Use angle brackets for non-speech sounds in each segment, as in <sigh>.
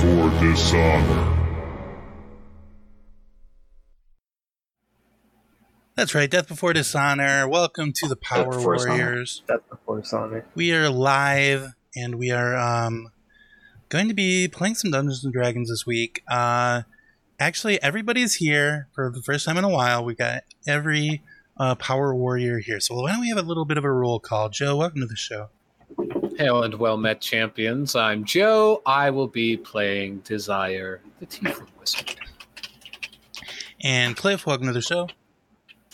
for dishonor. That's right, Death Before Dishonor. Welcome to the Power Before Dishonor. Warriors. That's the force on it. We are live and we are um, going to be playing some Dungeons and Dragons this week. Uh, actually, everybody's here for the first time in a while. We've got every uh, Power Warrior here. So why don't we have a little bit of a roll call? Joe, welcome to the show. Hail and well met, champions. I'm Joe. I will be playing Desire, the Tiefling Wizard. And Cliff, welcome to the show.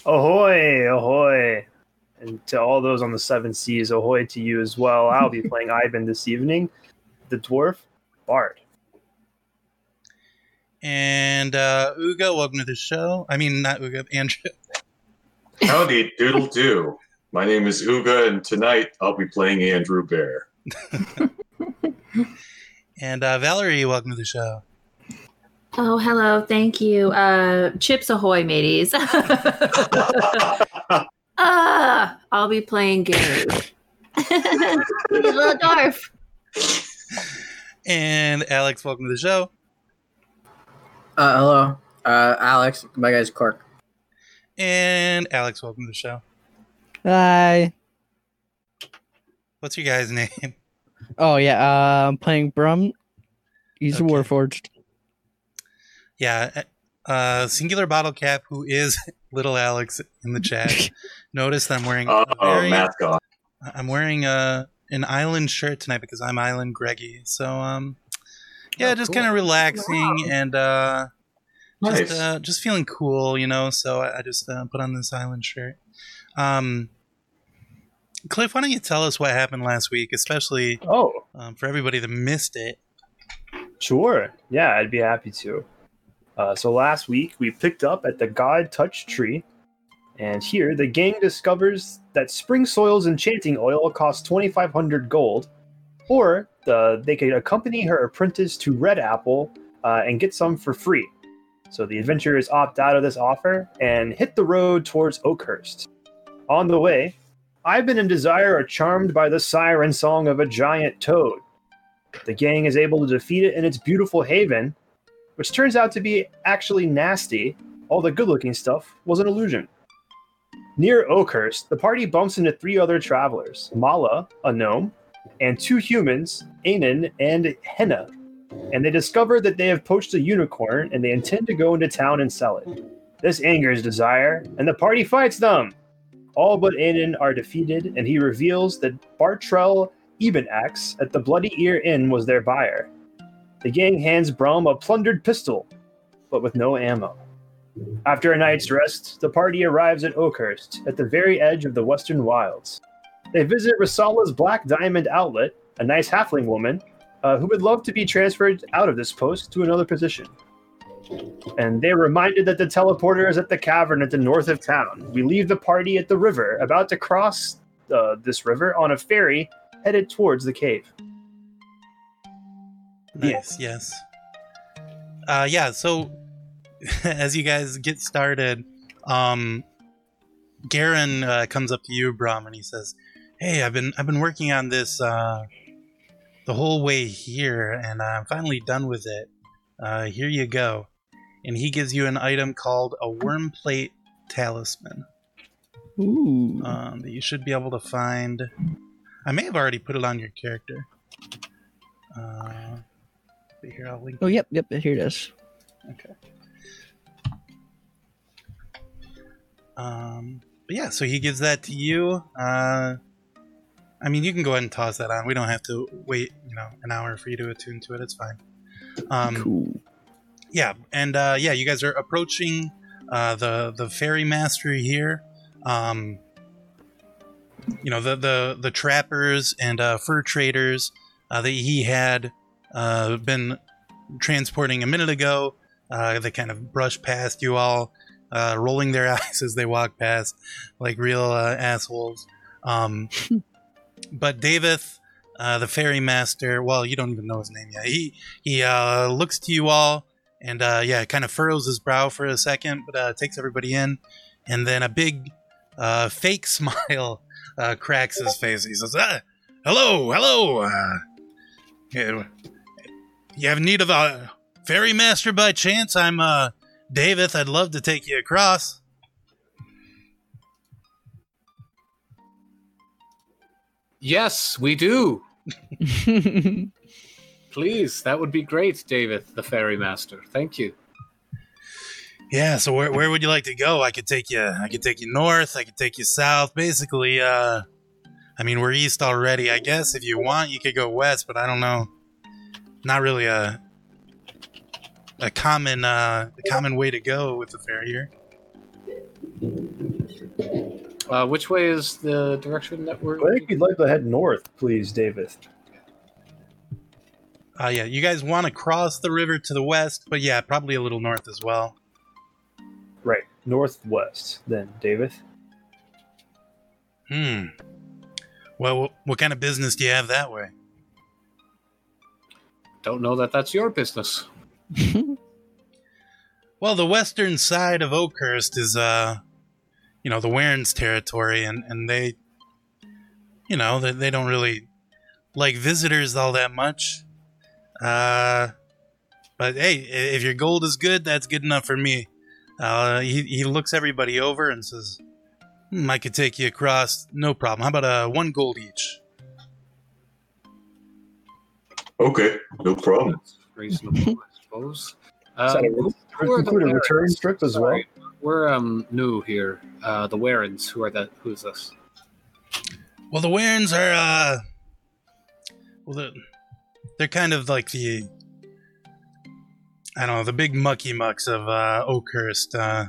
Ahoy, ahoy. And to all those on the seven seas, ahoy to you as well. I'll be playing Ivan this evening, the dwarf bard. And uh, Ugo, welcome to the show. I mean, not Ugo, <laughs> Andrew. Howdy, doodle do. My name is Uga, and tonight I'll be playing Andrew Bear. And uh, Valerie, welcome to the show. Oh, hello. Thank you. Uh, chips ahoy, mateys. <laughs> uh, I'll be playing Gary. little dwarf. And Alex, welcome to the show. Uh, hello, uh, Alex. My guy's Cork. And Alex, welcome to the show. Hi. What's your guy's <laughs> name? Oh yeah, uh, I'm playing Brum. He's Okay. Warforged. Yeah, uh, Singular Bottle Cap, who is <laughs> Little Alex in <laughs> the chat. Notice I'm wearing Oh, a very- mascot. I'm wearing a an island shirt tonight because I'm Island Greggy. So um, yeah, Oh, just cool. kind of relaxing and uh, Nice. just uh, just feeling cool, you know. So I, I just uh, put on this island shirt. Um, Cliff, why don't you tell us what happened last week, especially Oh, um, for everybody that missed it? Sure. Yeah, I'd be happy to. Uh, so last week we picked up at the God Touch Tree, and here the gang discovers that Spring Soil's enchanting oil costs 2,500 gold, or the, they could accompany her apprentice to Red Apple uh, and get some for free. So the adventurers opt out of this offer and hit the road towards Oakhurst. On the way, Ivan and Desire are charmed by the siren song of a giant toad. The gang is able to defeat it in its beautiful haven, which turns out to be actually nasty. All the good looking stuff was an illusion. Near Oakhurst, the party bumps into three other travelers Mala, a gnome, and two humans, Anan and Henna. And they discover that they have poached a unicorn and they intend to go into town and sell it. This angers Desire, and the party fights them. All but Anan are defeated, and he reveals that Bartrell Ebenax at the Bloody Ear Inn was their buyer. The gang hands Brom a plundered pistol, but with no ammo. After a night's rest, the party arrives at Oakhurst, at the very edge of the Western Wilds. They visit Rasala's Black Diamond Outlet, a nice halfling woman, uh, who would love to be transferred out of this post to another position. And they're reminded that the teleporter is at the cavern at the north of town. We leave the party at the river, about to cross uh, this river on a ferry headed towards the cave. Yeah. Nice, yes. Uh, yeah, so <laughs> as you guys get started, um, Garen uh, comes up to you, Brahm, and he says, "Hey, I've been I've been working on this uh, the whole way here, and I'm finally done with it. Uh, here you go." And he gives you an item called a worm plate talisman Ooh. um, that you should be able to find. I may have already put it on your character. Uh, but here, I'll link oh yep, yep. Here it is. Okay. Um, but yeah, so he gives that to you. Uh, I mean, you can go ahead and toss that on. We don't have to wait, you know, an hour for you to attune to it. It's fine. Um, cool. yeah and uh, yeah you guys are approaching uh, the the ferry master here um, you know the the the trappers and uh, fur traders uh, that he had uh, been transporting a minute ago uh, they kind of brush past you all uh, rolling their <laughs> eyes as they walk past like real uh, assholes um, but davith uh, the ferry master well you don't even know his name yet he he uh, looks to you all and uh, yeah, kind of furrows his brow for a second, but uh, takes everybody in, and then a big uh, fake <laughs> smile uh, cracks his face. He says, ah, "Hello, hello." Uh, yeah, You have need of a ferry master by chance? I'm uh Davith. I'd love to take you across. Yes, we do. All Please, that would be great, David, the ferry master. Thank you. Yeah. So where where would you like to go? I could take you. I could take you north. I could take you south. Basically, uh, I mean we're east already. I guess if you want, you could go west, but I don't know. Not really a a common uh, a common way to go with the ferry here. Uh, which way is the direction that we're? I think you'd like to head north, please, David. Uh, yeah, you guys want to cross the river to the west, but yeah, probably a little north as well. Right, northwest, then, David. Hmm. Well, wh- what kind of business do you have that way? Don't know that that's your business. Well, the western side of Oakhurst is, uh, you know, the Warrens territory, and, and they, you know, they, they don't really like visitors all that much. Uh, but hey, i- if your gold is good, that's good enough for me. Uh, he, he looks everybody over and says, hmm, I could take you across, no problem. How about uh, one gold each? Okay, no problem. Reasonable, <laughs> I Is suppose. Uh, that a- who are the include a return Warrens? strip as well? Sorry, We're um, new here. Uh, the Warrens. Who are that? Who's this? Well, the Warrens are, uh, well, they're, they're kind of like the, I don't know, the big mucky mucks of uh, Oakhurst. Uh,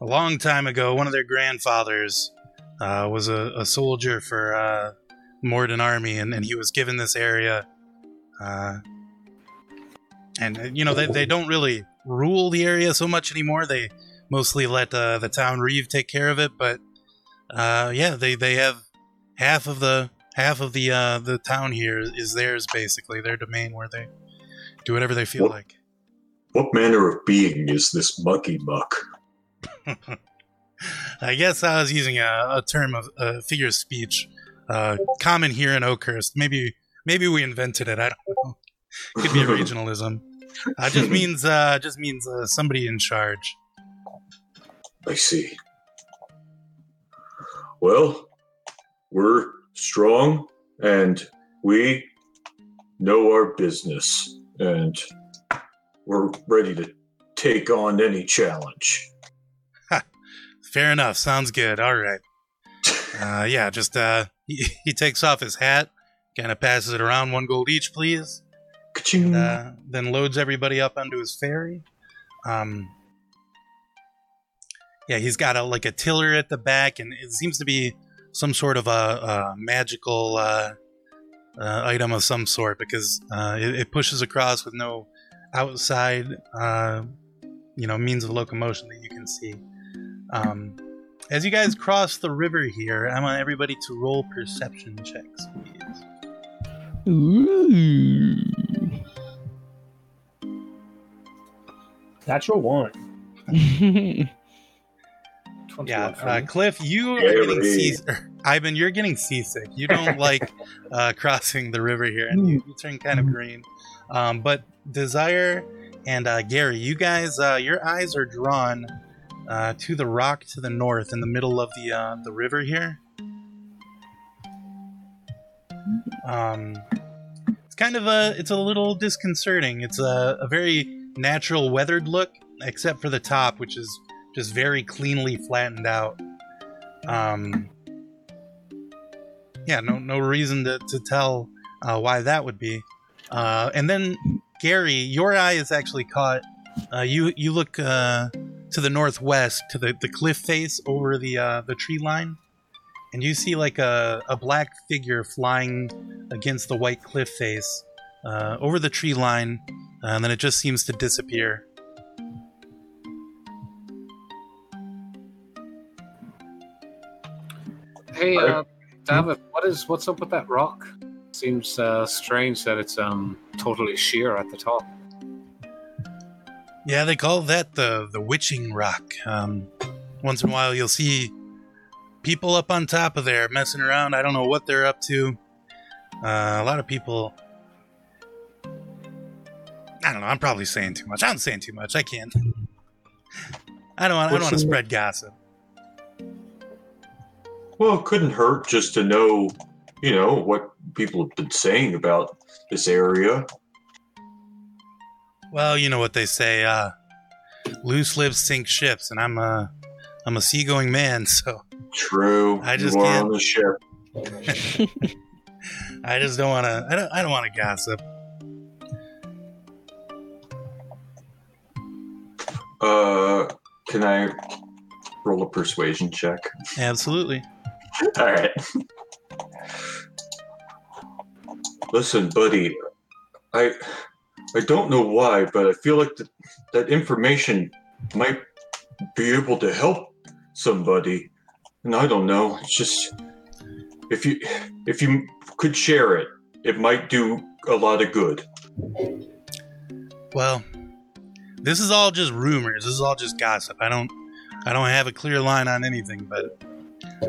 a long time ago, one of their grandfathers uh, was a, a soldier for uh, Morden Army, and, and he was given this area. Uh, and, uh, you know, they, they don't really rule the area so much anymore. They mostly let uh, the town reeve take care of it, but uh, yeah, they they have half of the half of the uh, the town here is theirs basically, their domain where they do whatever they feel What? like. What manner of being is this mucky muck? I guess I was using a, a term of a figure of speech, uh, common here in Oakhurst. Maybe maybe we invented it. I don't know. Could be a regionalism. Uh, just means uh, just means uh, somebody in charge. I see. Well, we're strong and we know our business and we're ready to take on any challenge. Fair enough. Sounds good. All right. Uh, yeah, just uh, he, he takes off his hat, kind of passes it around. One gold each, please. Ka-ching. and, uh, then loads everybody up onto his ferry. Um, yeah, he's got a, like a tiller at the back, and it seems to be some sort of a, a magical uh, uh, item of some sort because uh, it, it pushes across with no outside, uh, you know, means of locomotion that you can see. Um, as you guys cross the river here, I want everybody to roll perception checks, please. <laughs> Ooh. <laughs> Natural one. Yeah, 21 for uh, me. Cliff, you Yeah, are getting right. seasick. <laughs> Ivan, you're getting seasick. You don't like uh, crossing the river here, and you, you turn kind of green. Um, but Desire and uh, Gary, you guys, uh, your eyes are drawn uh, to the rock to the north in the middle of the uh, the river here. Um, it's kind of a it's a little disconcerting. It's a, a very natural weathered look, except for the top, which is just very cleanly flattened out. Um, yeah, no, no reason to, to tell uh, why that would be. Uh, and then Gary, your eye is actually caught. Uh, you you look uh, to the northwest, to the, the cliff face over the uh, the tree line, and you see like a, a black figure flying against the white cliff face uh, over the tree line, uh, and then it just seems to disappear. Hey, uh, David, what is what's up with that rock? Seems uh, strange that it's um totally sheer at the top. Yeah, they call that the the witching rock. Um, once in a while, you'll see people up on top of there messing around. I don't know what they're up to. Uh, a lot of people I don't know. I'm probably saying too much. I'm saying too much. I can't. I don't want. I don't want to Listen. spread gossip. Well, it couldn't hurt just to know, you know, what people have been saying about this area. Well, you know what they say. Uh, loose lips sink ships, and I'm a, I'm a seagoing man, <laughs> so True. I just you are can't- on the ship. I just don't want to. I don't. I don't want to gossip. Uh, can I roll a persuasion check? Absolutely. <laughs> All right. Listen, buddy, I I don't know why, but I feel like th- that information might be able to help somebody, and I don't know. It's just if you if you could share it, it might do a lot of good. Well, this is all just rumors. This is all just gossip. I don't. I don't have a clear line on anything, but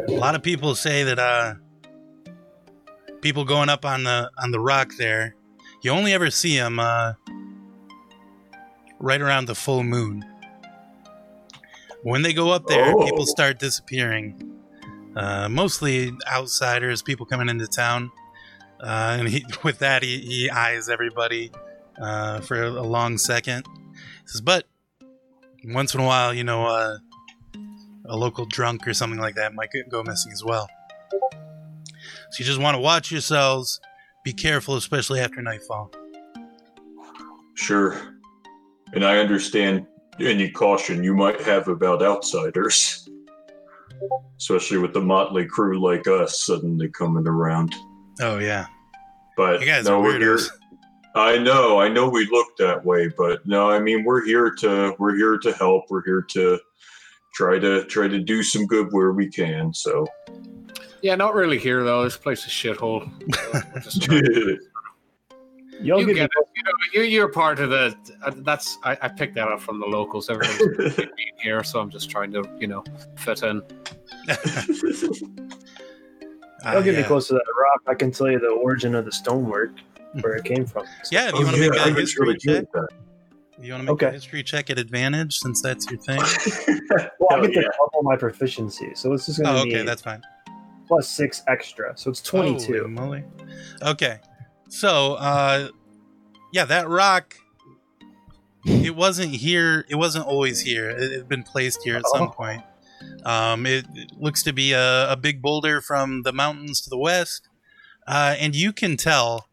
a lot of people say that uh, people going up on the on the rock there, you only ever see them uh, right around the full moon. When they go up there, Oh. people start disappearing. Uh, mostly outsiders, people coming into town, uh, and he, <laughs> with that, he, he eyes everybody uh, for a long second. He says, but once in a while, you know, uh, a local drunk or something like that might go missing as well. So you just want to watch yourselves. Be careful, especially after nightfall. Sure, and I understand any caution you might have about outsiders. Especially with the motley crew like us suddenly coming around. Oh yeah, But you guys no, are we're here- weirdos. I know, I know we look that way, but no, I mean we're here to we're here to help. We're here to try to try to do some good where we can. So <laughs> Yeah, not really here though. This place is <laughs> shithole. Uh, we're just- Y'all you get, get it. You know, you're, you're part of the. Uh, that's I, I picked that up from the locals. Everything's <laughs> being here, so I'm just trying to you know fit in. Uh, y'all get me yeah. close to that rock. I can tell you the origin of the stonework, where it came from. <laughs> yeah, if you Oh, want to yeah, I make a haven't history really check, tried that. you want to make a Okay. history check at advantage since that's your <laughs> thing. Well, I Hell get to double my proficiency, so it's just gonna oh, be okay, that's fine. plus six extra, so it's Holy twenty-two. moly. Okay. So, uh, yeah, that rock, it wasn't here. It wasn't always here. It had been placed here at some Oh. point. Um, it, it looks to be a, a big boulder from the mountains to the west. Uh, and you can tell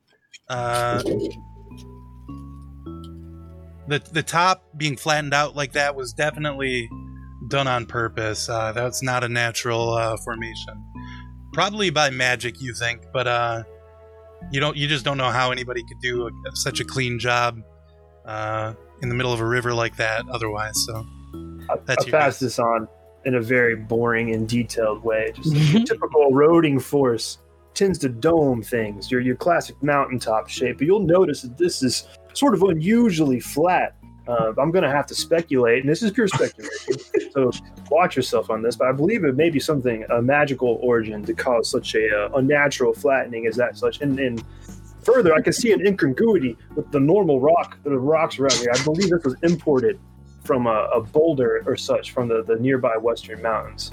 uh, the, the top being flattened out like that was definitely done on purpose. Uh, that's not a natural uh, formation probably by magic you think but uh you don't you just don't know how anybody could do a, such a clean job uh in the middle of a river like that otherwise so I, That's I your pass guess. this on in a very boring and detailed way. Just your typical eroding force tends to dome things. Your your classic mountaintop shape, but you'll notice that this is sort of unusually flat. Uh, I'm going to have to speculate, and this is pure speculation. so watch yourself on this. But I believe it may be something a magical origin to cause such a uh, unnatural flattening as that such. And, and further, I can see an incongruity with the normal rock, the rocks around here. I believe this was imported from a, a boulder or such from the, the nearby western mountains.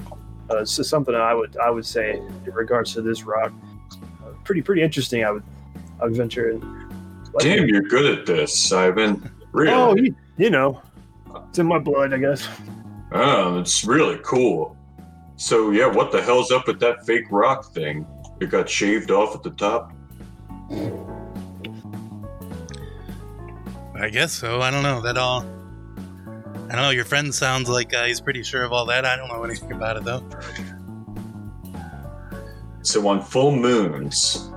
Uh, so something I would I would say in regards to this rock, uh, pretty pretty interesting. I would I would venture. Damn, you're good at this, Simon. Really? Oh, Oh, you, you know, it's in my blood, I guess. Um, it's really cool. So yeah, what the hell's up with that fake rock thing? It got shaved off at the top. i guess so i don't know that all i don't know your friend sounds like uh, he's pretty sure of all that i don't know <laughs> anything about it though So on full moons,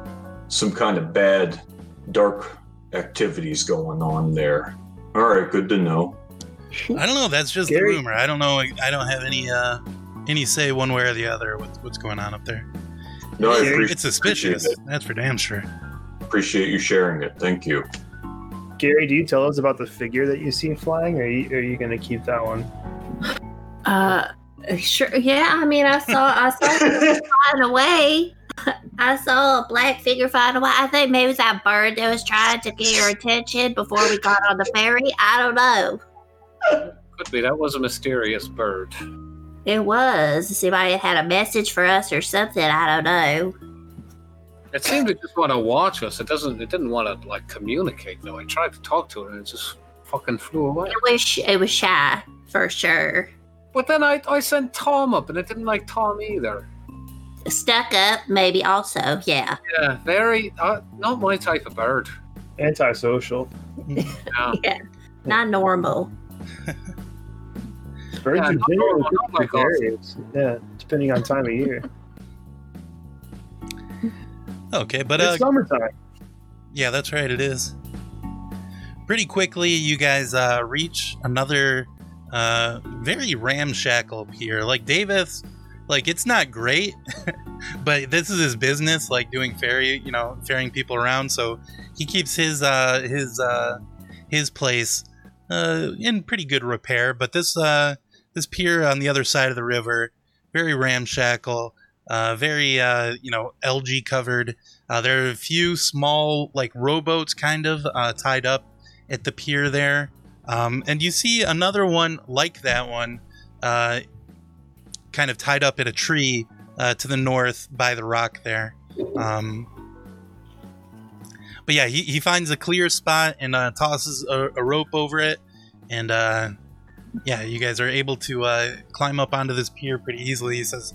some kind of bad, dark activities going on there. All right, good to know. i don't know that's just the Gary- rumor i don't know i don't have any uh any say one way or the other with what's going on up there No, I Gary- appreciate it's suspicious appreciate that's for damn sure appreciate you sharing it. Thank you. Gary, do you tell us about the figure that you see flying, or are you, are you going to keep that one? Uh, sure. Yeah, I mean, I saw I saw it flying away. <laughs> I saw a black figure flying away. I think maybe it was that bird that was trying to get your attention before we got on the ferry. I don't know. Could be. That was a mysterious bird. It was. Somebody had a message for us or something. I don't know. It seemed to just want to watch us. It doesn't. It didn't want to like communicate. No, I tried to talk to it, and it just fucking flew away. It was sh- it was shy for sure. But then I I sent Tom up, and it didn't like Tom either. Stuck up, maybe also. Yeah. Yeah, very uh, not my type of bird. Antisocial. No. Yeah. Not normal. Birds Yeah, are not generally normal, not like us. gregarious. Yeah, depending on time of year. Okay, but uh, it's summertime. Yeah, that's right. It is. Pretty quickly, you guys uh, reach another uh, very ramshackle pier. Like Davis, like it's not great, <laughs> but this is his business, like doing ferry, you know, ferrying people around. So he keeps his uh, his uh, his place uh, in pretty good repair. But this uh, this pier on the other side of the river, very ramshackle, uh, very uh, you know algae covered. Uh, there are a few small, like rowboats, kind of uh, tied up at the pier there, um, and you see another one like that one, uh, kind of tied up at a tree uh, to the north by the rock there. Um, but yeah, he, he finds a clear spot and uh, tosses a, a rope over it, and uh, yeah, you guys are able to uh, climb up onto this pier pretty easily. He says,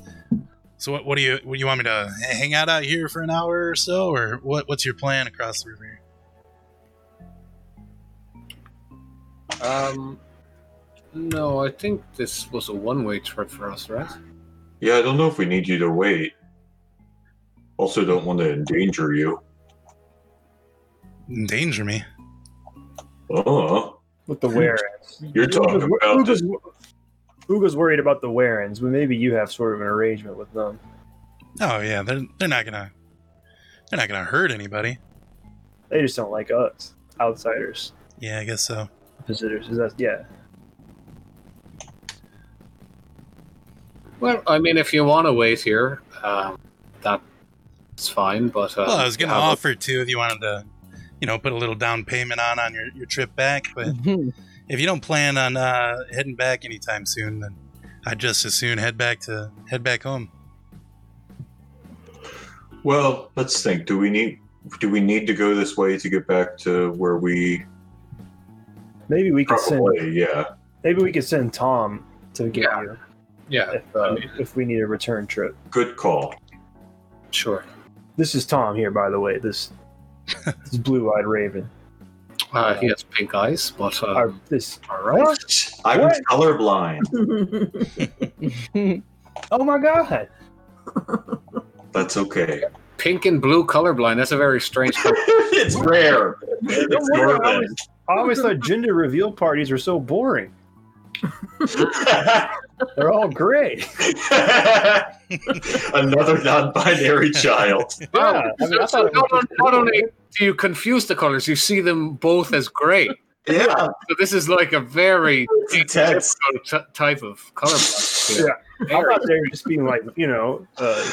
so what, what do you what do you want me to h- hang out out here for an hour or so, or what? What's your plan across the river? Um, no, I think this was a one-way trip for us, right? Yeah, I don't know if we need you to wait. Also, don't want to endanger you. Endanger me. Oh, With the wear ins. you're talking about this. Uga's worried about the wear ins, but maybe you have sort of an arrangement with them. Oh yeah, they're they're not gonna they're not gonna hurt anybody. They just don't like us, outsiders, Yeah, I guess so. visitors. Is that, yeah. Well, I mean, if you want to wait here, um, that's fine. But uh, Well, I was gonna yeah, offer too if you wanted to, you know, put a little down payment on on your, your trip back, but if you don't plan on uh, heading back anytime soon, then I'd just as soon head back to head back home. Well, let's think. Do we need do we need to go this way to get back to where we Maybe we could send probably? Yeah. Maybe we could send Tom to get Yeah. you Yeah, if, uh, if we need a return trip. Good call. sure. This is Tom here, by the way. <laughs> This this blue-eyed raven. Uh, he has pink eyes, but um, Our, this. all right. I'm What? colorblind. Oh my God! That's okay. Pink and blue colorblind. That's a very strange. color. it's rare. Ignore wonder I was- I always thought gender reveal parties were so boring. that. They're <laughs> all gray. Another non-binary child. <laughs> Yeah, I mean, I so, thought it was not, just not only do you confuse the colors, you see them both as gray. Yeah, So this is like a very it's intense. difficult t- type of colorblind. I'm out there just being like, you know, uh,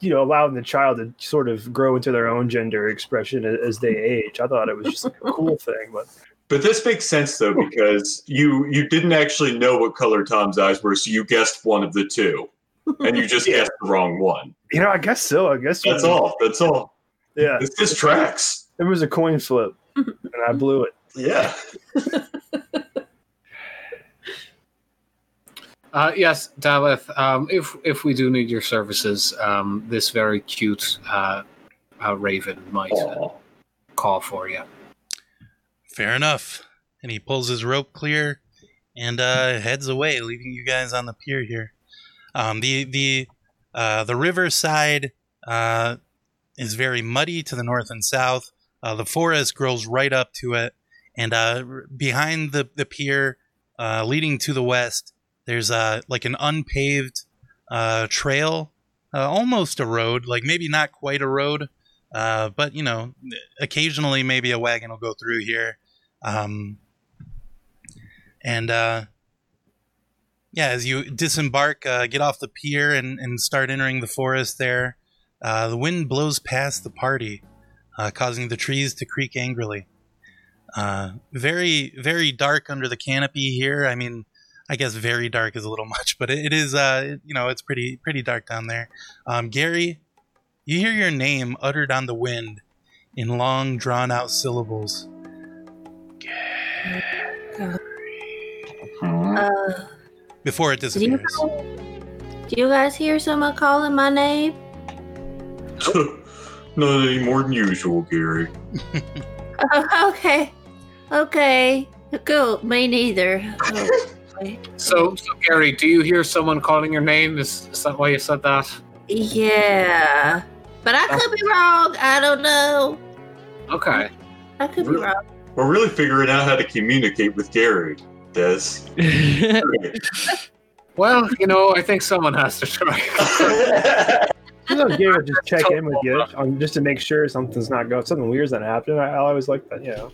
you know, allowing the child to sort of grow into their own gender expression a- as they age. I thought it was just like <laughs> a cool thing, but But this makes sense though because you you didn't actually know what color Tom's eyes were, so you guessed one of the two, and you just guessed the wrong one. you know, I guess so. I guess That's all. That's all. Yeah, This just tracks. it was a coin flip, and I blew it. Yeah. <laughs> Uh, yes, Davith. Um, if if we do need your services, um, this very cute uh, uh, raven might uh, Aw. call for you. Fair enough. And he pulls his rope clear and uh, heads away, leaving you guys on the pier here. Um, the the uh, the riverside uh, is very muddy to the north and south. Uh, the forest grows right up to it, and uh, r- behind the the pier, uh, leading to the west, there's uh, like an unpaved uh, trail, uh, almost a road, like maybe not quite a road, uh, but you know, occasionally maybe a wagon will go through here um, and uh, yeah as you disembark uh, get off the pier and, and start entering the forest there Uh, the wind blows past the party, uh, causing the trees to creak angrily. Uh, very, very dark under the canopy here. I mean, I guess very dark is a little <laughs> much, but it, it is, uh, you know, it's pretty, pretty dark down there. Um, Gary, you hear your name uttered on the wind in long, drawn out syllables. Uh, before it do, you disappears. guys, do you guys hear someone calling my name? <laughs> Not any more than usual, Gary. Oh, okay. Okay. Cool. Me neither. <laughs> Oh, So, so Gary, do you hear someone calling your name? Is, is that why you said that? yeah. But I could be wrong. I don't know. Okay. I could be wrong. We're really figuring out how to communicate with Gary, Des. <laughs> Well, you know, I think someone has to try. <laughs> You know, Gary would just check in with you on, just to make sure something's not going, something weird's not happening. I, I always like that, you know,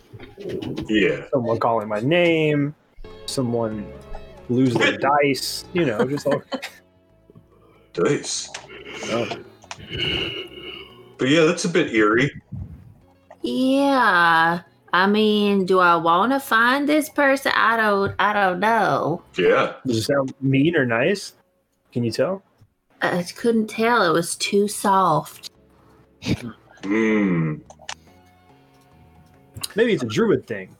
yeah. someone calling my name, someone lose their dice, you know, just all. Dice. But yeah, that's a bit eerie. Yeah. I mean, do I want to find this person? I don't. I don't know. Yeah. Does it sound mean or nice? Can you tell? I couldn't tell. It was too soft. Hmm. Maybe it's a druid thing.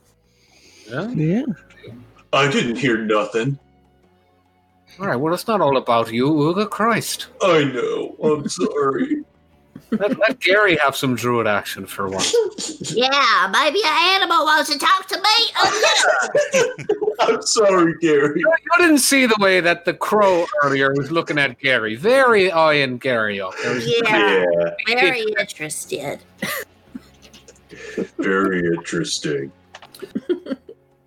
yeah? Yeah. I didn't hear nothing. All right. Well, it's not all about you, Uga Christ. I know. I'm sorry. Let, let Gary have some druid action for once. Yeah. Maybe an animal wants to talk to me. Oh, <laughs> I'm sorry, Gary. You didn't see the way that the crow earlier was looking at Gary. Very eyeing Gary up. There was- yeah. Yeah. yeah. Very interested. Very interesting. <laughs>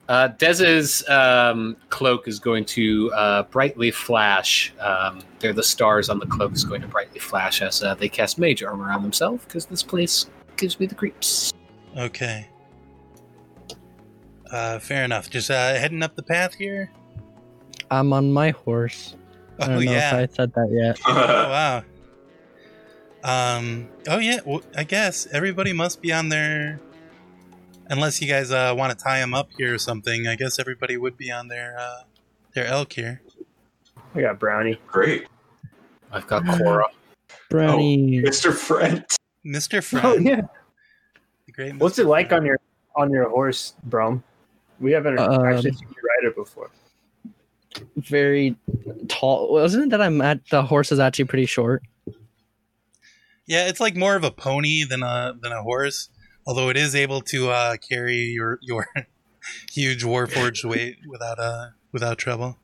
Uh, Dez's um, cloak is going to uh, brightly flash. Um, they're the stars on the cloak is going to brightly flash as uh, they cast mage armor on themselves because this place gives me the creeps. Okay. Uh, fair enough. Just uh, heading up the path here. I'm on my horse. I Oh don't know yeah. if I said that yet. Oh wow. Um. Oh yeah. Well, I guess everybody must be on their. Unless you guys uh, want to tie them up here or something, I guess everybody would be on their uh, their elk here. I got brownie. Great. I've got Cora. Brownie. Mr. Friend. <laughs> Mister Friend, Oh yeah. the great. What's Mr. it like Friend. on your on your horse, Brom? We haven't Um, actually seen you ride it before. Very tall. Wasn't it that I'm at the horse is actually pretty short? Yeah, it's like more of a pony than a than a horse, although it is able to uh, carry your your <laughs> huge warforged weight without uh without trouble.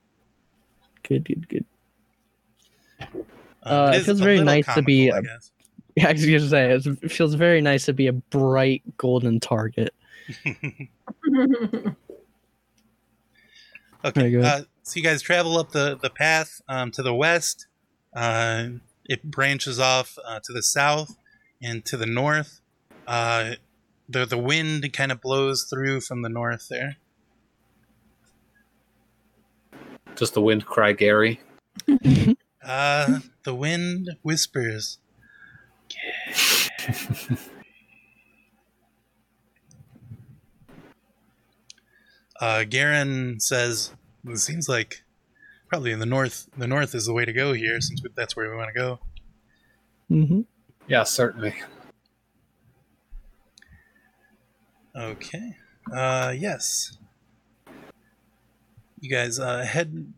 Good, good, good. Um, Uh, it is feels a very little nice to be, comical, I um, guess. <laughs> Yeah, I was gonna say it's- it feels very nice to be a bright golden target. There Okay. you go. <laughs> Uh, so you guys travel up the the path um, to the west. Uh, it branches off uh, to the south and to the north. Uh, the the wind kind of blows through from the north there. Does the wind cry Gary? Mm-hmm. Uh, the wind whispers. <laughs> uh, Garen says, "It seems like probably in the north. The north is the way to go here, since that's where we want to go." hmm Yeah, certainly. Okay. Uh, yes. You guys uh, head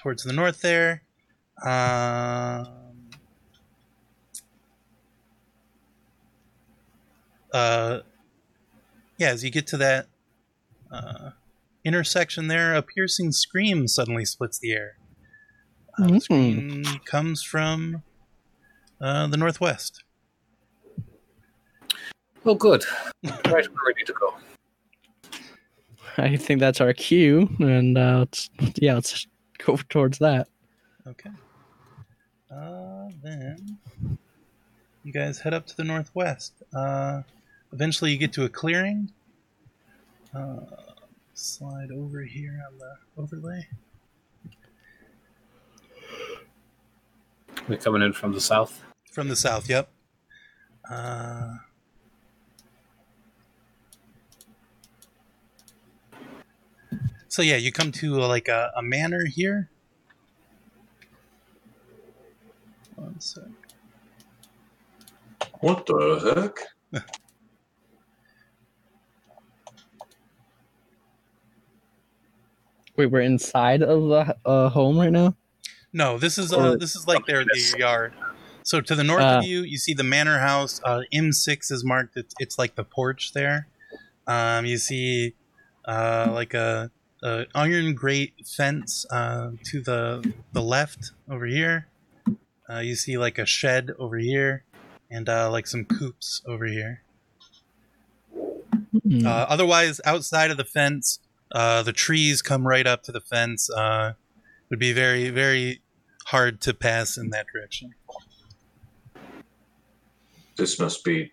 towards the north there. Um, uh, yeah, as you get to that uh, intersection there, a piercing scream suddenly splits the air. Uh, the Mm. scream comes from uh, the northwest. Oh, good. <laughs> Right, we're ready to go. <laughs> I think that's our cue, and uh, let's yeah, let's go towards that. Okay. Uh, then you guys head up to the northwest. Uh, eventually, you get to a clearing. Uh, slide over here on the overlay. We're coming in from the south. From the south, yep. Uh, so yeah, you come to uh, like a, a manor here. One sec. What the heck? Wait, we're inside of the uh, home right now. No, this is uh, Or- this is like their, their yard. So to the north of Uh. you, you see the manor house. Uh, M6 is marked. It's, it's like the porch there. Um, you see uh, like a, a iron grate fence uh, to the the left over here. Uh, you see like a shed over here, and uh, like some coops over here. Hmm. Uh, otherwise, outside of the fence, uh, the trees come right up to the fence. Uh, it would be very, very hard to pass in that direction. This must be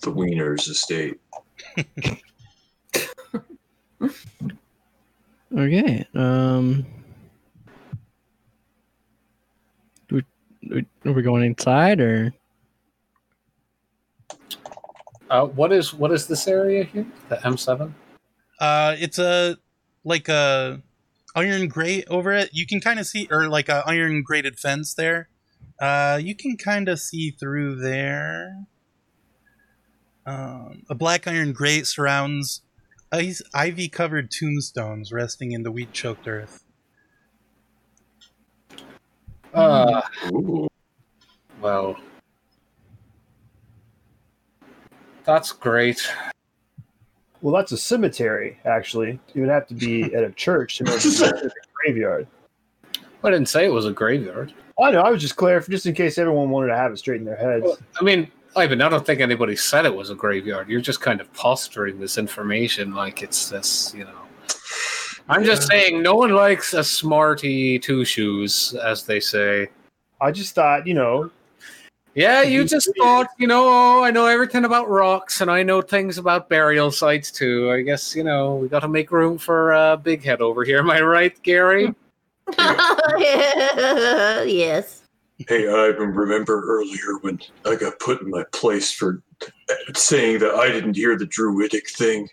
the Wiener's estate. Okay. Um. Do we, do we- are we going inside or? Uh, what is what is this area here? The M seven. Uh, it's a like a iron grate over it. You can kind of see, or like a iron grated fence there. Uh, you can kind of see through there. Um, a black iron grate surrounds ice, ivy-covered tombstones resting in the wheat-choked earth. Uh, Ooh. well, that's great. Well, that's a cemetery, actually. It would have to be at a church in order to be considered a graveyard. I didn't say it was a graveyard. I know. I was just clarifying, just in case everyone wanted to have it straight in their heads. Well, I mean, Ivan, I don't think anybody said it was a graveyard. You're just kind of posturing this information like it's this, you know. I'm just saying, no one likes a smarty two shoes, as they say. I just thought, you know, Yeah, you just thought, you know, oh, I know everything about rocks and I know things about burial sites too. I guess, you know, we got to make room for uh, Big Head over here. Am I right, Gary? yes. Hey, Ivan, remember earlier when I got put in my place for saying that I didn't hear the druidic thing?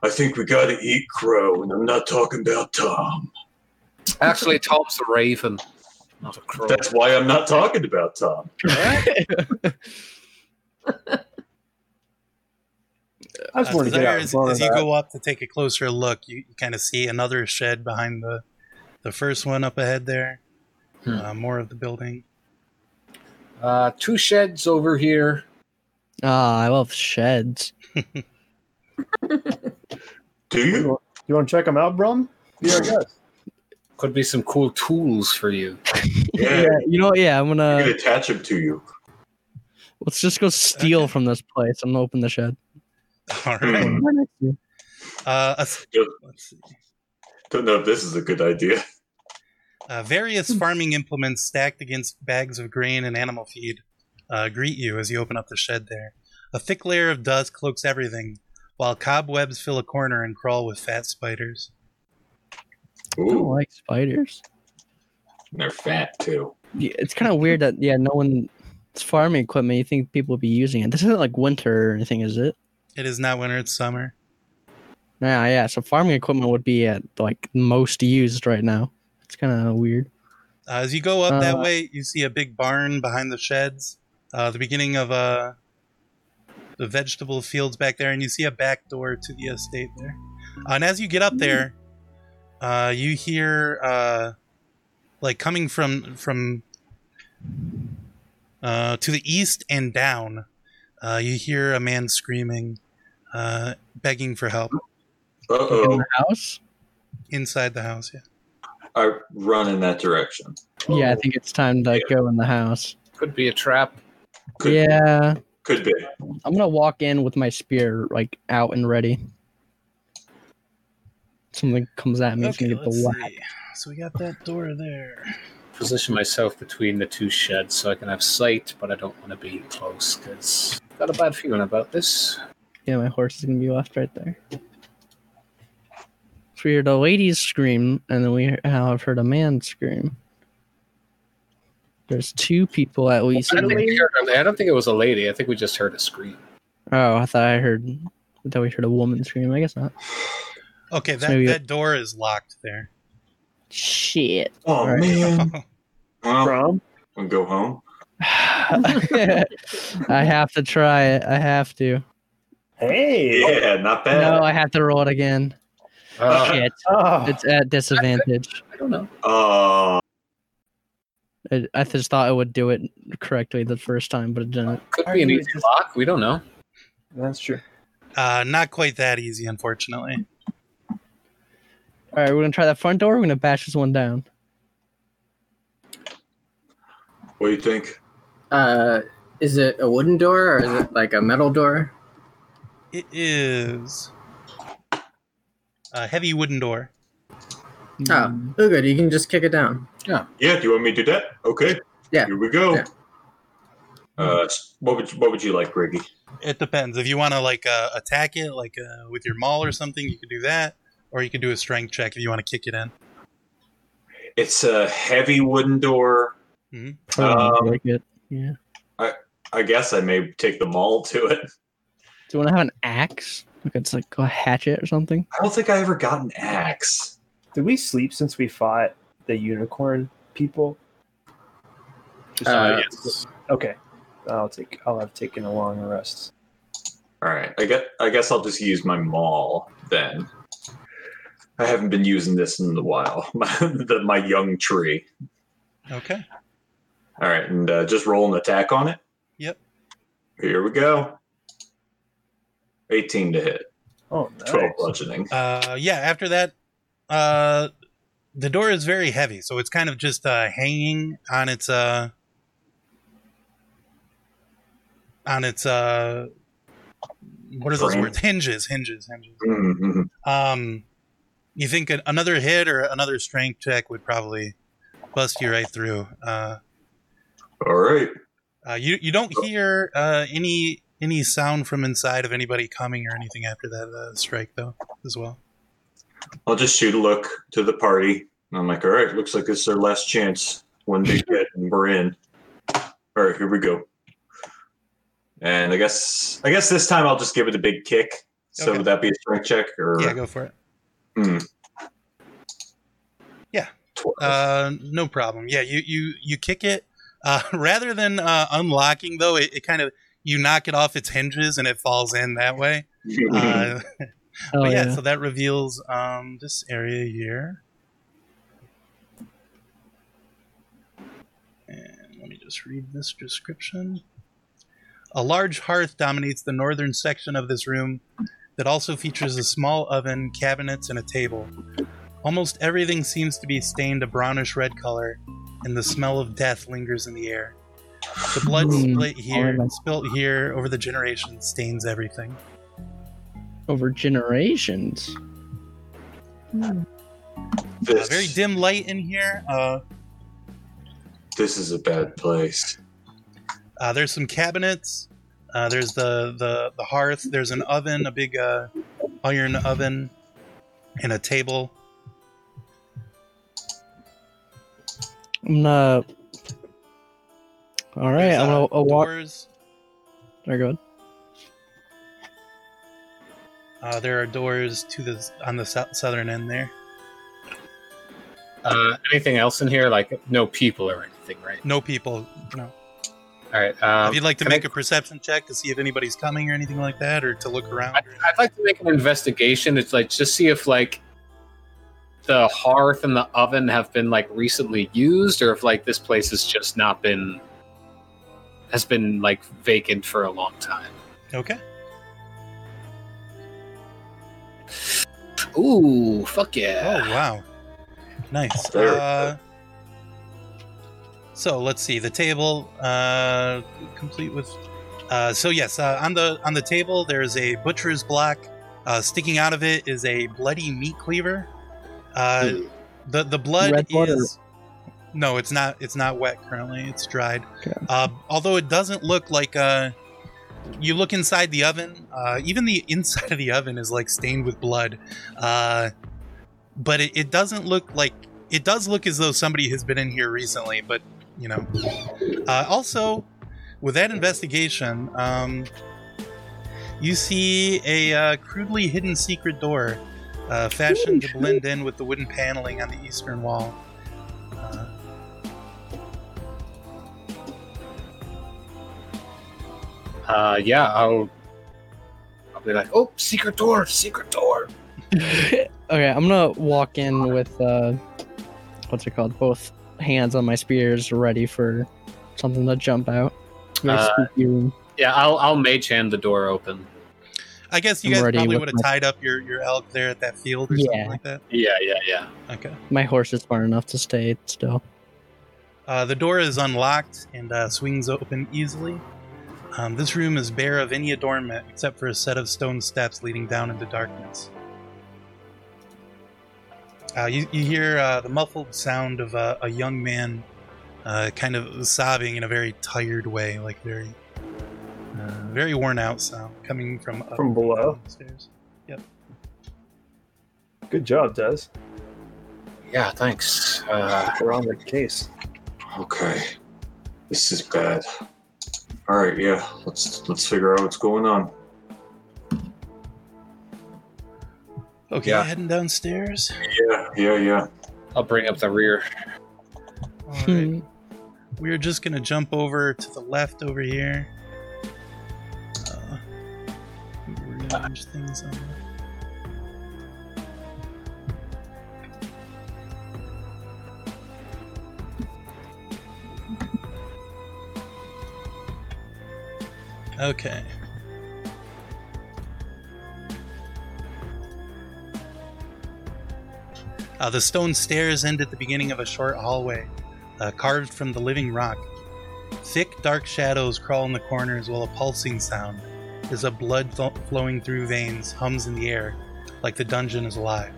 I think we gotta eat crow, and I'm not talking about Tom. Actually, Tom's a raven, not a crow. That's why I'm not talking about Tom. I just Uh, wanted to get out. as, in front of as you that. go up to take a closer look, you, you kind of see another shed behind the the first one up ahead there. Hmm. Uh, more of the building. <laughs> Uh, two sheds over here. Ah, I love sheds. Do you? You want to check them out, Brum? Yeah, I guess. Could be some cool tools for you. Yeah. You know, yeah. I <laughs> I'm can gonna attach him to you. let's just go steal from this place. I'm gonna open the shed. All right. Right next to you. Uh, a s- Yep. let's see. Don't know if this is a good idea. Uh, various farming implements stacked against bags of grain and animal feed uh, greet you as you open up the shed there. A thick layer of dust cloaks everything, while cobwebs fill a corner and crawl with fat spiders. I don't Ooh, like spiders. and they're fat too. Yeah, it's kind of weird that yeah, no one. It's farming equipment. You think people would be using it? This isn't like winter or anything, is it? It is not winter; it's summer. Nah, yeah. So farming equipment would be at like most used right now. It's kind of weird. Uh, as you go up that Uh, way, you see a big barn behind the sheds, uh, the beginning of uh, the vegetable fields back there, and you see a back door to the estate there. Uh, and as you get up there, uh, you hear uh, like coming from from uh, to the east and down. Uh, you hear a man screaming, uh, begging for help Uh In oh. the house. inside the house. Yeah. I run in that direction. Yeah, I think it's time to go in the house. Could be a trap. Could, yeah, could be. I'm gonna walk in with my spear like out and ready. Something comes at me, it's gonna get the let's whack. see. So we got that door there. Position myself between the two sheds so I can have sight, but I don't want to be close because I've got a bad feeling about this. Yeah, my horse is gonna be left right there. So we heard a lady scream, and then we now have heard a man scream. There's two people at least. I don't, think we heard on there. I don't think it was a lady. I think we just heard a scream. Oh, I thought I heard. I thought we heard a woman scream. I guess not. Okay, that, maybe- that door is locked there. <laughs> Shit. Oh Right. man. Well, From we go home. <laughs> I have to try it. I have to. hey, <laughs> Yeah, not bad. No, I have to roll it again. Uh, Shit. oh, It's at disadvantage. I don't know. Uh, I, I just thought I would do it correctly the first time, but it didn't. Could be an easy lock. We don't know. that's true. Uh, not quite that easy, unfortunately. All right, we're gonna try that front door. We're gonna bash this one down. what do you think? Uh, is it a wooden door or is it like a metal door? It is a heavy wooden door. Mm. Oh, oh, good. You can just kick it down. Yeah, do you want me to do that? Okay. Yeah. Here we go. Yeah. Uh, what would you, what would you like, Riggy? It depends. If you want to like uh, attack it, like uh, with your maul or something, you could do that, or you could do a strength check if you want to kick it in. It's a heavy wooden door. Probably Um, break Oh, it. Yeah. I guess I may take the maul to it. Do you want to have an axe? Like it's like a hatchet or something. I don't think I ever got an axe. Did we sleep since we fought the unicorn people? Just- Uh, yes. Okay, I'll take. I'll have taken a long rest. All right. I get. I guess I'll just use my maul then. I haven't been using this in a while. <laughs> My, the, my young tree. Okay. All right, and uh, just roll an attack on it. Yep. Here we go. 18 to hit. Oh, nice. 12 bludgeoning. <laughs> Uh, yeah. After that, uh, the door is very heavy, so it's kind of just uh, hanging on its uh, on its uh, what are those Frame. words? Hinges, hinges, hinges. Mhm. Um, you think an- another hit or another strength check would probably bust you right through. Uh, All right. uh, you you don't hear uh, any any sound from inside of anybody coming or anything after that uh, strike though as well. I'll just shoot a look to the party. And I'm like, all right, looks like it's their last chance. One <laughs> big hit, and we're in. All right, here we go. And I guess, I guess this time I'll just give it a big kick. So Okay. would that be a strength check or Yeah, go for it. Hmm. Yeah. 12? <laughs> Uh, no problem. Yeah, you you you kick it. Uh, <laughs> rather than uh, unlocking though, it, it kind of you knock it off its hinges and it falls in that way. Uh, Oh but yeah, yeah. so that reveals um, this area here. And let me just read this description. A large hearth dominates the northern section of this room that also features a small oven, cabinets, and a table. Almost everything seems to be stained a brownish red color, and the smell of death lingers in the air. The blood Hmm. split here, Horrible. spilt here over the generation stains everything. Over generations. Uh, this, very dim light in here. Uh, this is a bad place. Uh, there's some cabinets. Uh, there's the, the, the hearth. There's an oven, a big uh, iron oven, and a table. I'm gonna. All right, There's, I'm uh, gonna I'll walk. Doors. There, go. Uh, there are doors to the on the sou- southern end there. Uh, anything else in here? Like no people or anything, right? No people. No. All right. Um, if you'd like to can I- make a perception check to see if anybody's coming or anything like that, or to look around. I'd, I'd like to make an investigation. It's like just see if like the hearth and the oven have been like recently used, or if like this place has just not been has been like vacant for a long time. Okay. Ooh, fuck yeah! Oh wow, nice. Very Uh, so let's see the table, uh, complete with. Uh, so yes, uh, on the on the table there's a butcher's block. Uh, sticking out of it is a bloody meat cleaver. Uh, Ooh. the the blood Red blood or- is no, it's not. It's not wet currently. It's dried. Okay. Uh, although it doesn't look like. Uh, you look inside the oven. Uh, even the <laughs> inside of the oven is like stained with blood. Uh, but it, it doesn't look like it does look as though somebody has been in here recently. But you know. Uh, also, with that investigation, um, you see a uh, crudely hidden secret door uh, fashioned to blend in with the wooden paneling on the eastern wall. Uh, Uh, yeah, I'll. I'll be like, oh, secret door, secret door. <laughs> okay, I'm gonna walk in with uh, what's it called? Both hands on my spears, ready for something to jump out. Very Uh, spooky room. Yeah, I'll I'll mage hand the door open. I guess you I'm guys ready probably with would have my- tied up your, your elk there at that field or something Yeah. like that. Yeah, yeah, yeah. Okay. My horse is smart enough to stay still. Uh, the door is unlocked and uh, swings open easily. Um, this room is bare of any adornment except for a set of stone steps leading down into darkness. Uh, you, you hear uh, the muffled sound of uh, a young man uh, kind of sobbing in a very tired way, like very, uh, very worn out sound coming from up- From below? Downstairs. Good job, Des. Yeah, thanks. Uh, We're on the case. Okay. This is bad. All right, yeah. Let's let's figure out what's going on. Okay, Yeah. heading downstairs. Yeah, yeah, yeah. I'll bring up the rear. All Hmm. right. We're just gonna jump over to the left over here. Uh, rearrange things on. Okay. Uh, the stone stairs end at the beginning of a short hallway uh, carved from the living rock. Thick, dark shadows crawl in the corners while a pulsing sound, as of blood fl- flowing through veins, hums in the air, like the dungeon is alive.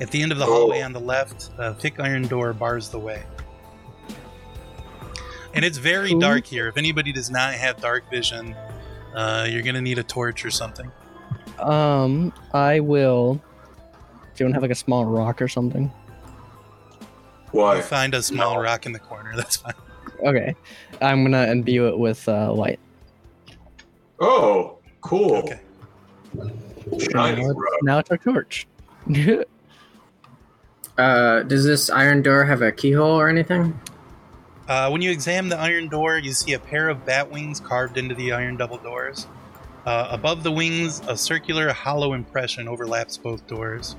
At the end Oh. of the hallway on the left, a thick iron door bars the way. And it's very Cool. dark here. If anybody does not have dark vision, uh, you're going to need a torch or something. Um, I will. Do you want to have like a small rock or something? You'll Why? find a small No. rock in the corner. <laughs> That's fine. Okay, I'm gonna imbue it with uh, light. Oh, cool. Okay. Shiny now, it's, rock. now it's our torch. <laughs> Uh, does this iron door have a keyhole or anything? Uh, when you examine the iron door, you see a pair of bat wings carved into the iron double doors. Uh, above the wings, a circular hollow impression overlaps both doors.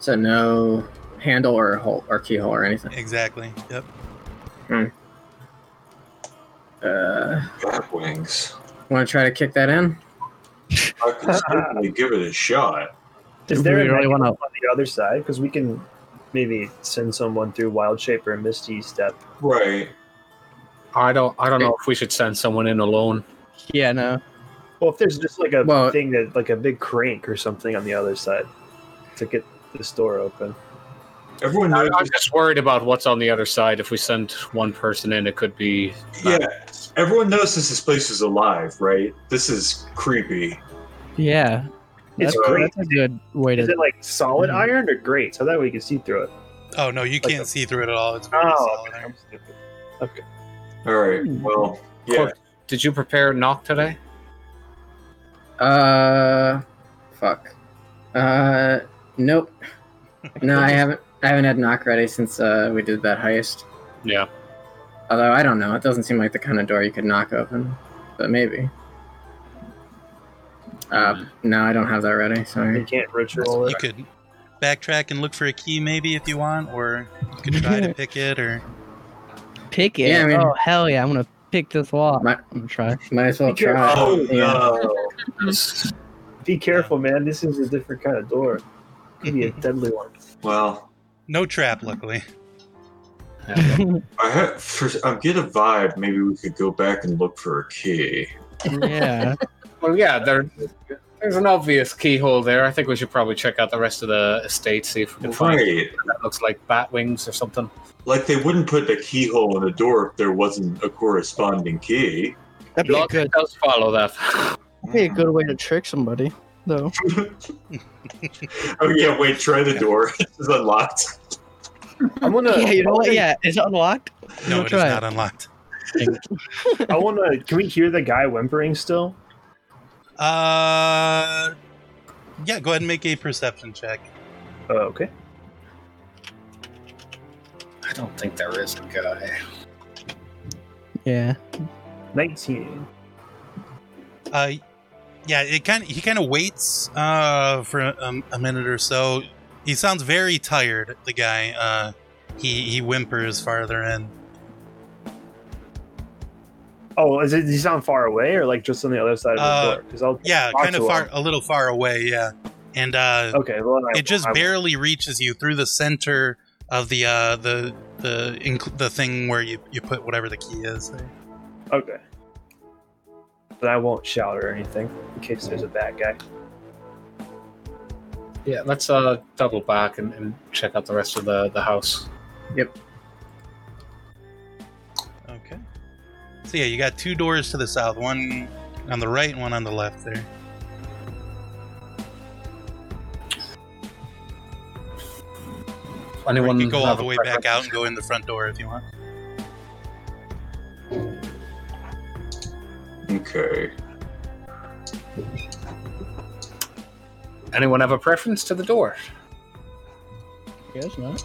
So no handle or hole or keyhole or anything. Exactly. Yep. Uh, Bat wings. want to try to kick that in? I could certainly give it a shot. Is Do there we a really mechanism wanna- on the other side? Because we can maybe send someone through Wild Shape or Misty Step. Right. I don't I don't know if we should send someone in alone. yeah, no. Well, if there's just like a Well- thing that like a big crank or something on the other side to get this door open. Everyone I, knows. I'm just worried about what's on the other side. If we send one person in, it could be Yeah. Everyone knows this, this place is alive, right? This is creepy. Yeah, It's that's, great. that's a good way Is to. it like solid Mhm. iron or grate? So that way you can see through it. Oh no, you Like can't a- see through it at all. It's very solid. Oh, okay. iron. I'm stupid. All right. Well, yeah. Cork, Did you prepare knock today? Uh, fuck. Uh, nope. No, I haven't. I haven't had knock ready since uh, we did that heist. Yeah. Although I don't know, it doesn't seem like the kind of door you could knock open, but maybe. Uh, no, I don't have that ready. You Sorry. can't ritual You it. could backtrack and look for a key maybe if you want, or you could try to pick it. Or Pick it. Yeah, I mean- oh hell yeah! I'm gonna pick this lock. My- I'm gonna try. Might as well Be careful. try. Oh Yeah. no. Be careful, man. This is a different kind of door. Could be a deadly one. Well, no trap, luckily. Yeah. I have, for, I get a vibe. Maybe we could go back and look for a key. <laughs> yeah. well, yeah. There, there's an obvious keyhole there. I think we should probably check out the rest of the estate, see if we can find something Right. that looks like bat wings or something. Like they wouldn't put a keyhole in a door if there wasn't a corresponding key. That'd be a Logic good. does follow that. <sighs> That'd be a good way to trick somebody, though. <laughs> Oh yeah, wait. Try the door. it's unlocked. I'm gonna. <laughs> yeah, you know what? Okay. <laughs> Yeah, is it unlocked? No, We'll it is try not unlocked. I want to. Can we hear the guy whimpering still? Uh, yeah, go ahead and make a perception check. Uh, okay. I don't think there is a guy. Yeah. 19. Uh, yeah, it kind of, he kind of waits uh, for a, a minute or so. He sounds very tired. The guy, uh, he he whimpers farther in. Oh, is it? He's sound far away, or like just on the other side of the Uh, door? Because I'll. Yeah, talk kind of to far, him. a little far away. Yeah, and uh, Okay. Well, then I, it just I- barely reaches you through the center of the uh, the the inc- the thing where you, you put whatever the key is. There. Okay. But I won't shout or anything in case there's a bad guy. Yeah, let's uh double back and, and check out the rest of the the house. Okay. So yeah, you got two doors to the south, one on the right and one on the left there. Or Anyone you can go all have the a way back out preference? and go in the front door if you want. Okay. Anyone have a preference to the door? Guess not.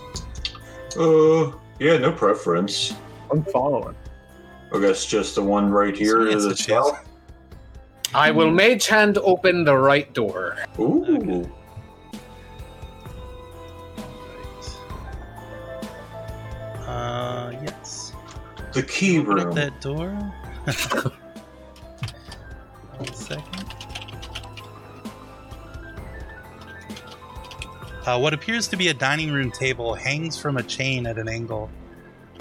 Uh, yeah, no preference. I'm following. I guess just the one right here So to it's the a chance. south. I Hmm. will mage hand open the right door. Ooh. Okay. Uh, yes. The key Open up room. that door. <laughs> One second. Uh, what appears to be a dining room table hangs from a chain at an angle.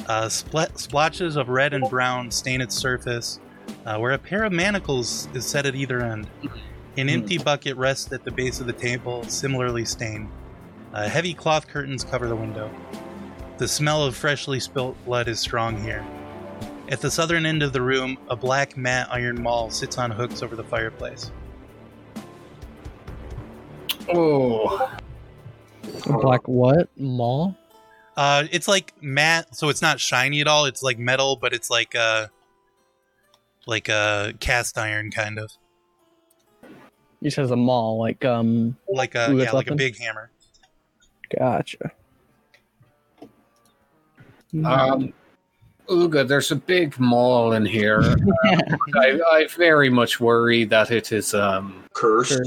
Uh, spl- splotches of red and brown stain its surface, uh, where a pair of manacles is set at either end. An empty bucket rests at the base of the table, similarly stained. Uh, heavy cloth curtains cover the window. The smell of freshly spilt blood is strong here. At the southern end of the room, a black matte iron maul sits on hooks over the fireplace. Oh, Black what? Mall? Uh, it's like matte, so it's not shiny at all. It's like metal, but it's like uh, like uh, cast iron kind of, You says a mall, like um. like a Ooh, that's yeah, like a weapon? big hammer. Gotcha. Mm. um, Uga, there's a big mall in here. Uh, I, I very much worry that it is um, Cursed. Sure.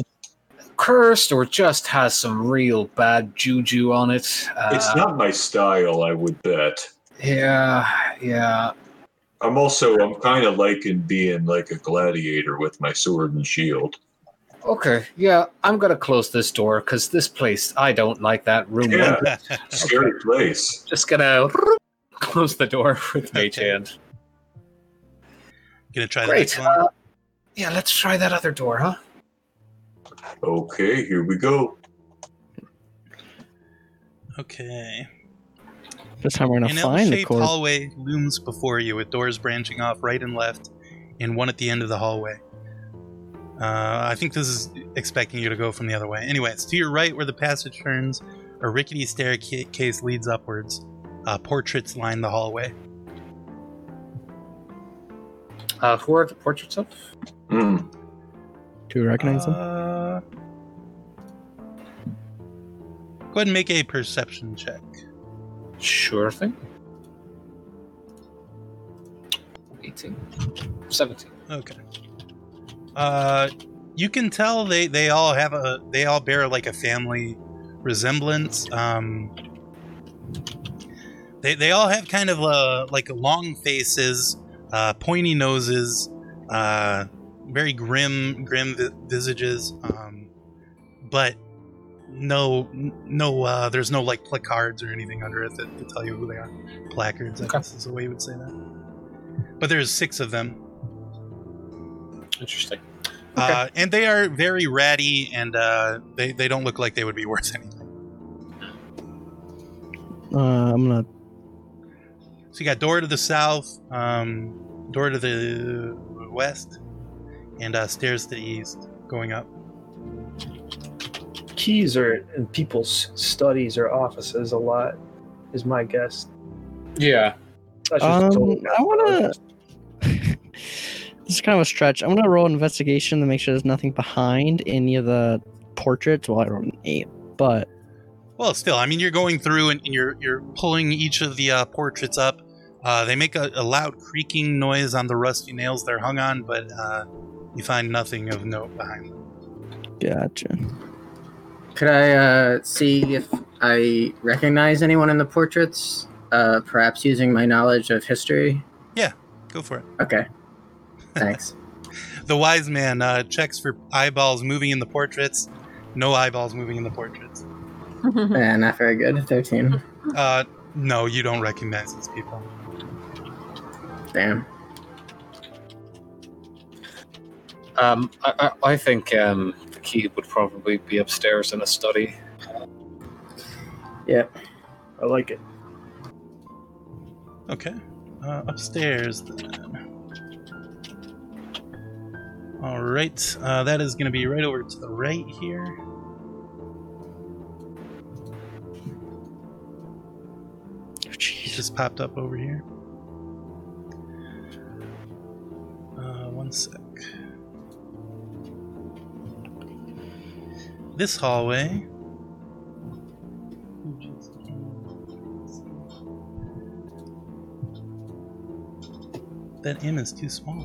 cursed or just has some real bad juju on it. Uh, It's not my style, I would bet. Yeah, yeah. I'm also I'm kind of liking being like a gladiator with my sword and shield. Okay, yeah. I'm gonna close this door because this place I don't like that room. Yeah. I'm Scary place. just gonna <laughs> close the door with mage Okay. hand. <laughs> Gonna try the Great. next one. Uh, yeah, let's try that other door, huh? Okay, here we go. Okay. This time we're gonna An find the L-shaped cord. hallway looms before you, with doors branching off right and left, and one at the end of the hallway. Uh, I think this is expecting you to go from the other way. Anyways, to your right, where the passage turns, a rickety staircase leads upwards. Uh, portraits line the hallway. Uh, who are the portraits of? Hmm. Do you recognize them? Uh, Go ahead and make a perception check. Sure thing. 18. 17. Okay. Uh, you can tell they they all have a they all bear like a family resemblance. Um, they they all have kind of uh like long faces, uh, pointy noses, uh, very grim grim vi- visages. Um, but no no uh, there's no like placards or anything under it that, that tell you who they are. Placards, I Okay. guess is the way you would say that. But there's six of them. Interesting. Uh, and they are very ratty, and uh, they they don't look like they would be <laughs> worth anything. Uh, I'm gonna. <laughs> So you got door to the south, um, door to the west, and uh, stairs to the east, going up. Keys are in people's studies or offices a lot. is my guess. Yeah. That's Um, totally- I wanna- This is kind of a stretch. I'm gonna roll investigation to make sure there's nothing behind any of the portraits. Well, I rolled an eight, but Well, still, I mean, you're going through and, and you're you're pulling each of the uh, portraits up. Uh, they make a, a loud creaking noise on the rusty nails they're hung on, but uh, you find nothing of note behind them. gotcha. Could I uh, see if I recognize anyone in the portraits? Uh, perhaps using my knowledge of history. Go for it. Okay. <laughs> Thanks. The wise man uh, checks for eyeballs moving in the portraits. No eyeballs moving in the portraits. Eh, not very good. Thirteen. Uh, no, you don't recognize these people. Damn. Um, I, I, I think um, the key would probably be upstairs in a study. I like it. Okay. Uh, upstairs. Then. All right. Uh, that is going to be right over to the right here. Oh, It jeez. just popped up over here. Uh, one sec. This hallway. That M is too small.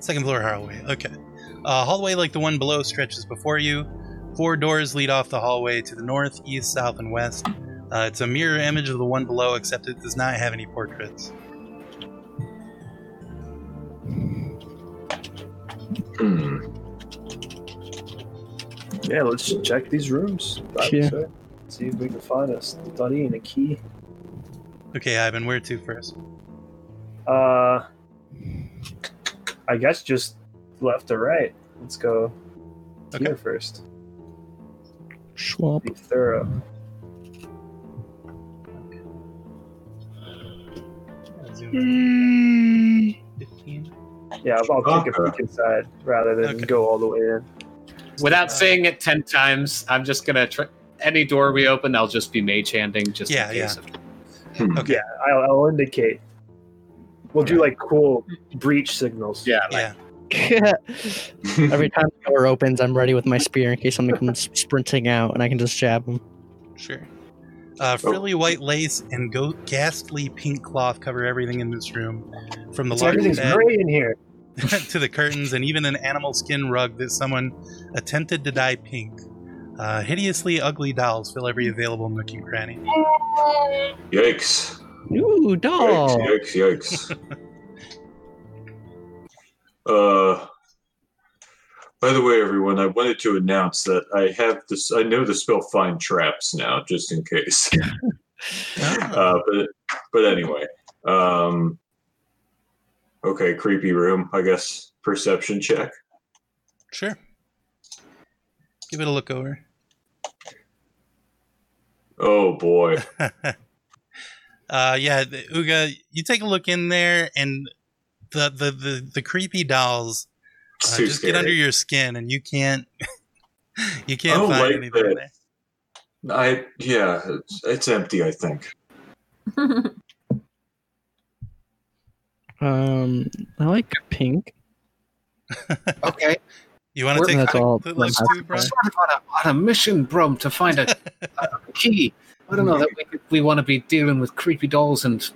Second floor hallway. Okay. Uh, hallway like the one below stretches before you. Four doors lead off the hallway to the north, east, south, and west. Uh, it's a mirror image of the one below, except it does not have any portraits. Hmm. Yeah, let's check these rooms. I would Yeah. say. See if we can find a study and a key. Okay, Ivan, where to first? Uh, I guess just left to right. Let's go Okay. here first. Schwab. Be thorough. Fifteen. Yeah, I'll, I'll take a peek inside rather than Okay. go all the way in. Without Uh, saying it ten times, I'm just gonna try. Any door we open, I'll just be mage handing. Just Yeah, in case Okay. Yeah, I'll, I'll indicate. We'll do like cool breach signals. yeah, like, Yeah. <laughs> Every time the door opens, I'm ready with my spear in case something comes sprinting out, and I can just jab him. Sure. Oh. Uh, frilly white lace and go- ghastly pink cloth cover everything in this room, from the So large everything's bed great in here. to the curtains and even an animal skin rug that someone attempted to dye pink. Uh, hideously ugly dolls fill every available nook and cranny. <laughs> Yikes. Ooh, Yikes, Oh. doll. yikes, yikes. uh, by the way, everyone, I wanted to announce that I have this, I know the spell Find Traps now, just in case. uh, but, but anyway, um, okay, creepy room, I guess. Perception check. Sure. Give it a look over. <laughs> Oh <laughs> boy. uh, yeah, the- Uga, you take a look in there, and the the the, the creepy dolls It's uh, too just scary. get under your skin, and you can't <laughs> you can't Oh, find like anything that. there. I, yeah, it's, it's empty, I think. Um, I like pink. okay. You want to We're- take That's a all- quick look that's- too, We're Brian? sort of on a, on a mission, Brom, to find a, a key. I don't know that we, could- we want to be dealing with creepy dolls and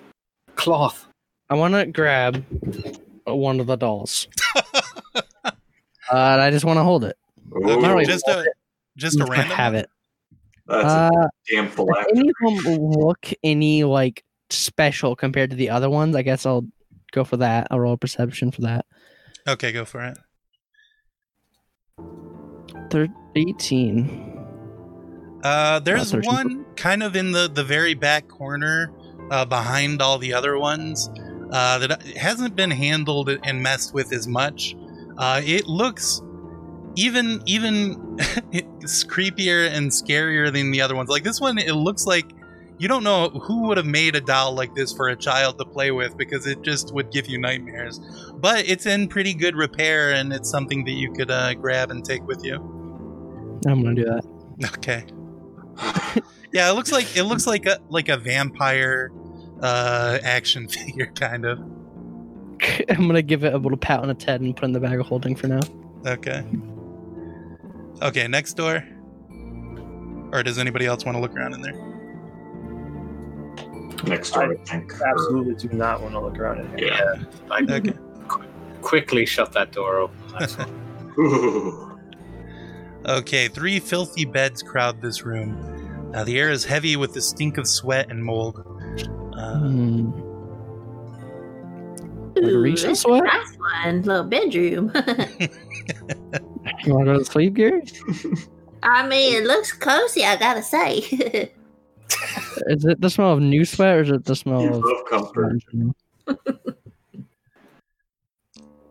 cloth. I want to grab uh, one of the <laughs> dolls. uh, and I just want to hold it. Ooh, Not really- Just a just a Just random. have it. that's Uh, a damn black. any of them look any like special compared to the other ones? I guess I'll go for that. I'll roll a perception for that. Okay, go for it. They're 18. Uh, there's searching for- one kind of in the, the very back corner uh, behind all the other ones uh, that hasn't been handled and messed with as much. Uh, it looks even even <laughs> it's creepier and scarier than the other ones. Like this one, it looks like you don't know who would have made a doll like this for a child to play with because it just would give you nightmares. But it's in pretty good repair and it's something that you could uh, grab and take with you. I'm gonna do that. Okay. Yeah, it looks like it looks like a like a vampire uh, action <laughs> figure, kind of. <laughs> I'm gonna give it a little pat on its head and put it in the bag of holding for now. Okay. Okay, next door. Or does anybody else want to look around in there? Next door, I think. or- Absolutely do not want to look around in here. Yeah. I Okay. quickly shut that door open. That's all. Ooh. Okay, three filthy beds crowd this room. Uh, the air is heavy with the stink of sweat and mold. Uh, Hmm, Like Ooh, Reese's that's a sweat? Nice one, little bedroom. <laughs> You wanna go to sleep, Gary? I mean, it looks cozy. I gotta say. <laughs> Is it the smell of new sweat or is it the You smell of love comfort.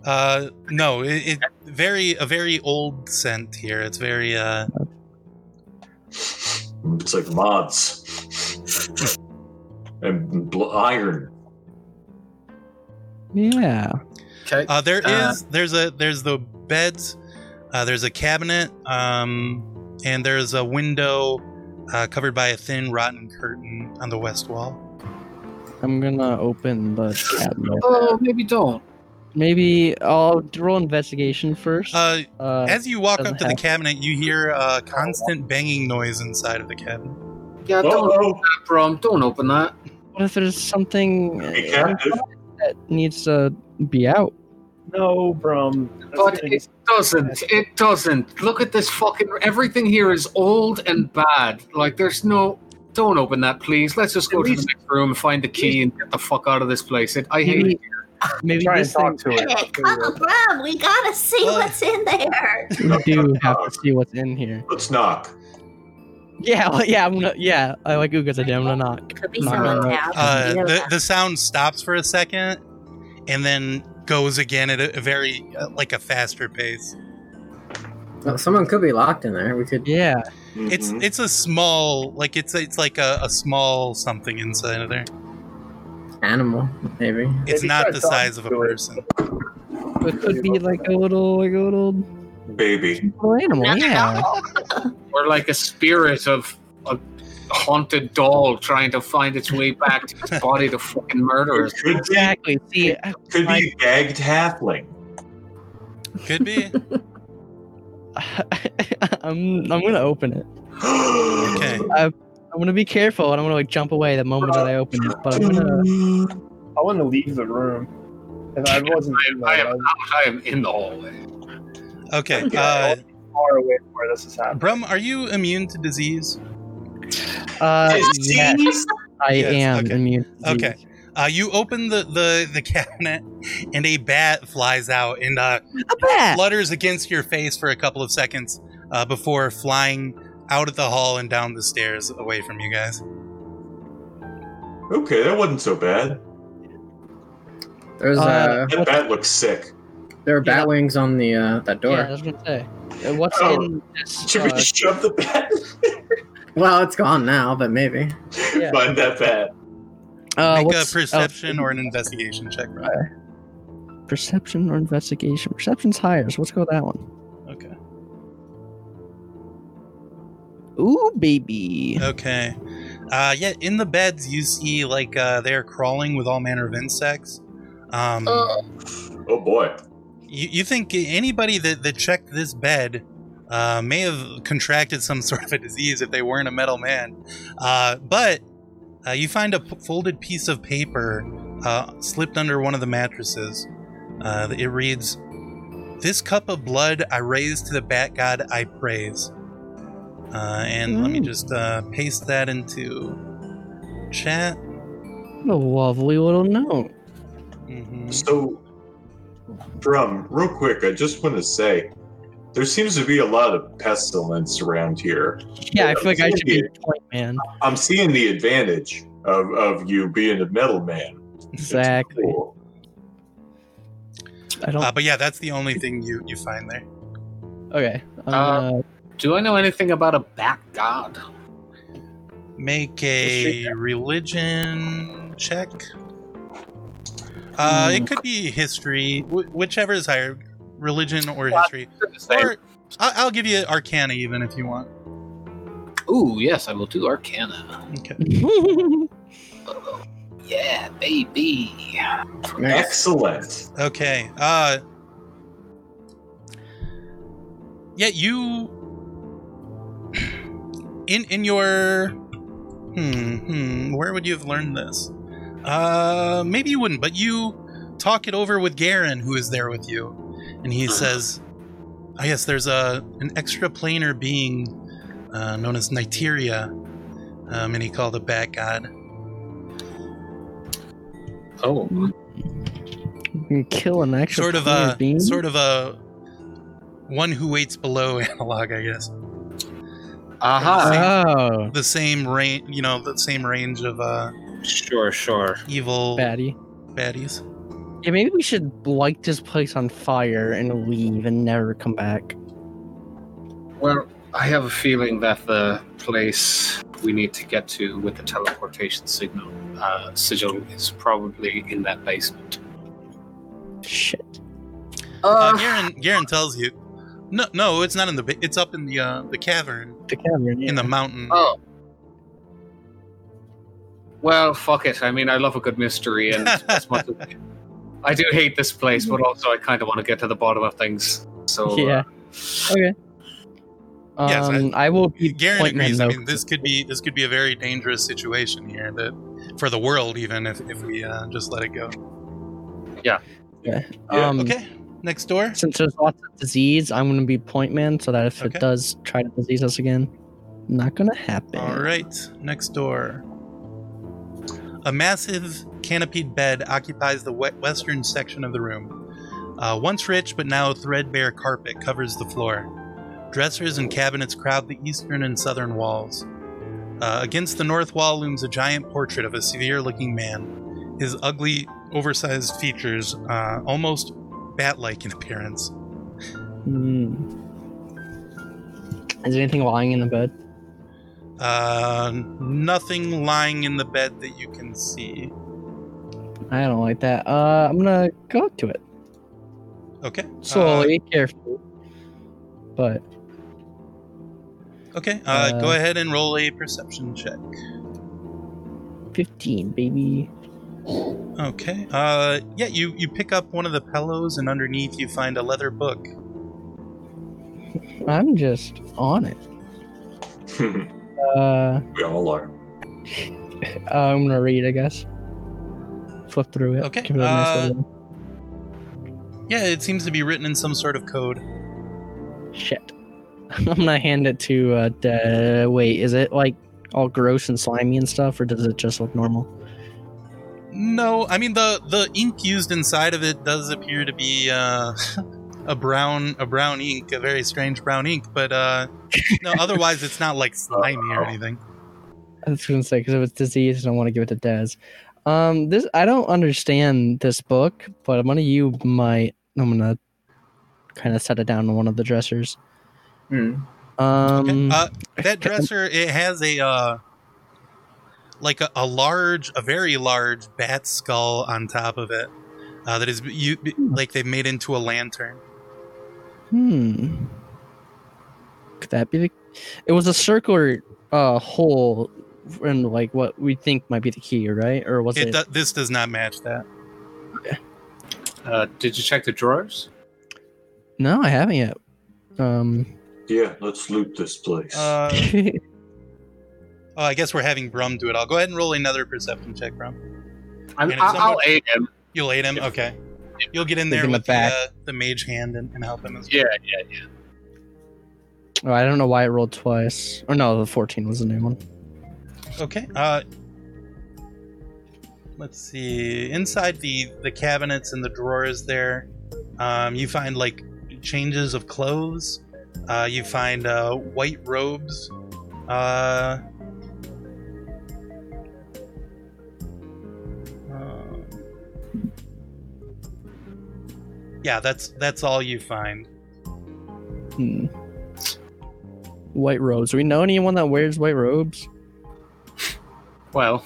uh, no, it, it very a very old scent here. It's very uh, It's like mods and bl- iron. Yeah. Okay. Uh, there is Uh, there's a there's the beds, uh, there's a cabinet, um, and there's a window uh, covered by a thin rotten curtain on the west wall. I'm gonna open the cabinet. oh, maybe don't. Maybe I'll roll investigation first. Uh, Uh, as you walk up doesn't to the have- cabinet, you hear a constant banging noise inside of the cabinet. Yeah, don't open Oh, that, Brom. Don't open that. what if there's something uh, be captive. that needs to be out? No, Brum. That's But gonna- it doesn't. It doesn't. Look at this fucking. Everything here is old and bad. Like, there's no. Don't open that, please. Let's just go At to least- the next room, find the key, and get the fuck out of this place. It, I hate it. Maybe try and this thing talk to Yeah, it. Come on, we gotta see Well- what's in there. we do have to see what's in here. Let's knock. Yeah, well, yeah, I'm gonna, yeah. I like Uga's idea. I'm gonna knock. Could be Nah. someone now. Uh, You know the that. the sound stops for a second, and then goes again at a, a very uh, like a faster pace. Well, someone could be locked in there. We could. Yeah, It's Mm-hmm. Mhm. it's a small like it's it's like a, a small something inside of there. Animal, maybe. It's Maybe not try the talking size of a to it. person. it could be like a little, like a little, Mm-hmm, baby. little animal. Not at Yeah. all. We're like a spirit of a haunted doll trying to find its way back to its body to fucking murder us. Could be, Exactly. See, I, could be a gagged halfling. Could be. am <laughs> I'm gonna open it. <gasps> Okay. I'm gonna be careful, and I'm gonna like jump away the moment that I open it. But I'm gonna, I want to leave the room. If I wasn't I, I, am I'm out. I am in the hallway. Oh, Okay. Okay. Uh, far away from where this is happening. Brum, are you immune to disease? uh, yes, I Yes, am okay. immune. to Okay. disease. Uh, you open the, the, <laughs> the cabinet, and a bat flies out and uh, A bat. flutters against your face for a couple of seconds uh, before flying out of the hall and down the stairs away from you guys. Okay, that wasn't so bad. There's Uh, uh, That bat looks sick. there are bat yeah. wings on the uh, that door. Yeah, I was gonna say. Uh, What's Oh. in this? Should we uh, just shove the bat? Well, it's gone now, but maybe. Yeah. <laughs> Find that bat. uh, Make a what's- perception oh, or an investigation check. Brum. perception or investigation. Perception's higher, so let's go with that one. Okay. Ooh, baby. Okay. Uh, yeah, in the beds, you see, like, uh, they're crawling with all manner of insects. Um, Uh, Oh, Oh boy. You, you think anybody that, that checked this bed uh, may have contracted some <laughs> sort of a disease if they weren't a metal man. Uh, but uh, you find a p- folded piece of paper uh, slipped under one of the mattresses. Uh, it reads, This cup of blood I raise to the bat god I praise. Uh, and let me Mm. just uh, paste that into chat. What a lovely little note. Mhm. So, Brum, real quick, I just want to say there seems to be a lot of pestilence around here. Yeah, I feel like I should be a point man. I'm seeing the advantage of, of you being a metal man. Exactly. Cool. I don't. Uh, but yeah, that's the only thing you, you find there. Okay. I'm Uh, gonna- Do I know anything about a bat god? Make a religion check. Uh, it could be history, wh- whichever is higher, religion or history. Or I- I'll give you Arcana even if you want. Ooh, yes, I will do Arcana. Okay. Yeah, baby. Nice. Excellent. <laughs> Okay. Uh Yeah, you in in your hmm, hmm where would you have learned this? Uh maybe you wouldn't, but you talk it over with Garen who is there with you. And he says, I guess there's a an extraplanar being uh, known as Niteria. Um, and he called a bat god. Oh, <laughs> You can kill an actual sort of a beam. sort of a one who waits below <laughs> analog, I guess. aha. Oh, The same range, you know, the same range of uh, Sure, sure. evil baddie. baddies. Yeah, maybe we should light this place on fire and leave and never come back. Well, I have a feeling that the place we need to get to with the teleportation signal uh, sigil is probably in that basement. Shit. Uh, Uh, Garen, Garen tells you, no, no, it's not in the. ba- It's up in the uh, the cavern The cavern. Yeah. in the mountain. <laughs> oh. Well, fuck it. I mean, I love a good <laughs> mystery, and as much as I do hate this place, but also I kind of want to get to the bottom of things. So, uh, Yeah. Okay. Um, Yes, I- I, will be Garen pointing agrees. I at mean, this could be this could be a very dangerous situation here that for the world, even if if we uh, just let it go. Yeah, um, Okay, next door. Since there's lots of disease, I'm going to be point man so that if Okay. it does try to disease us again, not going to happen. All right, next door. A massive canopied bed occupies the we- western section of the room. Uh, once rich but now threadbare carpet covers the floor. Dressers and cabinets crowd the eastern and southern walls. Uh, against the north wall looms a giant portrait of a severe looking man, his ugly, oversized features uh, almost bat like in appearance. Hmm. Is there anything lying in the bed? Uh, nothing lying in the bed that you can see. I don't like that. Uh, I'm going to go up to it Okay. uh, slowly, carefully. But Okay, uh, Uh, go ahead and roll a perception check. 15, baby. Okay. Uh, yeah, you, you pick up one of the pillows, and underneath you find a leather book. I'm just on it. we Uh, all are. I'm gonna read, I guess. Flip through it. Okay, Give it a nice uh, little- Yeah, it seems to be written in some sort of code. Shit. <laughs> I'm gonna hand it to. Uh, De- wait, is it like all gross and slimy and stuff, or does it just look normal? No, I mean the the ink used inside of it does appear to be uh, <laughs> a brown a brown ink, a very strange brown ink, but uh, no, otherwise it's not like slimy or anything. I was gonna say because if it's disease, I don't want to give it to Dez. Um, this I don't understand this book, but I'm gonna you might. I'm gonna kind of set it down on one of the dressers. Hmm. Um, Okay, uh, <laughs> that dresser it has a uh, like a, a large, a very large bat skull on top of it uh, that is you like they've made into a lantern. Hmm. Could that be the? It was a circular uh, hole, and like what we think might be the key, right? Or was It, it? do- this does not match that. uh, did you check the drawers? no, I haven't yet. Um. Yeah, let's loot this place. Uh, oh, I guess we're having Brum do it. I'll go ahead and roll another perception check, Brum. And I'm, if I'll, I'll someone- aid him. You'll aid him. Okay. You'll get in Give there him a with the, back. uh, the mage hand and, and help him as well. Yeah, <laughs> oh, I don't know why it rolled twice. Or no, the fourteen was the new one. Okay. Uh, let's see. Inside the the cabinets and the drawers, there, um, you find like changes of clothes. Uh, you find uh, white robes. Uh, um, yeah, that's that's all you find. Hmm. White robes. Do we know anyone that wears white robes? Well,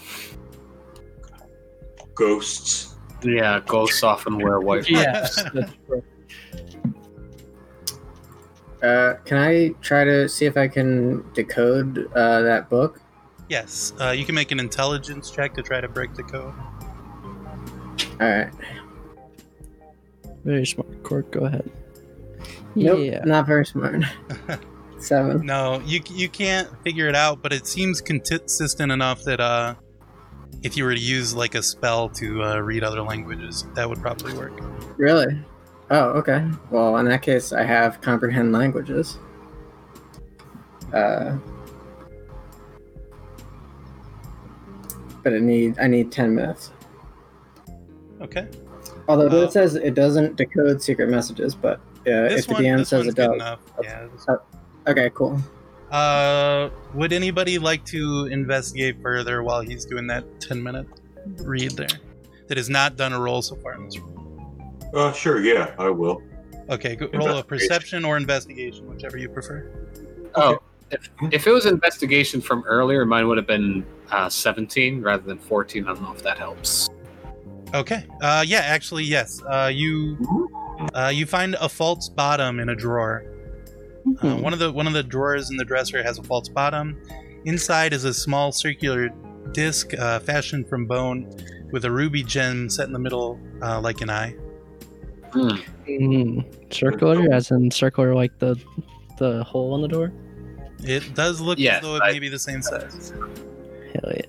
Ghosts. yeah, <laughs> ghosts often wear white. Yes. That's true. Uh, can I try to see if I can decode uh, that book? <laughs> Yes, uh, you can make an intelligence check to try to break the code. All right. Very smart, Cork. Go ahead. Nope, Yeah. not very smart. Seven. No, you you can't figure it out, but it seems consistent enough that uh, if you were to use like a spell to uh, read other languages, that would probably work. Really? Oh, okay. Well, in that case, I have comprehend languages. Uh, but I need I need ten minutes. Okay, Although Uh, it says it doesn't decode secret messages, but uh, if this the one DM this says one's it good does, enough. Yeah. this- okay, cool. Uh, would anybody like to investigate further while he's doing that ten minute read there? That has not done a roll so far in this room. Uh, sure, yeah, I will. Okay, go, roll a Investigation. perception or investigation, whichever you prefer. Oh, if, if it was investigation from earlier, mine would have been uh, 17 rather than 14. I don't know if that helps. Okay. Uh, yeah, actually, yes. Uh, you Mm-hmm. uh, you find a false bottom in a drawer. Mm-hmm. Uh, Hmm. one of the one of the drawers in the dresser has a false bottom. Inside is a small circular disc uh, fashioned from bone, with a ruby gem set in the middle, uh, like an eye. Hmm. Mm, circular, as in circular, like the the hole on the door. It does look Yes, as though it I- may be the same size. Hell yeah.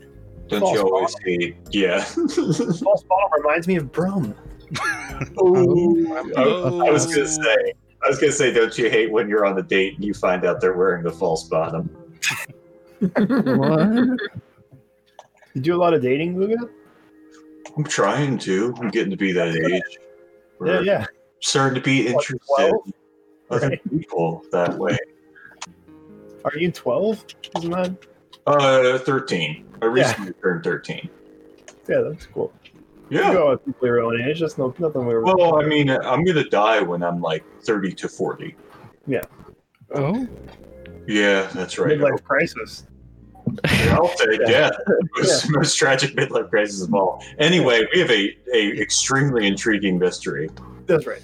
Don't False you always hate? Yeah. <laughs> False bottom reminds me of Brum. I, I was gonna say. I was gonna say, don't you hate when you're on the date and you find out they're wearing the false bottom? What? You do a lot of dating, Luga? I'm trying to. I'm getting to be that age. Yeah, We're yeah. starting to be What, interested 12? in other Right. people that way. Are you 12? Isn't that? Uh, thirteen. I Yeah. recently turned thirteen. Yeah, that's cool. You Yeah. go out with people your own age. That's no, nothing we were. Well, uh, I mean, I'm gonna die when I'm like thirty to forty. Oh, Yeah, that's right. midlife crisis. Yeah, I'll take Yeah. death. <laughs> Most, most tragic midlife crisis of all. Anyway, we have a, a extremely intriguing mystery. That's right.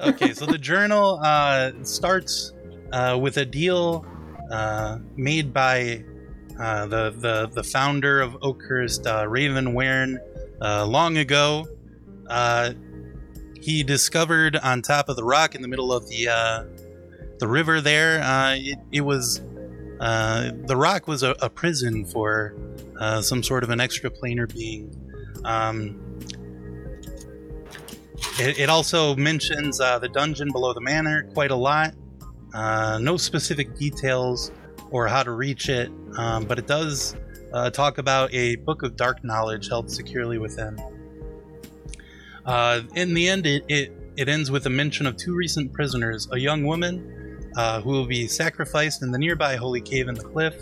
okay, so the journal uh, starts uh, with a deal uh, made by uh, the, the the founder of Oakhurst, uh, Raven Warren, uh, long ago. Uh, he discovered on top of the rock in the middle of the uh, the river there. Uh, it, it was uh, the rock was a, a prison for uh, some sort of an extraplanar being. Um, it, it also mentions uh, the dungeon below the manor quite a lot. Uh, no specific details or how to reach it, um, but it does uh, talk about a book of dark knowledge held securely within. Uh, in the end, it, it, it ends with a mention of two recent prisoners a young woman uh, who will be sacrificed in the nearby holy cave in the cliff,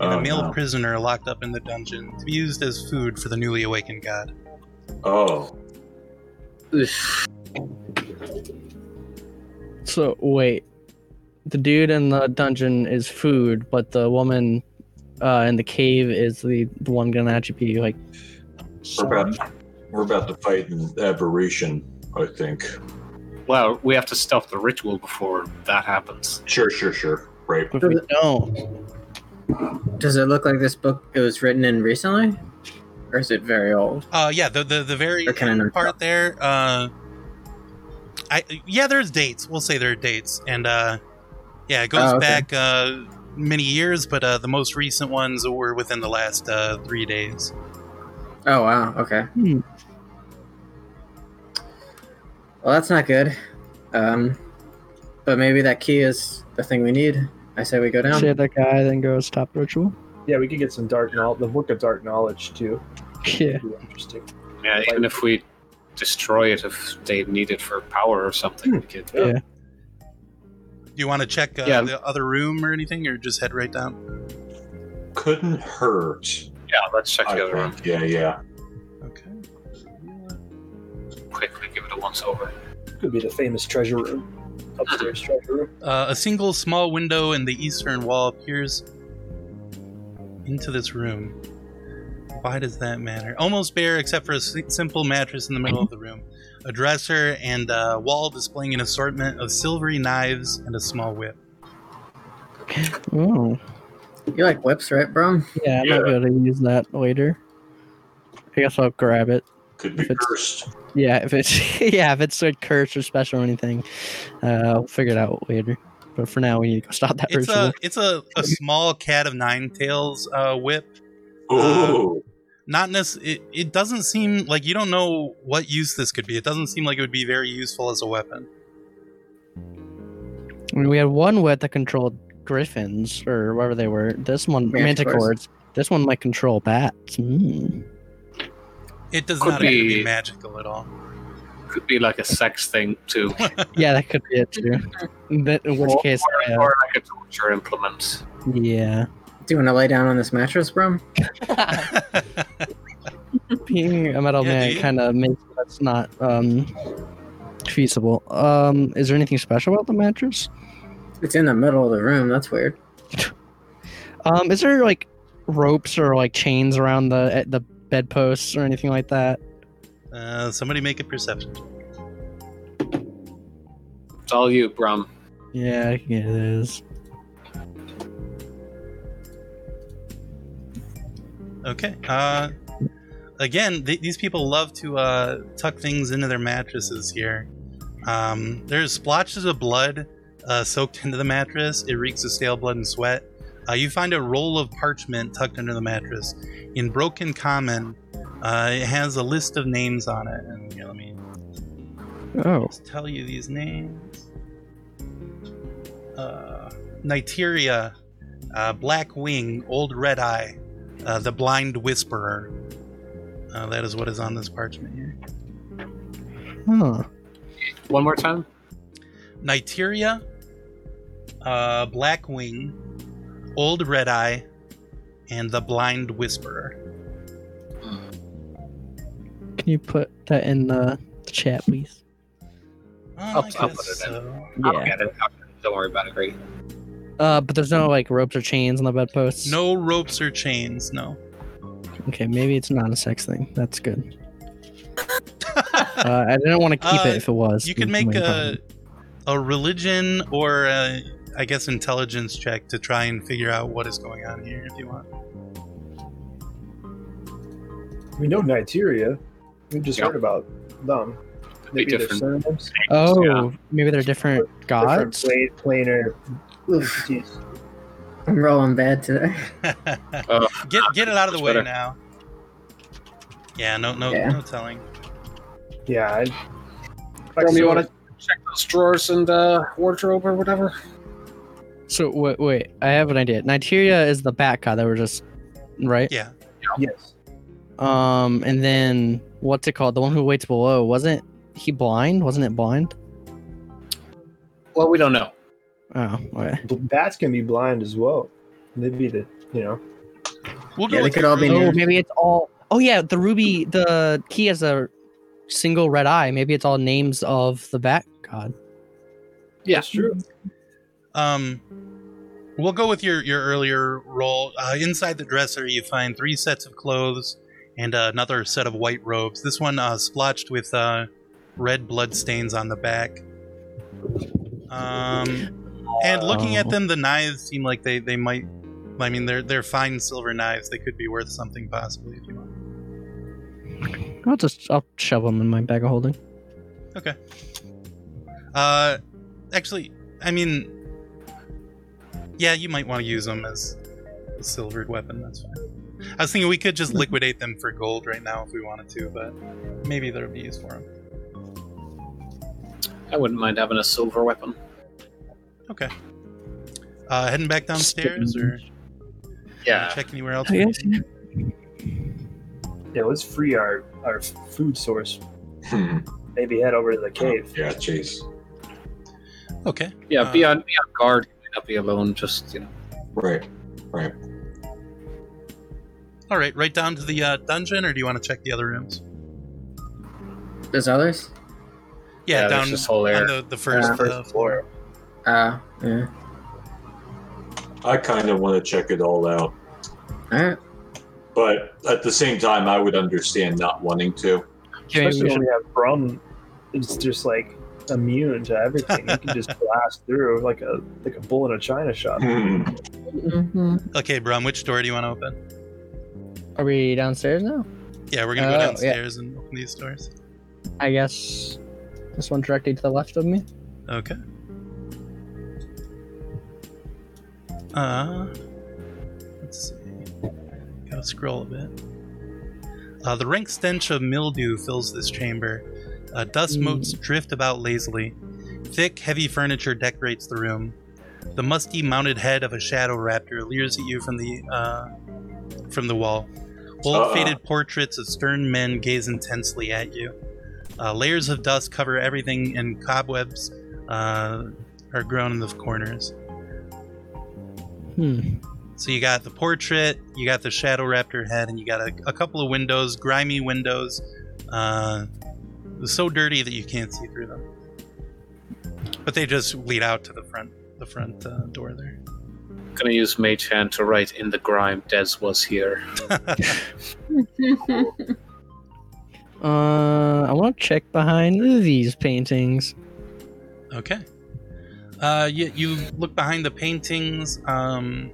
and Oh, a male no. prisoner locked up in the dungeon to be used as food for the newly awakened god. Oh, so wait, the dude in the dungeon is food, but the woman uh, in the cave is the, the one gonna actually be like. we're about we're about to fight an aberration. I think. Well, we have to stop the ritual before that happens. Sure, sure, sure. Right. But if we don't, Does it look like this book it was written in recently, or is it very old? Uh, yeah, the, the, the very Or can I not? part there. Uh, I yeah, there's dates. We'll say there are dates, and uh, yeah, it goes Oh, okay. back uh, many years, but uh, the most recent ones were within the last uh, three days. Oh wow. Okay. Hmm. Well, that's not good. Um, but maybe that key is the thing we need. I say we go down. shit that guy, then go stop ritual. Yeah, we could get some dark knowledge. The book of dark knowledge too. <laughs> Yeah. That'd be interesting. Yeah, even if we destroy it, if they need it for power or something, we could. Yeah. Do you want to check uh, Yeah. the other room or anything, or just head right down? Couldn't hurt. Yeah, let's check I the other one think. Yeah, yeah. Okay. quickly. Give it a once over. Could be the famous treasure room. Upstairs treasure room. Uh, a single small window in the eastern wall appears into this room. Why does that matter? Almost bare, except for a si- simple mattress in the middle of the room. a dresser and a wall displaying an assortment of silvery knives and a small whip. Oh, You like whips, right, bro? yeah, I might be able to use that later. I guess I'll grab it. Could be If it's- cursed. Yeah, if it's <laughs> yeah, if it's a curse or special or anything, uh, I'll figure it out later. But for now, we need to go <laughs> stop that It's uh, ritual. a it's a, a small cat of nine tails uh, whip. Uh, <laughs> Oh, Not nec- it, it doesn't seem like you don't know what use this could be. It doesn't seem like it would be very useful as a weapon. I mean, we had one wet that controlled griffins or whatever they were. This one Manticores. manticores. This one might control <laughs> bats. Mm. It does Could not appear to be. be magical at all. Could be like a sex thing too, Yeah, that could be <laughs> it too. That- in which Or- case, or, uh, or like a torture implement. yeah, Do you want to lay down on this mattress, bro? Uh-huh. being a metal Yeah, man dude. kind of makes that's not um, feasible. Um, is there anything special about the mattress? It's in the middle of the room. That's weird. Um, is there like ropes or like chains around the at the bedposts or anything like that? <laughs> uh, somebody make a perception. It's all you, Brum. Yeah, I can get those. Okay. Uh, again, th- these people love to uh, tuck things into their mattresses here. Um, there's splotches of blood uh, soaked into the mattress. It reeks of stale blood and sweat. Uh, you find a roll of parchment tucked under the mattress. In broken common, uh, it has a list of names on it. And here, let me Oh, just tell you these names. Uh, Niteria, uh, Black Wing, Old Red Eye, uh, the Blind Whisperer. Uh, that is what is on this parchment here. huh. One more time. Niteria, uh, Black Wing, Old Red Eye, and the Blind Whisperer. Can you put that in the chat, please? Oh, I'll- I'll put it in. so. I'll get it. I'll- Don't worry about it, Greg. Uh, but there's no like ropes or chains on the bedposts. No ropes or chains, no. <laughs> Okay, maybe it's not a sex thing. That's good. Uh, I didn't want to keep Uh, it if it was. You could Mm, make my a problem. a religion or a, I guess intelligence check to try and figure out what is going on here if you want. <laughs> We know Niteria. We just Yeah. heard about them. Could be Maybe they're different. synonyms. Oh, Yeah. maybe they're different gods. Different plane, planar entities. I'm rolling bad today. Uh, Oh. get get it out of the That's way better. now. Yeah, no no Yeah. no telling. Yeah. I, Brum, you want to check those drawers and uh, wardrobe or whatever? So wait, wait, I have an idea. Niteria is the bat god that we're just right. Yeah. Yes. Um, and then what's it called? The one who waits below wasn't he blind? Wasn't it blind? Well, we don't know. Oh, okay. B- Bats can be blind as well. Maybe the you know. We'll Yeah, they with could the all be earlier- Oh, maybe it's all. Oh yeah, the ruby, the key has a single red eye. Maybe it's all names of the bat god. Yeah. That's true. Um, we'll go with your your earlier roll. Uh, inside the dresser, you find three sets of clothes and uh, another set of white robes. This one uh, splotched with uh, red blood stains on the back. Um, and looking at Oh. them, the knives seem like they they might. I mean, they're they're fine silver knives. They could be worth something possibly if you want. I'll just I'll shove them in my bag of holding. Uh, actually, I mean, yeah, you might want to use them as a silvered weapon. That's fine. I was thinking we could Hmm. just liquidate them for gold right now if we wanted to, but maybe there'll be use for them. I wouldn't mind having a silver weapon. Uh, heading back downstairs or Oh, Yeah. check anywhere else. I for guess. anything? Yeah. Let's free our our food source. hmm. Maybe head over to the cave. Yeah, jeez. Okay. Yeah, be Uh, on be on guard. You might not be alone. Just you know. Right. All right. Right down to the uh, dungeon, or do you want to check the other rooms? There's others. Yeah, there's down this whole on area. the, the first, Yeah, first uh, floor. floor. Uh, yeah. I kind of want to check it all out, All right. but at the same time, I would understand not wanting to. Okay, Especially we when should- we have Brum is just like immune to everything. You can just blast through like a like a bull in a <laughs> china shop. Hmm. Mm-hmm. <laughs> Okay, Brum, which door do you want to open? Are we downstairs now? Yeah, we're gonna go Oh, yeah. downstairs and open these doors. I guess this one directly to the left of me. Okay. Uh, let's see. Gotta scroll a bit. Uh, the rank stench of mildew fills this chamber. Uh, dust Mm. motes drift about lazily. Thick, heavy furniture decorates the room. The musty, mounted head of a shadow raptor leers at you from the uh, from the wall. Old, Uh-uh. faded portraits of stern men gaze intensely at you. Uh, layers of dust cover everything, and cobwebs uh, are grown in the corners. Hmm. So you got the portrait, you got the shadow raptor head, and you got a, a couple of windows, grimy windows, uh, so dirty that you can't see through them. But they just lead out to the front, the front uh, door there. Gonna use Mage Hand to write in the grime. Des was here. Uh, I want to check behind these paintings. Okay. Uh, you, you look behind the paintings. Um,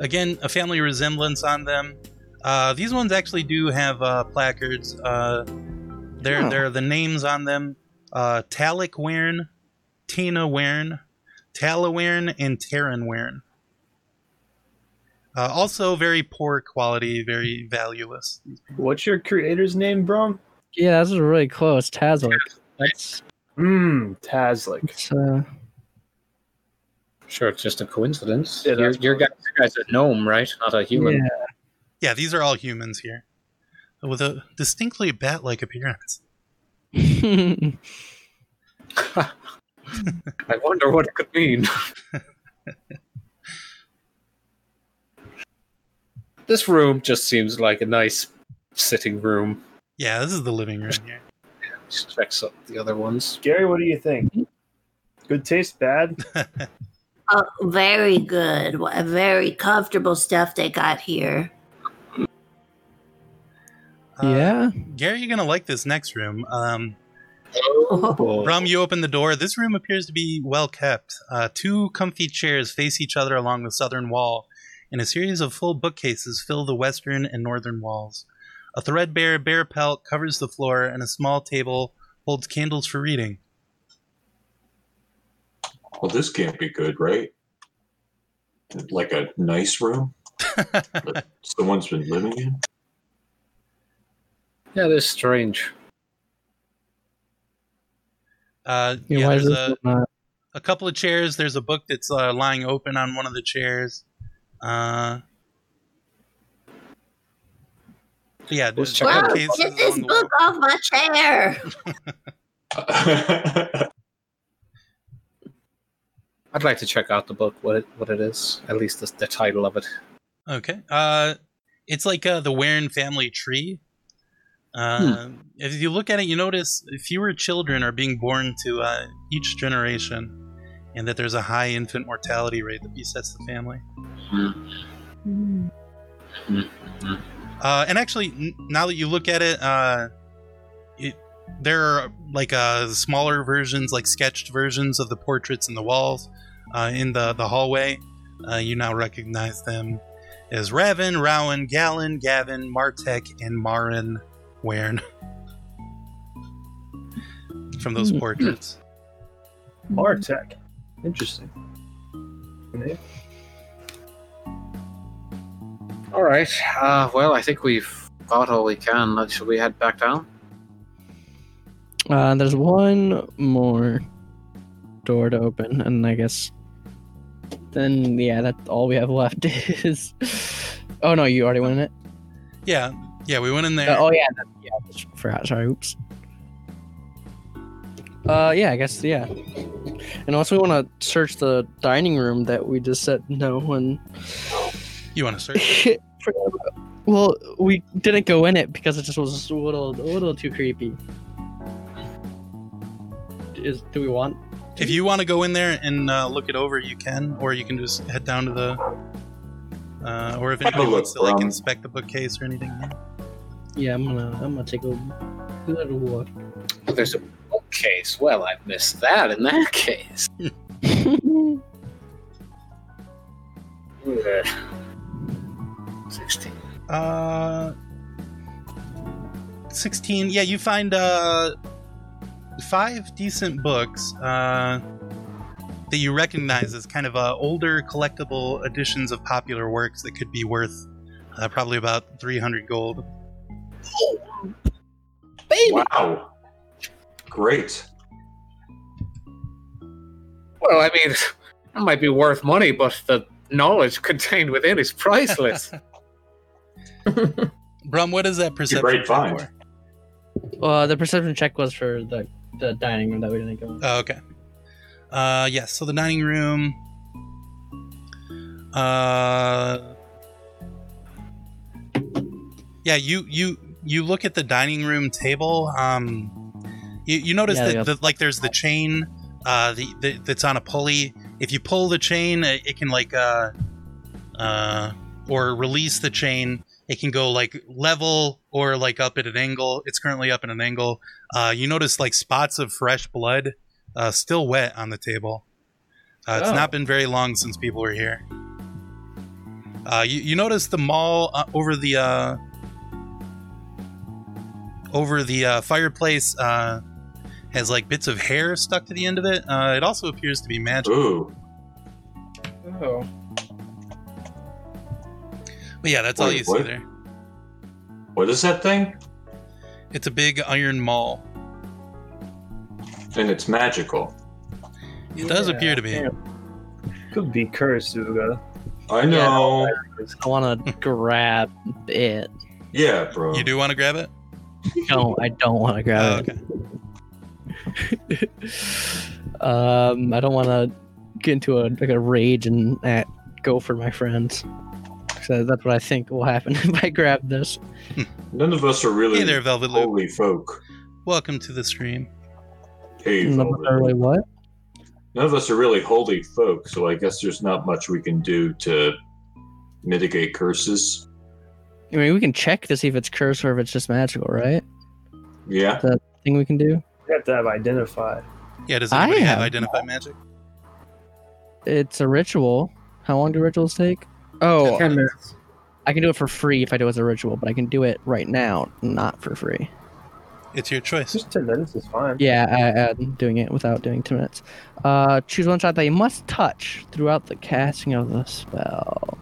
again, a family resemblance on them. Uh, these ones actually do have uh, placards. Uh, there, Oh. there are the names on them: uh, Talik Wern, Tina Wern, Tala Wern, and Taryn Wern. Uh, also, very poor quality, very valueless. What's your creator's name, Brom? Yeah, this is really close. Tazlik. That's Mmm, Tazlik. it's, uh, Sure, it's just a coincidence. Yeah, your, that's your, guy, your guy's a gnome, right? Not a human. Yeah. Yeah, these are all humans here, with a distinctly bat-like appearance. <laughs> I wonder what it could mean. <laughs> this room just seems like a nice sitting room. Yeah, this is the living room here. Just checks up the other ones. Gary, what do you think? Good taste, bad? Uh, very good. Wha- Very comfortable stuff they got here. Uh, <laughs> yeah. Gary, you're gonna like this next room. Um, Oh, Brum, you open the door. This room appears to be well kept. Uh, two comfy chairs face each other along the southern wall, and a series of full bookcases fill the western and northern walls. A threadbare bear pelt covers the floor, and a small table holds candles for reading. Well, this can't be good, right? Like a nice room <laughs> that someone's been living in? yeah, this is strange. Uh, yeah, yeah, why is there's this a, one not- a couple of chairs. There's a book that's uh, lying open on one of the chairs. Uh, yeah, Let's there's check out Wow, the bookcases get this along the wall. book off my chair. I'd like to check out the book, what it, what it is, at least the, the title of it. Okay. Uh, it's like uh, the Warren family tree. Hmm. Uh, If you look at it, you notice fewer children are being born to uh, each generation, and that there's a high infant mortality rate that besets the family. Hmm. Uh, and actually, n- now that you look at it, uh, it there are like uh, smaller versions, like sketched versions of the portraits in the walls uh, in the the hallway. Uh, you now recognize them as Raven, Rowan, Gallon, Gavin, Martek, and Marin Wern from those Hmm. portraits. Martech. Interesting. All right. Uh, well, I think we've got all we can. Like, Should we head back down? Uh, there's one more door to open, and I guess then yeah, that's all we have <laughs> left is. Oh no, you already went in it. Yeah, yeah, we went in there. Uh, oh yeah, that, yeah, I just forgot. Sorry, oops. Uh, yeah, I guess yeah. And also, we want to search the dining room that we just said no and oh. You want to search? Forgot about- <laughs> well, we didn't go in it because it just was a little, a little too creepy. Is do we want? If you want to go in there and uh, look it over, you can, or you can just head down to the. Uh, or if Have a anybody look, wants to like um, inspect the bookcase or anything. Yeah, I'm gonna, I'm gonna take a, little look. Well, there's a bookcase. Well, I've missed that in that <laughs> case. Ugh. 16. Uh, 16 yeah you find uh five decent books uh that you recognize as kind of uh, older collectible editions of popular works that could be worth uh, probably about 300 gold <laughs> Wow. Great. Well, I mean, <laughs> it might be worth money, but the knowledge <laughs> contained within <laughs> is priceless. brum what is that perception great check find. for? Well, the perception check was for the, the dining room that we didn't go. Oh, okay uh yes so the dining room uh yeah you you you look at the dining room table um you, you notice Yeah, that yeah. that, like there's the chain uh the, the that's on a pulley if you pull the chain it, it can like uh uh or release the chain it can go like level or like up at an angle it's currently up at an angle uh you notice like spots of fresh blood uh still wet on the table uh, it's Oh. not been very long since people were here uh, you, you notice the mall uh, over the uh, over the uh, fireplace uh, has like bits of hair stuck to the end of it. Uh, it also appears to be magic. Ooh. Oh. But yeah, that's all Wait, you see what? there. What is that thing? It's a big iron maul. And it's magical. It does appear to be. yeah. Could be cursed, Uga. I know. I want to grab it. Yeah, bro. You do want to grab it? No, I don't want to Oh, grab okay. it. <laughs> um, I don't want to get into a like a rage and at, go for my friends. So that's what I think will happen <laughs> if I grab this. None of us are really Oh. Hey there, Velvet Loop. holy folk. Welcome to the stream. Hey, Velvet Loop. Really, what? none of us are really holy folk, so I guess there's not much we can do to mitigate curses. I mean, we can check to see if it's cursed or if it's just magical, right? Yeah. Thing we can do. We have to have identify. Yeah, does I anybody have have- identify magic? It's a ritual. How long do rituals take? Oh, Ten minutes. I can do it for free if I do it as a ritual, but I can do it right now, not for free. It's your choice. Just ten minutes is fine. Yeah, I, I'm doing it without doing two minutes. Uh, choose one shot that you must touch throughout the casting of the spell.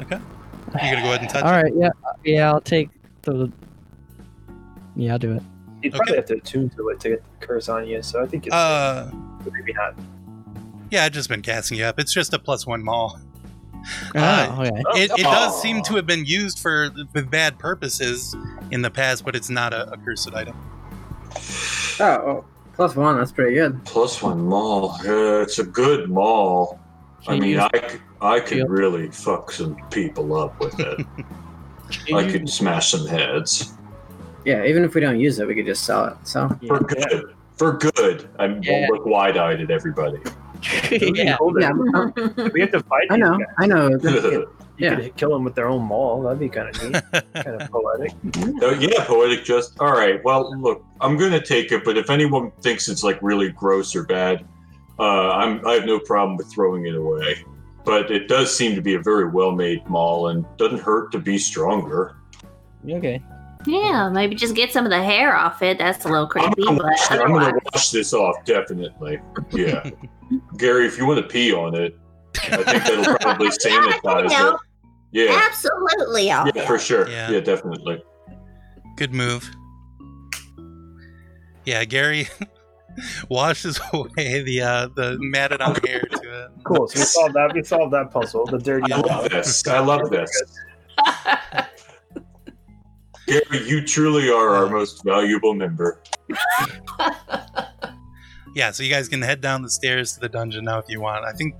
Okay. You're gonna go ahead and touch All right. Yeah. Yeah. I'll take the. Yeah, I'll do it. You'd Okay. probably have to attune to it to get the curse on you, so I think it's Uh, maybe not. yeah, I've just been casting you up. It's just a plus one maul. Oh, okay. It, it does Aw. seem to have been used for with bad purposes in the past, but it's not a, a cursed item. Oh, oh, plus one. That's pretty good. Plus one mall. Uh, it's a good mall. I Can mean, you I, c- I could Yep. really fuck some people up with it. use- I can you could smash some heads. Yeah, even if we don't use it, we could just sell it. So For good. For good. I Yeah. won't look wide eyed at everybody. use- <laughs> <laughs> yeah. Hold it. yeah, We have to fight. I know, these guys. I <laughs> know. Uh, You Yeah. could kill them with their own maul. That'd be kind of neat, <laughs> kind of poetic. Oh, yeah, poetic just. All right. Well, look, I'm going to take it, but if anyone thinks it's like really gross or bad, uh, I'm, I have no problem with throwing it away. But it does seem to be a very well made mall and doesn't hurt to be stronger. Okay. Yeah, maybe just get some of the hair off it. That's a little I'm creepy, gonna, but wash, I'm otherwise, <laughs> gonna wash this off definitely. Yeah, Gary, if you want to pee on it, I think that'll <laughs> probably sanitize it. Yeah, absolutely off. yeah, for sure. Yeah. Yeah, definitely. Good move. Yeah, Gary <laughs> washes <laughs> away the uh, the matted on hair to it. Cool. So we solved that. We solved that puzzle. The dirty. I love this. I love this. <laughs> Gary, you truly are our most valuable member. Yeah, so you guys can head down the stairs to the dungeon now if you want. I think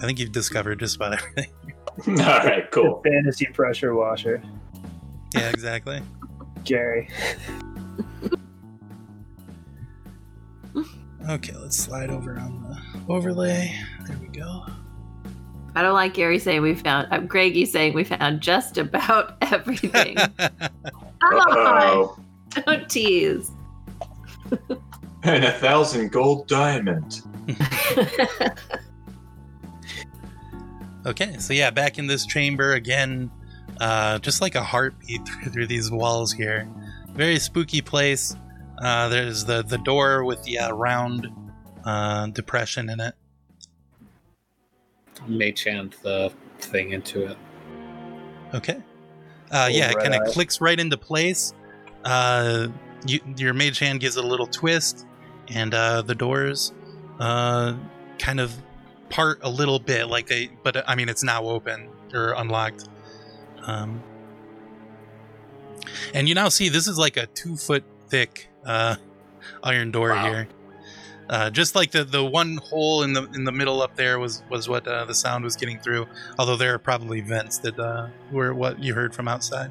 I think you've discovered just about everything. <laughs> All right, cool. Fantasy pressure washer, Yeah, exactly. Gary. Okay, let's slide over on the overlay. There we go. I don't like Gary saying we found. uh, <laughs> <laughs> I'm Greggy saying we found just about everything. Come on. Uh-oh. Don't tease. and a thousand gold diamond. <laughs> Okay, so yeah, back in this chamber again, uh, just like a heartbeat <laughs> through, through these walls here. Very spooky place. Uh, there's the, the door with the uh, round uh, depression in it. May chant the thing into it. Okay. Uh, yeah, it red kind of eye. clicks right into place. Uh, you, your mage hand gives it a little twist, and uh, the doors uh, kind of part a little bit, like they. But I mean, it's now open or unlocked. Um, and you now see this is like a two foot thick uh, iron door Wow. here. Uh, just like the, the one hole in the in the middle up there was was what uh, the sound was getting through. Although there are probably vents that uh, were what you heard from outside.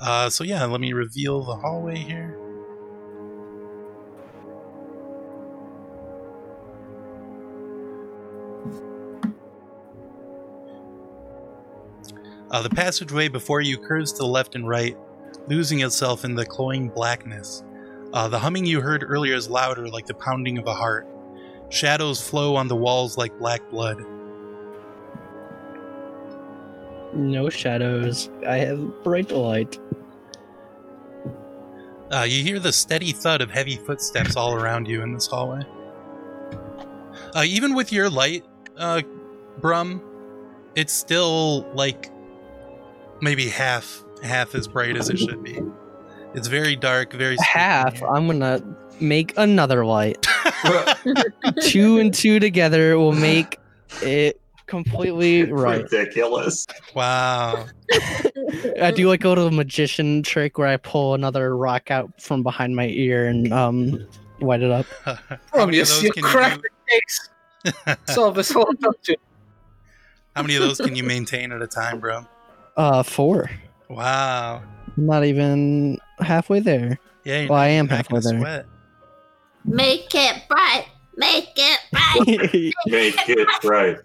Uh, so yeah, let me reveal the hallway here. Uh, the passageway before you curves to the left and right, losing itself in the cloying blackness. Uh, the humming you heard earlier is louder, like the pounding of a heart. Shadows flow on the walls like black blood. No shadows. I have bright light. Uh, you hear the steady thud of heavy footsteps all around you in this hallway. Uh, even with your light, uh, Brum, it's still like maybe half half as bright as it should be. It's very dark, very spooky. Half. I'm gonna make another light. Well, two and two together will make it completely <laughs> right. Ridiculous. <laughs> Wow. I do like go to the magician trick where I pull another rock out from behind my ear and um light it up. How many of those can you do- <laughs> Solve this whole dungeon. How many of those can you maintain at a time, bro? Uh, four. Wow. I'm not even halfway there. Yeah, you're Well, I am not halfway gonna there. sweat. <laughs> Make it bright. Make it bright. <laughs> Make it right.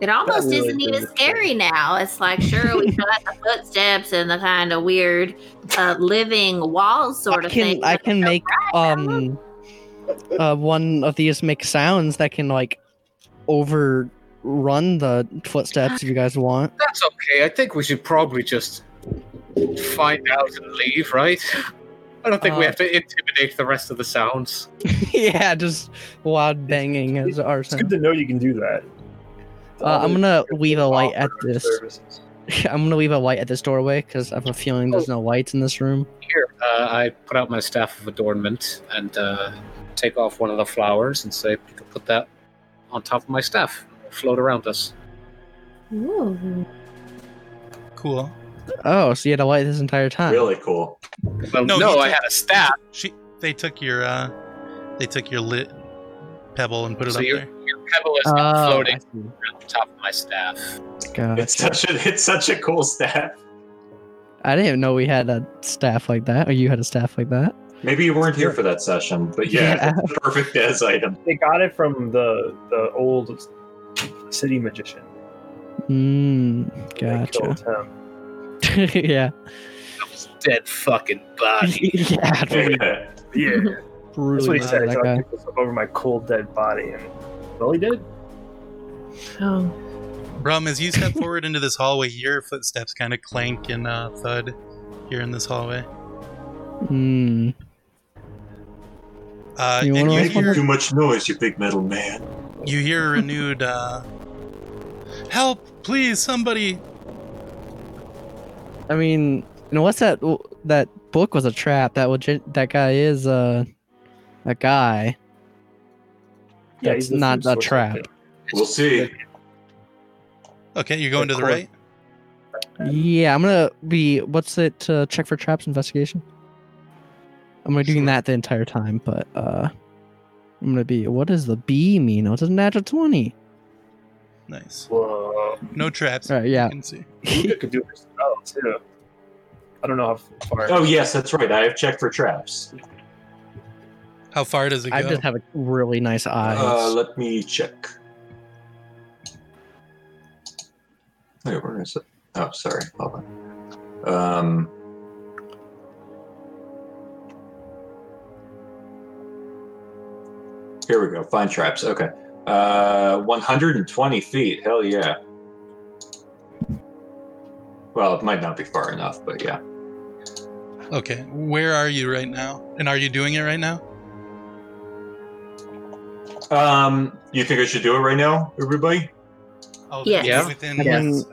It almost really isn't even good. scary now. It's like, sure, <laughs> we got the footsteps and the kind of weird uh, living walls sort I of can thing. I can make um uh one of these make sounds that can like overrun the footsteps if you guys want. That's okay. I think we should probably just find out and leave, right? <laughs> I don't think we Uh, have to intimidate the rest of the sounds. <laughs> yeah, just loud banging as our It's good sound. to know you can do that. Uh, I'm gonna leave a light at Offer this. services. I'm gonna leave a light at this doorway because I have a feeling there's Oh. no lights in this room. Here, uh, I put out my staff of adornment and uh, take off one of the flowers and say, "You can put that on top of my staff, float around us." Ooh. Cool. Oh, so you had a light this entire time. Really cool. Well, No, no, you I had a staff. She they took your uh they took your lit pebble and put it So up you're- there. Your pebble is Oh, now floating I see. on top of my staff. God. It's such a it's such a cool staff. I didn't know we had a staff like that, or you had a staff like that. Maybe you weren't here for that session, but yeah, it's the perfect as item. They got it from the the old city magician. Mm, They gotcha. killed him. <laughs> yeah. <laughs> Dead fucking <laughs> body. yeah. Really, Yeah. Yeah, that's brutally what he said. murdered He that guy. tried to pick us up over my cold dead body, and well, he did. Oh. Brum, as you step forward into this hallway, your footsteps kind of clank and uh, thud here in this hallway. Mm. Uh, You and wanna you ask Making one? hear too much noise, you big metal man. you hear a renewed uh, help, please, somebody. I mean, unless that that book was a trap, that legit that guy is uh, a guy. Yeah, he's That's the not food a source, I trap. think. We'll see. Okay, you're going to the Of course. right. Yeah, I'm gonna be. What's it? Uh, check for traps investigation. I'm gonna be doing Sure. that the entire time, but uh, I'm gonna be. What does the B mean? Oh, it's a natural twenty. Nice. <laughs> Whoa, No traps. All right, yeah. You can see. you could do this spell too. I don't know how far. Oh yes, that's right. I have checked for traps. How far does it go? I just have a really nice eyes. Uh, let me check. Wait, where is it? Oh, sorry. Hold on. Um, here we go. Find traps. Okay. Uh, 120 feet. Hell yeah. Well, it might not be far enough, but yeah. Okay, where are you right now? And are you doing it right now? Um, you think I should do it right now, everybody? Oh, Yes. Yeah. Within I mean, uh, less-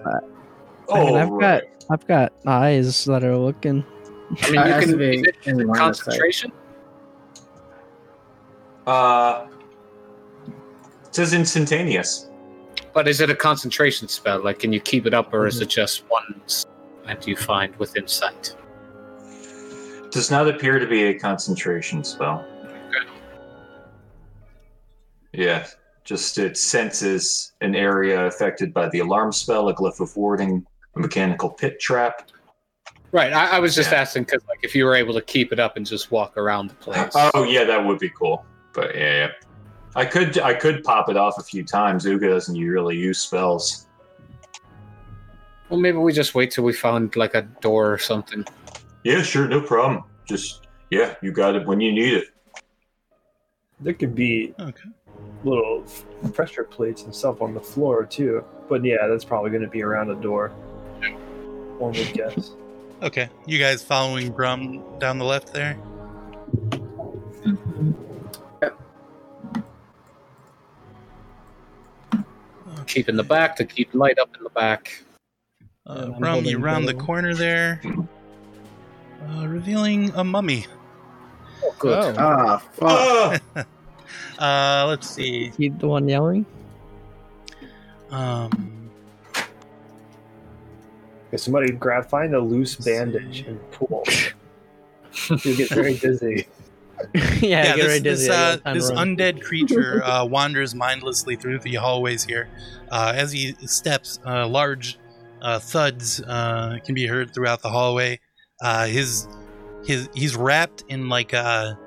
I mean, I've Oh, right. I've got eyes that are looking. I mean, It has to you can be is it in line of sight. concentration. Uh, it says instantaneous. But is it a concentration spell? Like, can you keep it up, or is it just one that you find within sight? Does not appear to be a concentration spell. Yeah, just it senses an area affected by the alarm spell, a glyph of warding, a mechanical pit trap. Right. I, I was just Yeah. asking because, like, if you were able to keep it up and just walk around the place. Oh yeah, that would be cool. But yeah, yeah. I could I could pop it off a few times. Uga doesn't really use spells. well, maybe we just wait till we found like a door or something. Yeah, sure, no problem. Just yeah, you got it when you need it. There could be Okay. little f- pressure plates and stuff on the floor too. But yeah, that's probably going to be around a door. One would guess. Okay, you guys following Brum down the left there? Keep in the back to keep light up in the back. Uh, And I'm Brum, you holding round the the- corner there, uh, revealing a mummy. Oh, <laughs> good. Oh. <laughs> Ah, fuck. Ah! Uh, let's see. He the one yelling? Um, Okay, somebody grab, find a loose bandage and pull. You'll get very dizzy. <laughs> yeah, yeah, get this, ready to this, the- uh, time to this run. <laughs> undead creature uh, wanders mindlessly through the hallways here. Uh, as he steps, uh, large uh, thuds uh, can be heard throughout the hallway. Uh, his his he's wrapped in like a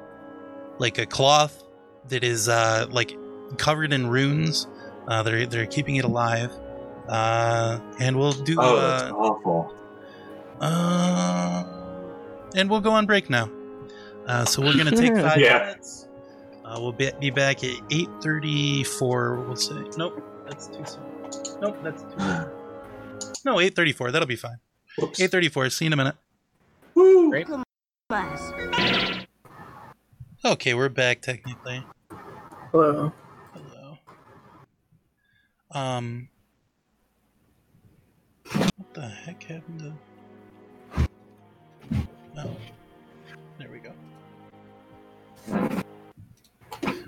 like a cloth that is uh, like covered in runes. Uh, they're they're keeping it alive, uh, and we'll do. Oh, uh, that's awful. Uh, and we'll go on break now. Uh, so we're gonna take five Yeah. minutes. Uh, we'll be, be back at eight thirty-four. We'll say nope, that's too soon. Nope, that's too soon. No, eight thirty-four. That'll be fine. Whoops. Eight thirty-four. See you in a minute. Bus. Okay, we're back technically. Hello. Hello. Um. What the heck happened to? No. There we go.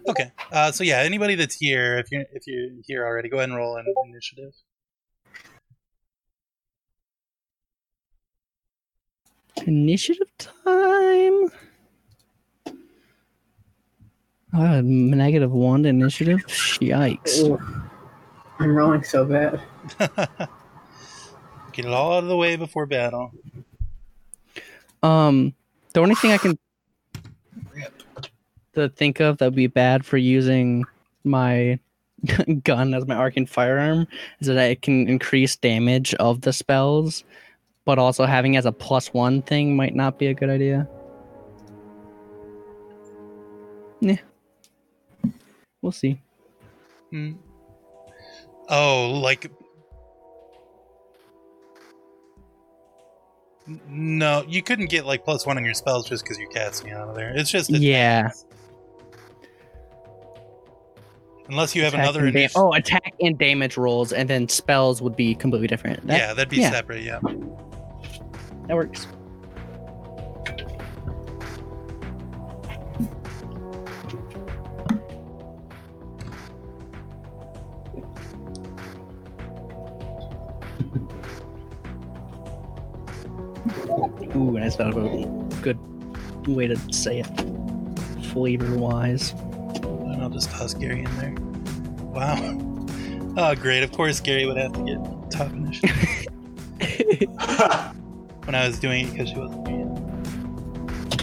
Okay. Uh, so yeah, anybody that's here, if you if you're here already, go ahead and roll an initiative. Initiative time. Uh, negative one to initiative. Yikes. Ooh. I'm rolling so bad. Get it all out of the way before battle. Um, the only thing I can to think of that would be bad for using my <laughs> gun as my arcane firearm is that I can increase damage of the spells, but also having as a plus one thing might not be a good idea. Yeah, we'll see. Hmm. Oh, like. N- No, you couldn't get like plus one on your spells just because you're casting it out of there. It's just a- Yeah. unless you have Attack another and da- initiative. oh, attack and damage rolls, and then spells would be completely different. That, yeah, that'd be yeah. separate. Yeah. that works. Ooh, and I thought of a good way to say it, flavor-wise. And I'll just toss Gary in there. Wow. <laughs> Oh, great. Of course, Gary would have to get top initiative <laughs> when I was doing it because she wasn't doing it.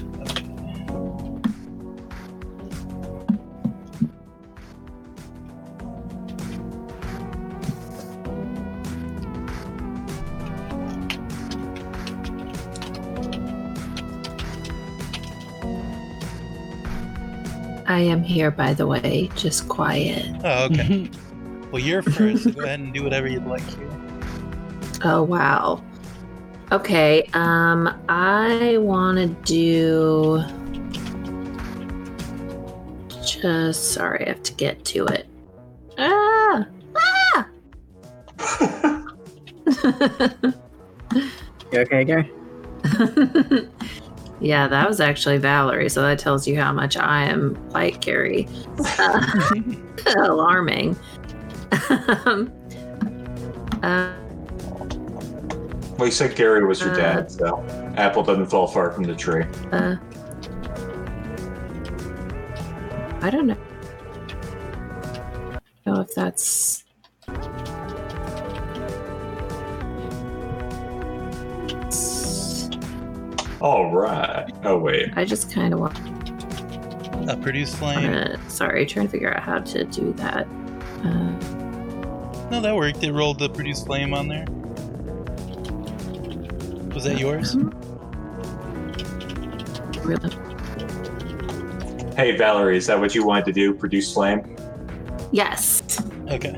I am here, by the way. Just quiet. Oh, okay. Mm-hmm. well, you're first. <laughs> so Go ahead and do whatever you'd like to. Oh wow. Okay. Um, I want to do. Just sorry, I have to get to it. Ah. Ah! <laughs> You okay, Gary? <laughs> yeah, that was actually Valerie, so that tells you how much I am like Carrie. Uh, <laughs> alarming. um, uh, Well, you said Gary was your Uh, dad, so apple doesn't fall far from the tree. uh, I don't know. Know if that's All right. Oh wait. I just kind of want Uh, produce flame. to. Sorry, trying to figure out how to do that. Uh, No, that worked. It rolled the produce flame on there. Was that yours? really, Hey Valerie, is that what you wanted to do? Produce flame? yes. Okay.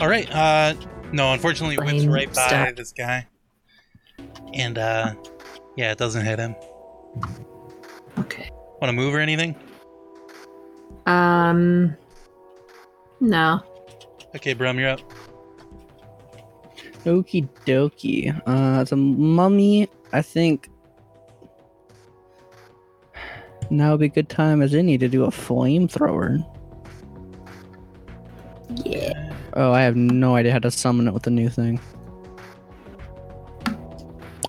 All right. Uh, no, unfortunately, it whips Flame right by stuff. this guy, and uh, yeah, it doesn't hit him. Okay. Want to move or anything? Um. No. <laughs> Okay, Brum, you're up. Okie dokie. Uh, the mummy, I think now would be a good time as any to do a flamethrower. Yeah. Oh, I have no idea how to summon it with the new thing.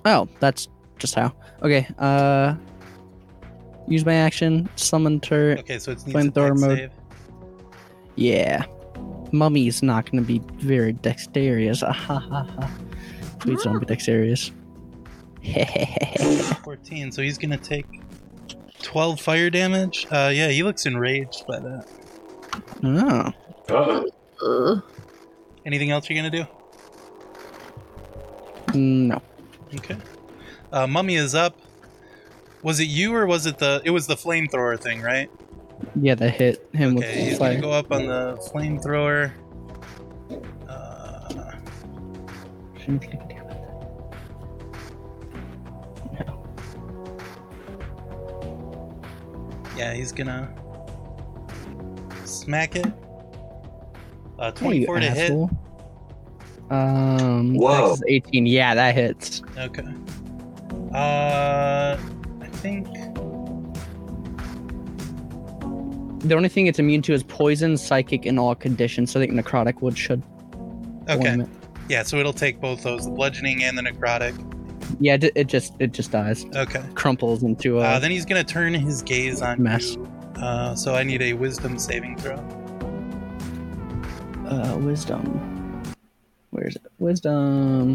Oh, that's just how. Okay, uh, use my action, summon her. Okay, so it's needs a Flamethrower dex mode. save. Yeah. Mummy's not gonna be very dexterous. Ah, ha, ha, ha. Please don't be dexterous. <laughs> 14. So he's gonna take 12 fire damage. Uh, yeah, he looks enraged uh, by that. oh. Uh Ugh. Anything else you're gonna do? No. Okay. Uh, mummy is up. Was it you or was it the? It was the flamethrower thing, right? Yeah, that hit him Okay, with he's fire. gonna go up on the flamethrower. Uh, yeah, he's gonna smack it. Uh, Hey, you 24 to hit. asshole. Um, Whoa. this is 18. Yeah, that hits. Okay. Uh, I think. The only thing it's immune to is poison, psychic, and all conditions. So I think necrotic would should. Okay. warm it. Yeah, so it'll take both those, the bludgeoning and the necrotic. Yeah, it, it just it just dies, Okay. crumples into a. Uh, then he's gonna turn his gaze on Mess. you. Uh, so I need a wisdom saving throw. uh, wisdom. Where is it? Wisdom.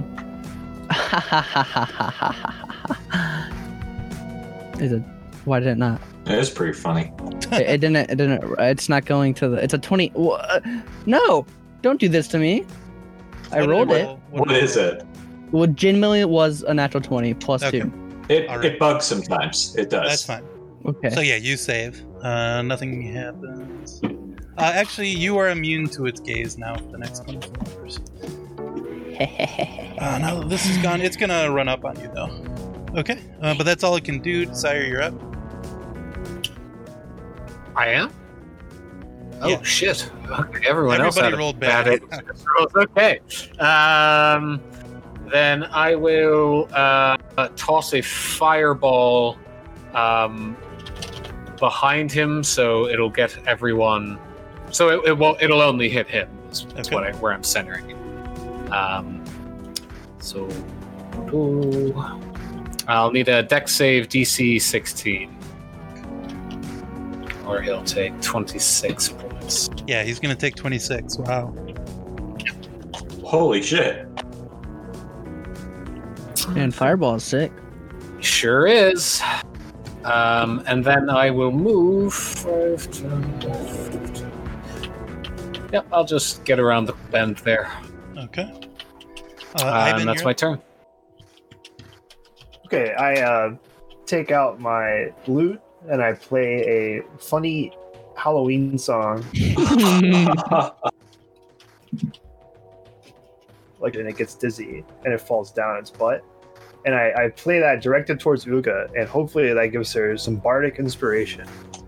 <laughs> is it? Why did it not? that is pretty funny. It, it didn't. It didn't. It's not going to the. It's a twenty. wha- No! Don't do this to me. I What- rolled it. what- What is it? Well, genuinely was a natural twenty plus Okay. two. It All right. it bugs sometimes. It does. That's fine. Okay. So yeah, you save. Uh, nothing happens. Uh, actually, you are immune to its gaze now for the next 24 hours. Uh, now that this is gone, it's gonna run up on you though. Okay, uh, but that's all it can do. Sire, you're up. I am. Oh Yeah. shit! Okay, everyone else Everybody had a rolled bad. bad. bad rolls. <laughs> okay. Um, then I will uh, uh, toss a fireball um, behind him, so it'll get everyone. So it, it won't. It'll only hit him. That's, that's Okay. what I where I'm centering. it. Um, so. ooh. I'll need a deck save DC 16. Or he'll take 26 points. Yeah, he's gonna take 26. Wow. Holy shit. <laughs> And fireball is <laughs> sick. Sure is. Um, and then I will move. Five, 10, 15. Yep, I'll just get around the bend there. Okay. Uh, Uh, Ivan, and that's you're my up. turn. Okay, I uh, take out my loot and I play a funny Halloween song, like and it gets dizzy and it falls down its butt. And I, I play that directed towards Uga, and hopefully that gives her some bardic inspiration. <laughs>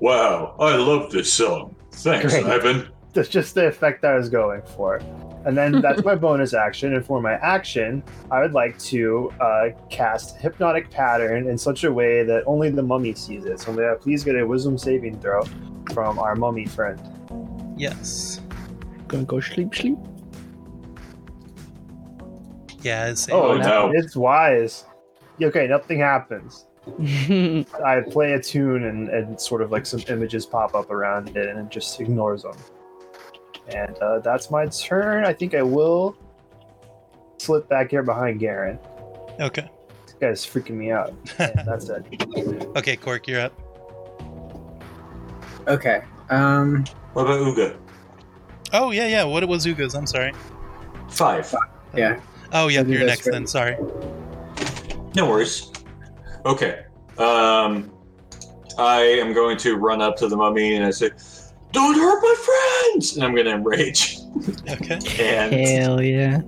Wow, I love this song. Thanks, Great. Ivan. That's just the effect I was going for. And then that's my bonus action. And for my action, I would like to uh, cast Hypnotic Pattern in such a way that only the mummy sees it. So may I please get a wisdom saving throw from our mummy friend? Yes. Gonna go sleep, <laughs> sleep. Yeah, it's Oh, oh, no. it's wise. Okay, nothing happens. I play a tune and, and sort of like some images pop up around it and it just ignores them. And uh, that's my turn. I think I will slip back here behind Garen. okay. This guy's freaking <laughs> me out. And that's it. Okay, Cork, you're up. Okay. Um, What about Uga? Oh yeah, yeah. What was Uga's? I'm sorry. Five. yeah. Oh yeah, Uga's you're next right. then. Sorry. No worries. Okay. Um, I am going to run up to the mummy and I say, "Don't hurt my friends!" And I'm going to enrage. Okay. <laughs> And Hell yeah.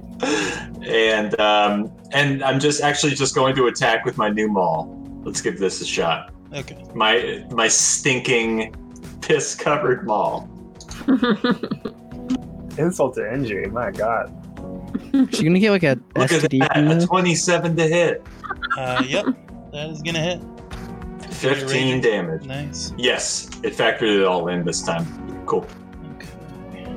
and um, and I'm just actually just going to attack with my new maul. Let's give this a shot. Okay. My my stinking piss covered maul. Insult to injury, my god. She's gonna get like a Look at STD from that, a this. 27 to hit, Uh, yep. That is gonna hit. 15 raging? damage. Nice. Yes, it factored it all in this time. Cool. Okay.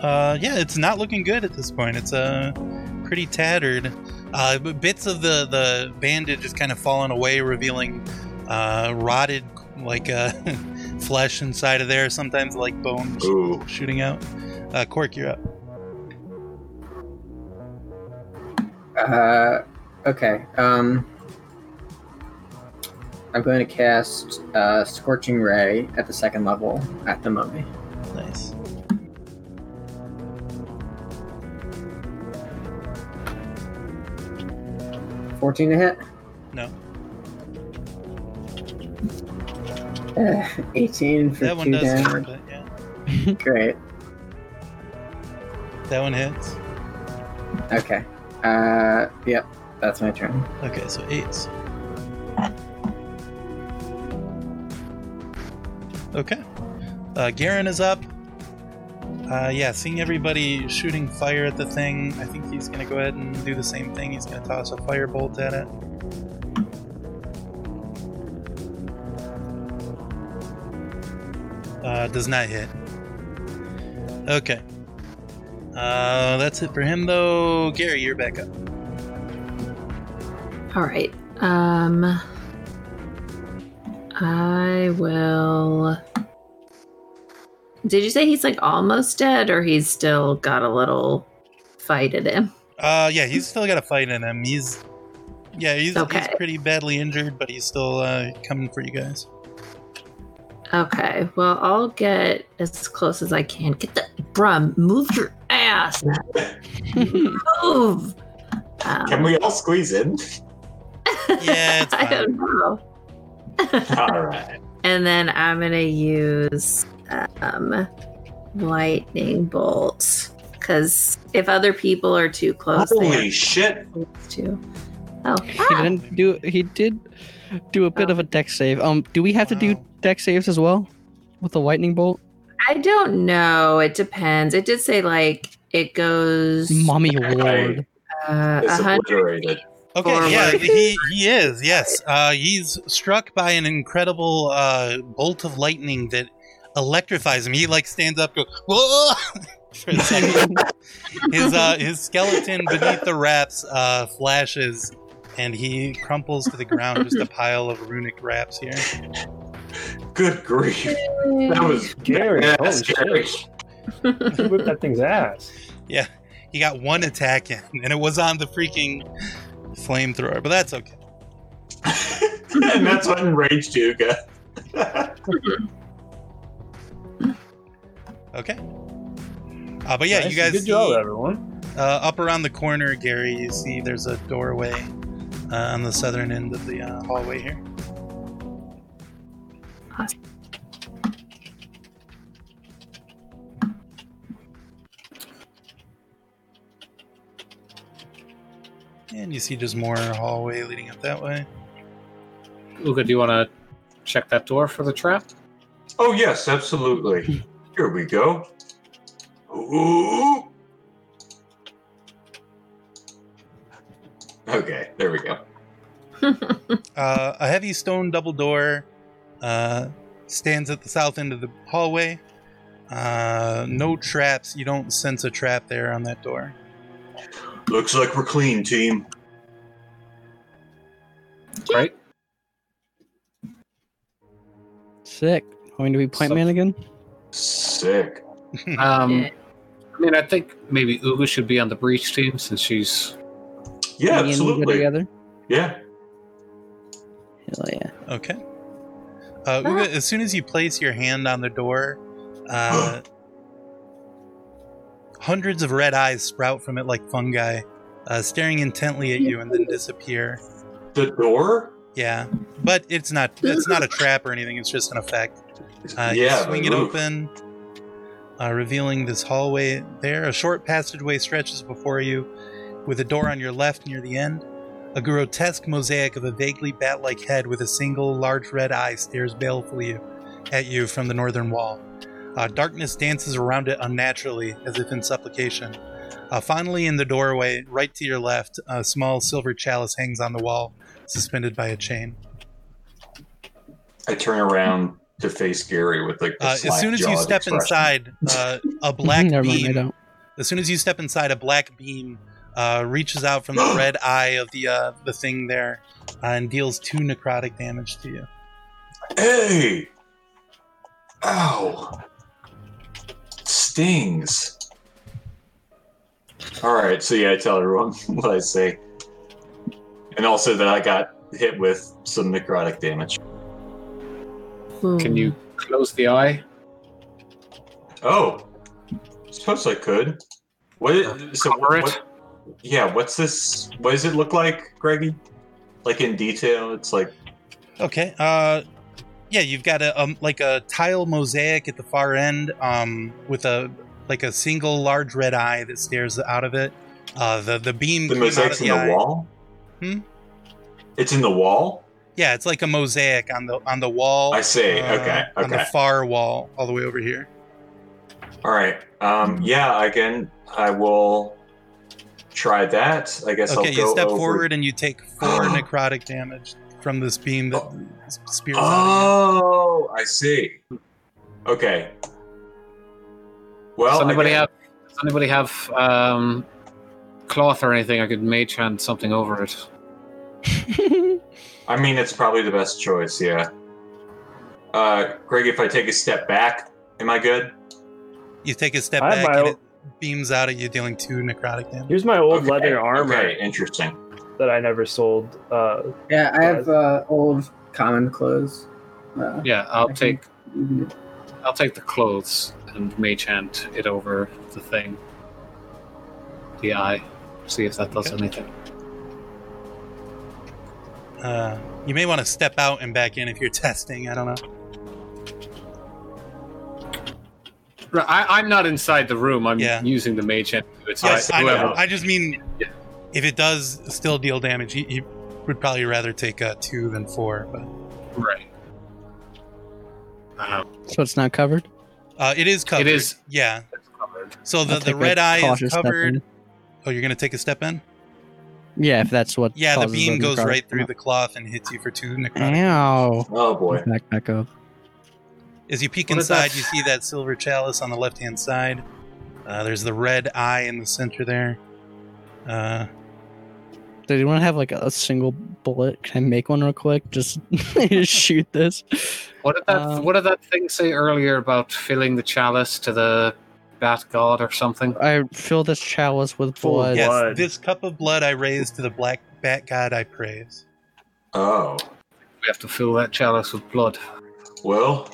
Uh, yeah, it's not looking good at this point. It's uh, pretty tattered. Uh, b- bits of the the bandage is kind of fallen away, revealing uh, rotted like uh, <laughs> flesh inside of there. Sometimes like bones Ooh. shooting out. Uh, Cork, you're up. Uh, okay. Um, I'm going to cast uh, Scorching Ray at the second level at the mummy. Nice. Fourteen to hit. No, Eh, Eighteen for that one two does. hit, damage. but yeah, <laughs> Great. that one hits. Okay. Uh, yep. That's my turn. Okay, so eights. Okay. Uh, Garen is up. Uh, yeah, seeing everybody shooting fire at the thing, I think he's going to go ahead and do the same thing. He's going to toss a firebolt at it. Uh, does not hit. Okay. Uh, that's it for him, though. Gary, you're back up. All right. Um, I will. Did you say he's like almost dead, or he's still got a little fight at him? Uh, yeah, he's still got a fight in him. He's yeah, he's, he's Okay. pretty badly injured, but he's still uh, coming for you guys. Okay. Well, I'll get as close as I can. Get the brum. Move your ass. Move. Um, Can we all squeeze <laughs> in? Yeah, it's I fine. don't know. all right. And then I'm gonna use um, lightning bolt because if other people are too close, they Holy are shit! too close too. Oh, He ah, didn't do. He did do a bit of a deck save. Um, do we have to do Wow. deck saves as well with the lightning bolt? I don't know. It depends. It did say like it goes uh, Mummy Right. ward. It's a hundred. obliterated. Okay, Forward. yeah, he he is. Yes, uh, he's struck by an incredible uh, bolt of lightning that electrifies him. He like stands up, goes whoa. <laughs> For a <laughs> second, his uh, his skeleton beneath the wraps uh, flashes, and he crumples to the ground. Just a pile of runic wraps here. Good grief! That was <laughs> Gary, Yeah, holy that's scary. shit. <laughs> He whipped that <laughs> thing's ass. He got one attack in, <laughs> and it was on the freaking flamethrower, but that's okay. and that's what enraged Yuga. <laughs> Okay. Uh, but yeah, Nice. you guys Good job, see, everyone. uh, up around the corner, Gary, you see there's a doorway uh, on the southern end of the uh, hallway here. And you see just more hallway leading up that way. Luca, do you want to check that door for the trap? Oh, yes, absolutely. Here we go. Ooh. Okay, there we go. Uh, a heavy stone double door uh, stands at the south end of the hallway. Uh, no traps. You don't sense a trap there on that door. Looks like we're clean, team. Right? Sick. Going to be plant Some- man again? Sick. Um, Yeah. I mean, I think maybe Uga should be on the breach team since she's. Yeah, Me and you go absolutely. Together? Yeah. Hell yeah. Okay. Uh, Uga, as soon as you place your hand on the door, uh, hundreds of red eyes sprout from it like fungi, uh, staring intently at you and then disappear. The door? Yeah, but it's not it's not a trap or anything. It's just an effect. Uh, yeah. you swing they it move. open, uh, revealing this hallway. There, a short passageway stretches before you, with a door on your left near the end. A grotesque mosaic of a vaguely bat-like head with a single large red eye stares balefully at you from the northern wall. Uh, darkness dances around it unnaturally, as if in supplication. Uh, finally, in the doorway, right to your left, a small silver chalice hangs on the wall, suspended by a chain. I turn around to face Gary with like. The Uh, as soon as you step slack-jawed expression. inside, uh, <laughs> a black Never mind, I beam. don't. as soon as you step inside, a black beam uh, reaches out from <gasps> the red eye of the uh, the thing there uh, and deals two necrotic damage to you. Hey! Ow! Stings. Alright, so yeah, I tell everyone <laughs> what I say. And also that I got hit with some necrotic damage. Can you close the eye? Oh! Suppose I could. What i- so Cover it? what- yeah, what's this what does it look like, Greggy? Like in detail, it's like Okay. Uh, yeah, you've got a um, like a tile mosaic at the far end, um, with a like a single large red eye that stares out of it. Uh, the the beam the came out mosaic's of the in the eye. wall? Hmm? It's in the wall? Yeah, it's like a mosaic on the on the wall. I see, uh, okay, On the okay. far wall, all the way over here. All right. Mm-hmm. Um, yeah, again, I will try that. I guess Okay, I'll go you step over- forward and you take four necrotic damage from this beam that s- spears out Oh, I see. Okay. Well, does anybody again, have? Does anybody have um, cloth or anything? I could mage hand something over it. I mean, it's probably the best choice. Yeah. Uh, Greg, if I take a step back, am I good? of you. You take a step I have back my and own- it beams out at you, dealing two necrotic damage. Here's my old Okay, leather armor Okay, interesting. that I never sold. Uh, Yeah, I have uh, old common clothes. Uh, Yeah, I'll I take think- mhm. I'll take the clothes and mage hand it over the thing. The eye. See if that does Okay. anything. Uh, you may want to step out and back in if you're <laughs> testing. I don't know. Right, I, I'm not inside the room. I'm Yeah. using the mage hand. to do it, so Yes, I- I, whoever- know. I just mean if it does still deal damage, you, you would probably rather take uh, two than four. But Right. Um, So it's not covered? uh, it is covered. it is Yeah. So the, I'll the take a red eye is cautious step covered. in. Oh, you're gonna take a step in. Yeah, if that's what. Yeah, the causes beam goes necrotic right through damage. the cloth and hits you for two necrotic. Ow. Oh <laughs> boy. Back, back up. As you peek What is inside, that? you see that silver chalice on the left hand side. Uh, there's the red eye in the center there. Uh, Do you want to have like a single bullet? Can I make one real quick? Just, <laughs> just shoot this. What did that? uh, Um, what did that thing say earlier about filling the chalice to the bat god or something? I fill this chalice with Full of blood. blood. yes, this cup of blood I raise to the black bat god I praise. Oh. We have to fill that chalice with blood. Well,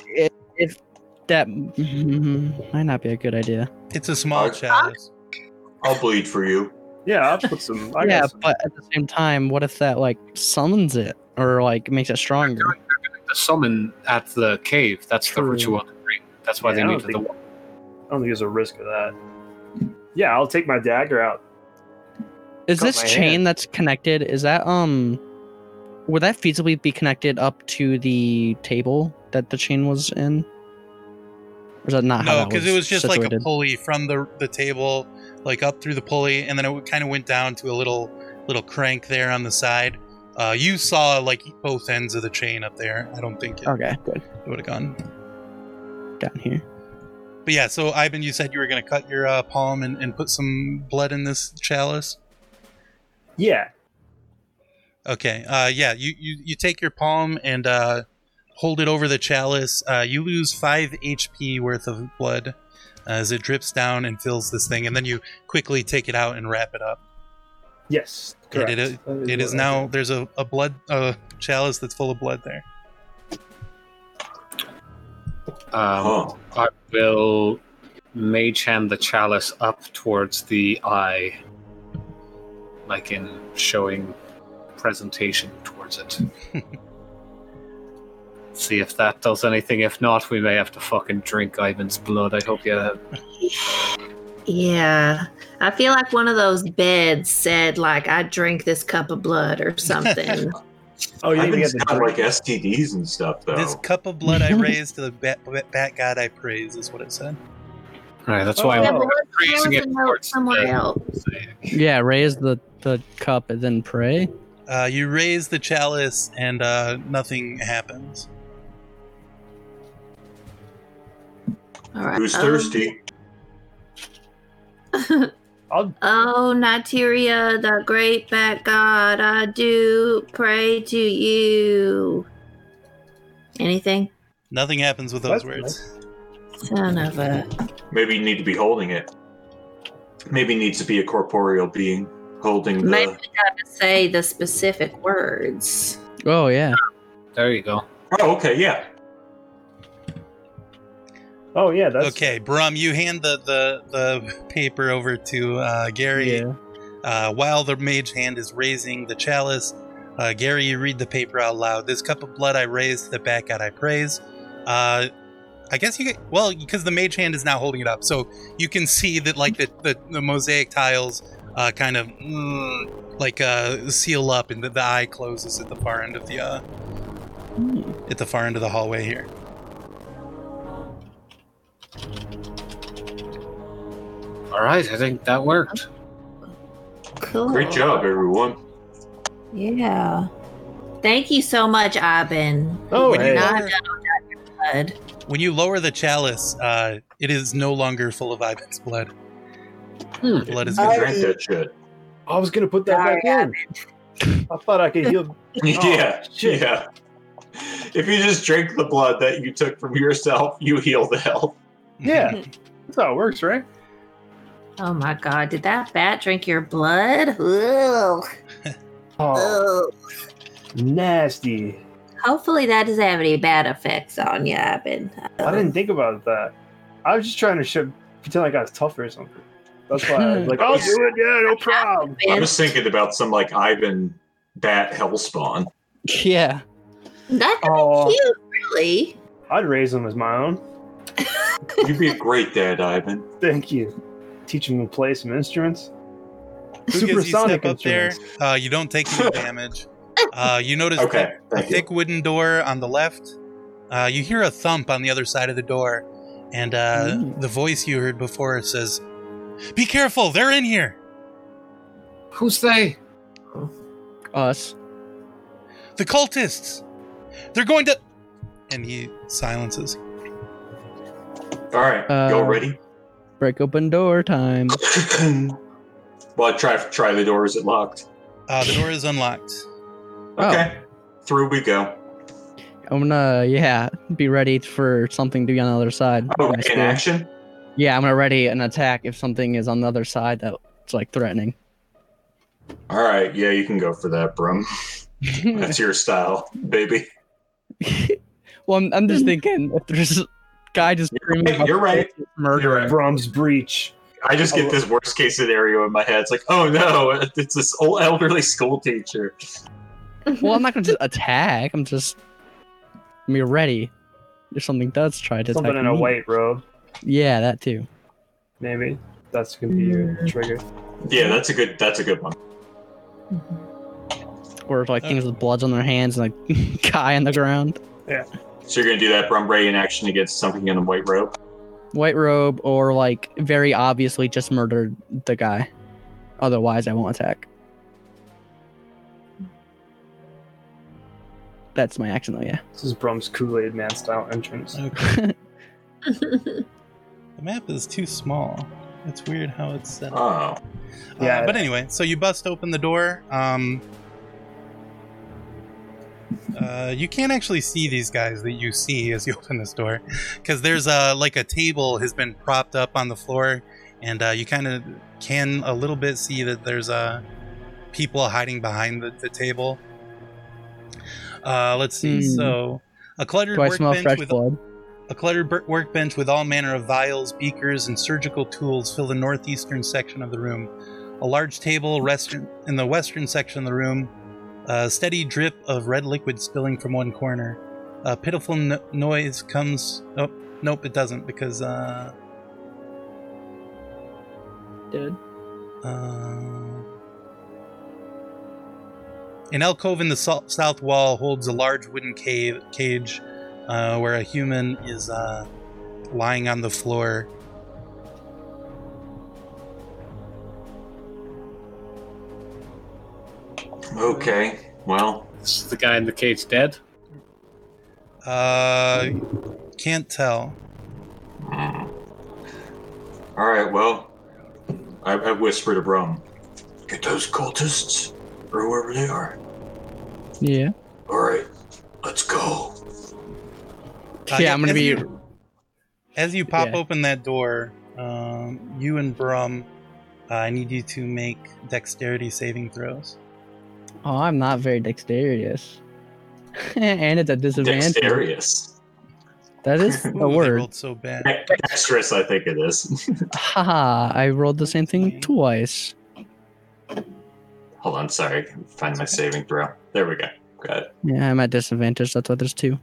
That mm, might not be a good idea. It's a small Uh, chalice. I'll bleed for you. Yeah, I'll put some. I yeah, got some. but at the same time, what if that like summons it or like makes it stronger? The summon at the cave. That's True. the ritual to bring. That's why Yeah, I they don't needed the think- I don't think there's a risk of that. Yeah, I'll take my dagger out. Is Cut this my chain hand. that's connected? Is that um, would that feasibly be connected up to the table that the chain was in? Or is that not how No, Ah, that because it was just like a situated? pulley from the the table, like up through the pulley, and then it kind of went down to a little little crank there on the side. Uh, you saw like both ends of the chain up there. I don't think it, okay, good would have gone. down here. But yeah, so Ivan, you said you were going to cut your uh, palm and, and put some blood in this chalice. Yeah, Okay. Uh, yeah, you, you you take your palm and uh, hold it over the chalice. Uh, you lose five HP worth of blood uh, as it drips down and fills this thing, and then you quickly take it out and wrap it up. yes. And Correct. it is- That It what is I now did. there's a, a blood a chalice that's full of blood there. Um, Oh. I will mage hand the chalice up towards the eye, like in showing presentation towards it. See if that does anything. If not, we may have to fucking drink Ivan's blood. I hope you. Yeah. I feel like one of those beds said, like, I drink this cup of blood or something. Oh, I've you think been we have the got like drink? STDs and stuff though. This cup of blood <laughs> I raise to the bat, bat, bat god I praise is what it said. Right, that's why Oh, Yeah, I'm but what if there raising was it a note towards somewhere the- else? Yeah, raise the the cup and then pray. Uh, you raise the chalice and uh, nothing happens. All right. Who's Oh. thirsty? <laughs> I'll, Oh, Niteria, the great bat god, I do pray to you. Anything? Nothing happens with those That's words. Son of a. Maybe you need to be holding it. Maybe it needs to be a corporeal being holding the. Maybe we gotta say the specific words. <laughs> Oh yeah, There you go. Oh, okay, yeah. oh yeah, that's okay, Brum, you hand the, the, the paper over to uh, Gary. yeah. Uh, while the mage hand is raising the chalice, uh, Gary, you read the paper out loud. This cup of blood I raise to the back god I praise. Uh, I guess you get, well, because the mage hand is now holding it up. So you can see that, like, the, the, the mosaic tiles uh, kind of, mm, like, uh, seal up and the, the eye closes at the far end of the, uh, Hmm. at the far end of the hallway here. All right, I think that worked. Cool. Great job, everyone. Yeah. Thank you so much, Ivan. Oh, Would hey. not have done without your blood. When you lower the chalice, uh, it is no longer full of Ivan's blood. Hmm. Blood has You been I- drank that shit. I was gonna put that Sorry, back in. I thought I <laughs> could heal. <laughs> yeah, shit. yeah. If you just drink the blood that you took from yourself, you heal the health. Yeah, that's how it works, right? Oh my god, did that bat drink your blood? Ugh. Oh, Ugh. nasty. Hopefully that doesn't have any bad effects on you, Ivan. I didn't think about that. I was just trying to sh- pretend like I was tough or something. That's why <laughs> I was like, I'll do it. Yeah, no problem. I Ivan. was thinking about some like Ivan Bat Hellspawn. yeah. That's Oh, cute, really. I'd raise him as my own. You'd be a great dad, <laughs> Ivan. Thank you. Teach him to play some instruments. Who gives you Supersonic step up there? instruments. Uh, you don't take any damage. Uh, you notice Okay, a thank you. thick wooden door on the left. Uh, you hear a thump on the other side of the door, and uh, the voice you heard before says, "Be careful! They're in here." Who's they? Us. The cultists. They're going to. And he silences. All right, y'all Uh, <laughs> ready? Break open door time. well, try try the door. Is it locked? Uh, the door is unlocked. Oh. Okay, through we go. I'm gonna yeah be ready for something to be on the other side. Oh, My in spear. action. Yeah, I'm gonna ready an attack if something is on the other side that's <laughs> like threatening. All right, yeah, you can go for that, Brum. That's your style, baby. well, I'm, I'm just thinking if there's a guy just screaming, Hey, about you're right. murder. You're right. Brum's breach. I just get this worst case scenario in my head. It's like, oh no, it's this old elderly school teacher. Well, I'm not going to just attack. I'm just. I'm mean, ready. If something does try to Something attack in a me. white robe, Yeah, that too. maybe. That's gonna be your trigger. Yeah, that's a good. That's a good one. Or like Uh. things with bloods on their hands and like <laughs> guy on the ground. So you're gonna do that Brumbrae in action against something in a white robe. White robe or like very obviously just murdered the guy. Otherwise I won't attack. That's my action though, yeah. <laughs> This is Brum's Kool Aid Man style entrance. Okay. The map is too small. It's weird how it's set up. Oh, Uh, Yeah. but anyway, so you bust open the door. Um, uh, you can't actually see these guys that you see as you <laughs> open this door, because there's uh like a table has been propped up on the floor, and uh, you kind of can a little bit see that there's uh, people hiding behind the, the table. Uh, let's see. Hmm. So a cluttered Do I smell workbench fresh with blood? a cluttered bur- workbench with all manner of vials, beakers, and surgical tools fill the northeastern section of the room. A large table rests in the western section of the room, a steady drip of red liquid spilling from one corner. A pitiful no- noise comes. Oh, nope, it doesn't because. Uh, Dead. Uh, an alcove in the so- south wall holds a large wooden cave cage uh, where a human is uh, lying on the floor. okay. Well, Is the guy in the cage dead? Uh, can't tell. mm. all right. Well, I, I whisper to Brum, "Get those cultists or whoever they are. Yeah. All right, let's go." Uh, yeah, I'm gonna as be you- as you pop Yeah. open that door, um, you and Brum, uh, I need you to make dexterity saving throws. Oh, I'm not very dexterous. <laughs> and it's a disadvantage. Dexterous. That is Ooh, a they word. rolled so bad. De- Dexterous, I think it is. Haha, I rolled the same thing twice. Hold on, sorry. Find my saving throw. There we go. Got Yeah, I'm at disadvantage. That's why there's two.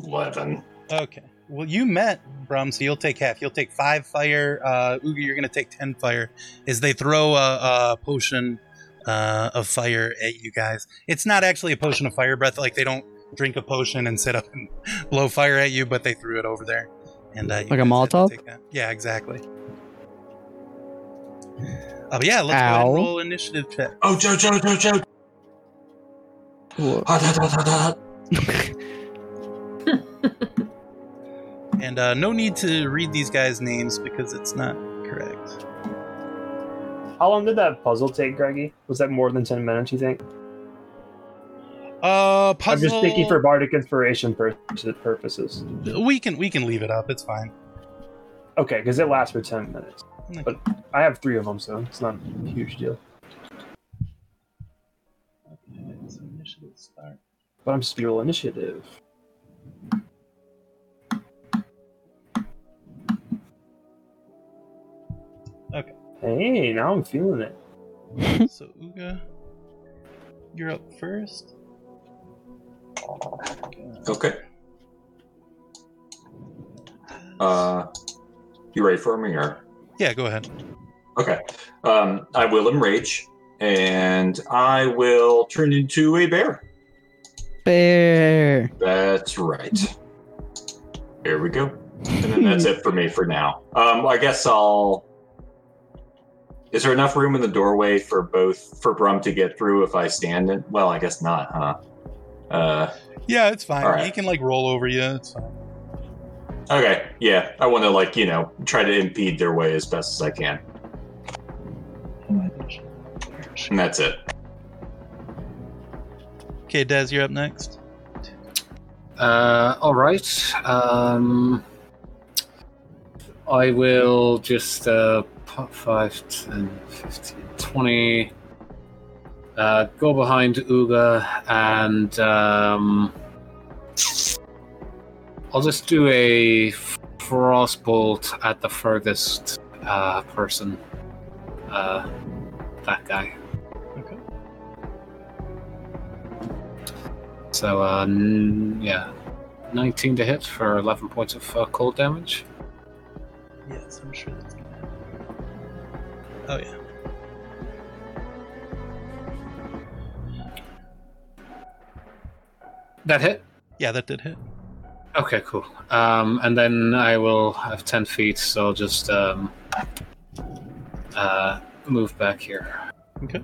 eleven. Okay. Well, you met Brum, so you'll take half. You'll take five fire. Uh, Ugi, you're gonna take ten fire. As they throw a, a potion uh, of fire at you guys. It's not actually a potion of fire breath. Like they don't drink a potion and sit up <laughs> and blow fire at you, but they threw it over there. And uh, you Like a guys had to Molotov? take that. Yeah, exactly. Uh, but yeah, let's go ahead Ow. and roll initiative check. Oh, Joe, Joe, Joe, Joe. Wha- Hot, hot, hot, hot, hot. <laughs> And uh, no need to read these guys' names because it's not correct. How long did that puzzle take, Greggy? Was that more than ten minutes? You think? Uh, I'm puzzle. just thinking for bardic inspiration pur- purposes. We can we can leave it up. It's fine. Okay, because it lasts for ten minutes. But I have three of them, so it's not a huge deal. But I'm spiral initiative. Okay. Hey, now I'm feeling it. Hmm. So Uga, you're up first. Okay. Uh, you ready for me or? Yeah, go ahead. Okay. Um, I will enrage, and I will turn into a bear. Bear. <laughs> That's right. Here we go. And then that's it for me for now. Um, I guess I'll. Is there enough room in the doorway for both for Brum to get through if I stand in? Well, I guess not, huh? Uh, Yeah, it's fine. All right. He can like roll over you. It's fine. okay, yeah. I want to like you know try to impede their way as best as I can, and that's it. Okay, Des, you're up next. Uh, all right. Um, I will just uh, pop 5, 10, 15, 20. Uh, go behind Uga and um, I'll just do a frostbolt at the furthest uh, person. Uh, that guy. Okay. So, uh, n- yeah. 19 to hit for 11 points of uh, cold damage. Yes, I'm sure that's gonna happen. Oh yeah. That hit? Yeah, that did hit. Okay, cool. Um, and then I will have 10 feet, so I'll just um, uh, move back here. Okay.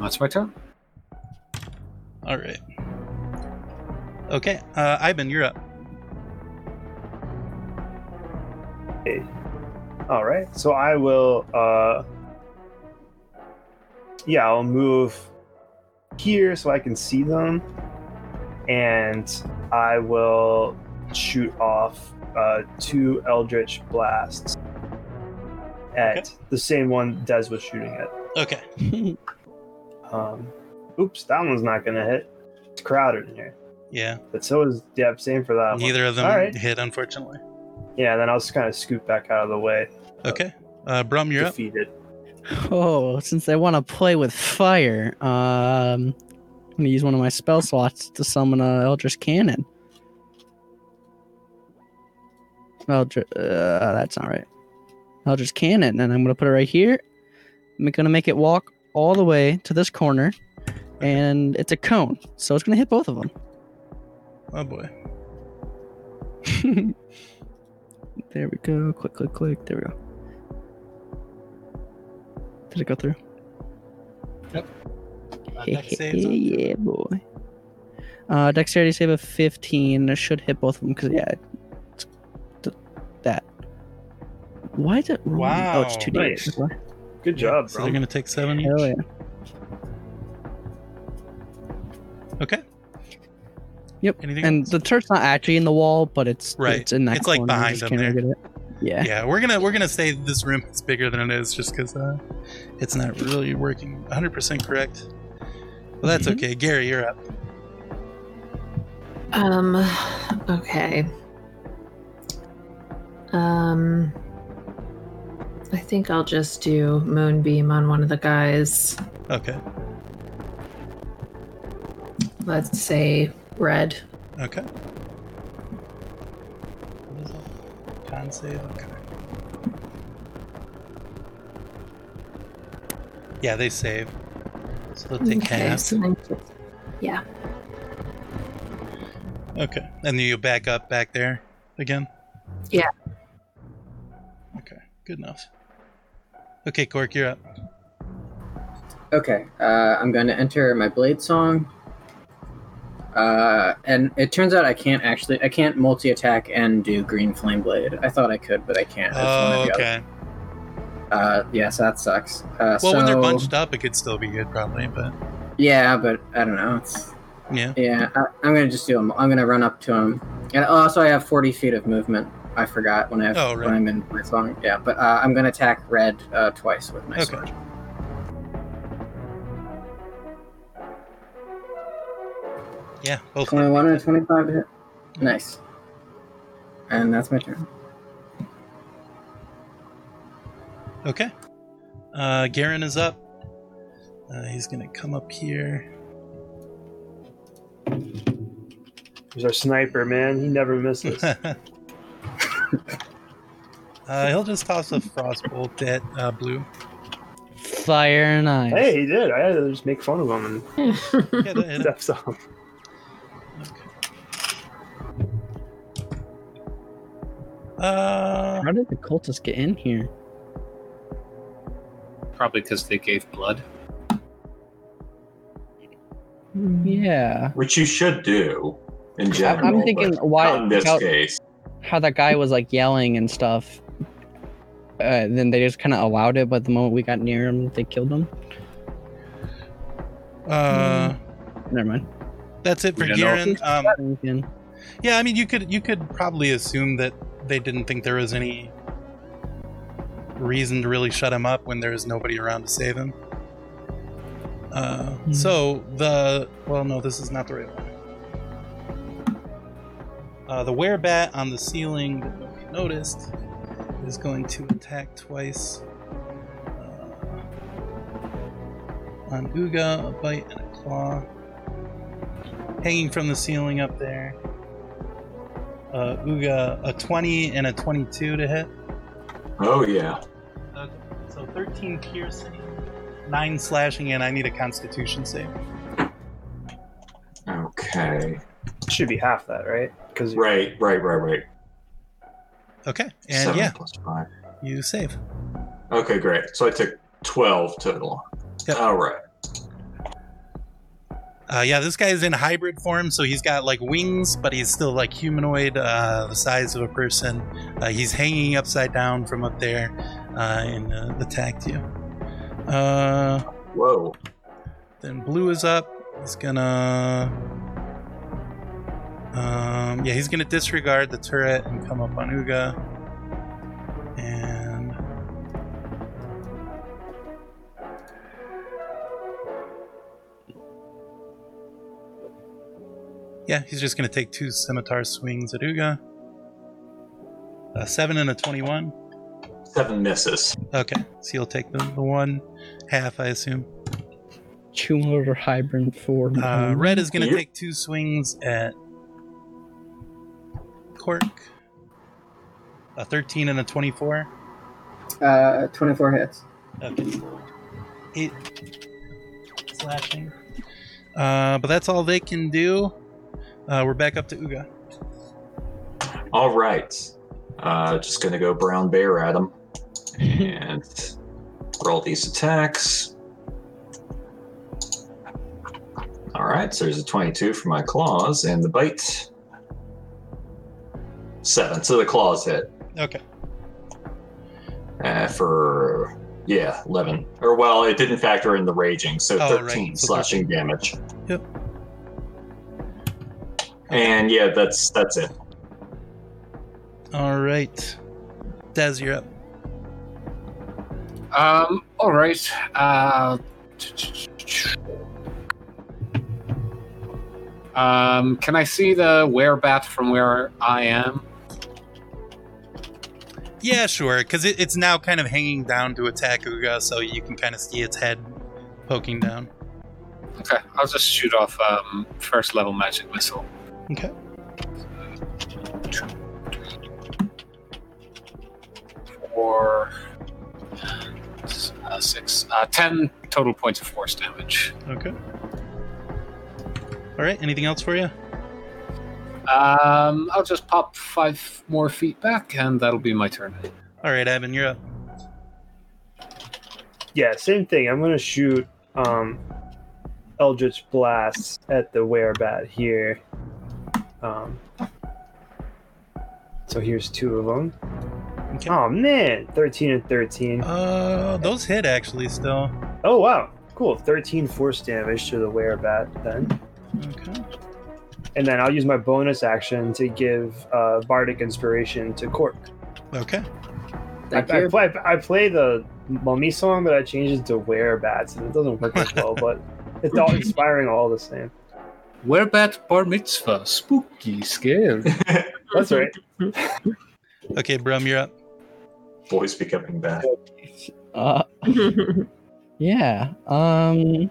That's my turn. Alright. Okay, uh Ivan, you're up. All right. So I will. uh Yeah, I'll move here so I can see them, and I will shoot off uh, two eldritch blasts at the same one Des was shooting at. Okay. Um, oops, that one's not gonna hit. It's crowded in here, Yeah. but so is yeah, same for that one. Neither of them All right. hit, unfortunately. Yeah, then I'll just kind of scoot back out of the way. Okay. Uh Brum, you're up. defeated. Oh, since they want to play with fire, um, I'm gonna use one of my spell slots to summon a Eldritch Cannon. Eldritch, uh, that's not right. Eldritch Cannon, and I'm gonna put it right here. I'm gonna make it walk all the way to this corner, and it's a cone, so it's gonna hit both of Oh boy. them. <laughs> there we go. Click, click, click. There we go. Did it go through? Uh, Hey, deck saves on- yeah, boy. Uh, dexterity save of 15. It should hit both of them because, yeah. it's th- that. Why is it wrong? Oh, it's Wow, 2 nice. days. What? Good job, So bro. they're gonna take seven each. Hell yeah. Okay. Yep. Anything and else? the turret's not actually in the wall, but it's Right. It's in that It's, like, corner. You behind just them can't there. really get it. Yeah. Yeah, we're gonna we're gonna say this room is bigger than it is just because uh, it's not really working 100 percent correct. Well, that's Mm-hmm. Mhm. okay. Gary, you're up. <laughs> Um, okay. Um, I think I'll just do Moonbeam on one of the guys. Okay. Let's say red. Okay. What is it? Con save. Okay. Yeah, they save. So they'll take half. so I'm just- yeah. Okay. And then you back up back there again? Yeah. Okay. Good enough. Okay, Cork, you're up. Okay, uh, I'm going to enter my blade song. Uh, and it turns out I can't actually I can't multi attack and do green flame blade. I thought I could, but I can't. It's one Oh, or the other. okay. Uh, yeah, so that sucks. Uh, Well, when they're so- bunched up, it could still be good, probably, but Yeah, but I don't know. It's yeah. yeah. I, I'm gonna just do them. I'm gonna run up to him. And also, I have 40 feet of movement. I forgot when I have, Oh, right. when I'm in blade song. Yeah, but uh, I'm gonna attack red uh, twice with my Okay. sword. Yeah, both. 21 and a 25 to hit. Nice. And that's my turn. Okay. Uh, Garen is up. Uh, he's going to come up here. <laughs> He's our sniper, man. He never <laughs> misses. uh, he'll just toss a frostbolt at uh, Blue. Fire and ice. hey, he did. I had to just make fun of him Yeah, that hit and <laughs> him. steps up. Uh, Uh, How did the cultists get in here? Probably because they gave blood. Yeah. Which you should do in general. I'm thinking but why not in this how, case. how that guy was like yelling and stuff. Uh, then they just kind of allowed it, but the moment we got near him, they killed him. uh, Never mind. that's it for We don't know. Garen. Um, Again. Yeah, I mean, you could you could probably assume that they didn't think there was any reason to really shut him up when there was nobody around to save him. Uh, Hmm. So the well, no, this is not the right one. Uh, the werebat on the ceiling that nobody noticed is going to attack twice uh, on Uga, a bite and a claw. Hanging from the ceiling up there. Uh, Uga, a 20 and a 22 to hit. Oh yeah. So 13 piercing, 9 slashing, and I need a constitution save. Okay. Should be half that, right? Because Right, right, right, right. Okay, and Seven yeah, plus five. you save. Okay, great. So I took twelve total. Yep. All right. Uh, yeah, this guy is in hybrid form, so he's got like wings, but he's still like humanoid, uh, the size of a person. Uh, he's hanging upside down from up there uh, and uh, attacked you. Uh, Whoa. Then blue is up. He's gonna. Um, yeah, he's gonna disregard the turret and come up on Uga. And. Yeah, he's just gonna take two scimitar swings at Uga. A 7 and a 21. Seven misses. Okay, so he'll take the, the one half, I assume. Tumor hybrid form. Uh, red is going to Yep. take two swings at Cork. A 13 and a 24. Uh, 24 hits. Okay. Eight slashing. Uh, but that's all they can do. Uh, we're back up to Uga. All right. Uh, just gonna go brown bear at him and <laughs> roll these attacks. All right. So there's a twenty-two for my claws and the bite. Seven. So the claws hit. Okay. uh, for yeah 11 or well it didn't factor in the raging so Oh, 13 right. So slashing damage Yep. and yeah that's that's it All right. Daz, you're up. Um. All right. Uh, um. Can I see the werebat from where I am? Yeah, sure. Because it, it's now kind of hanging down to attack Uga, so you can kind of see its head poking down. Okay. I'll just shoot off um, first level magic missile. Okay. Four, uh, six, uh, ten total points of force damage. Okay. All right. Anything else for you? Um, I'll just pop five more feet back, and that'll be my turn. All right, Evan, you're up. Yeah, same thing. I'm gonna shoot um, Eldritch Blast at the werebat here. Um, so here's two of them. Okay. Oh man, 13 and 13. Uh, those hit actually still. Oh wow, cool. 13 force damage to the werebat then. Okay. And then I'll use my bonus action to give uh, Bardic Inspiration to Cork. Okay. I, Thank I, you. play, I play the mummy song, but I changed it to werebats, and it doesn't work as well, but it's all inspiring all the same. Werebat bar mitzvah, spooky, <laughs> scary. That's right. Okay, Brum, you're up. boys be coming back Uh, yeah. Um.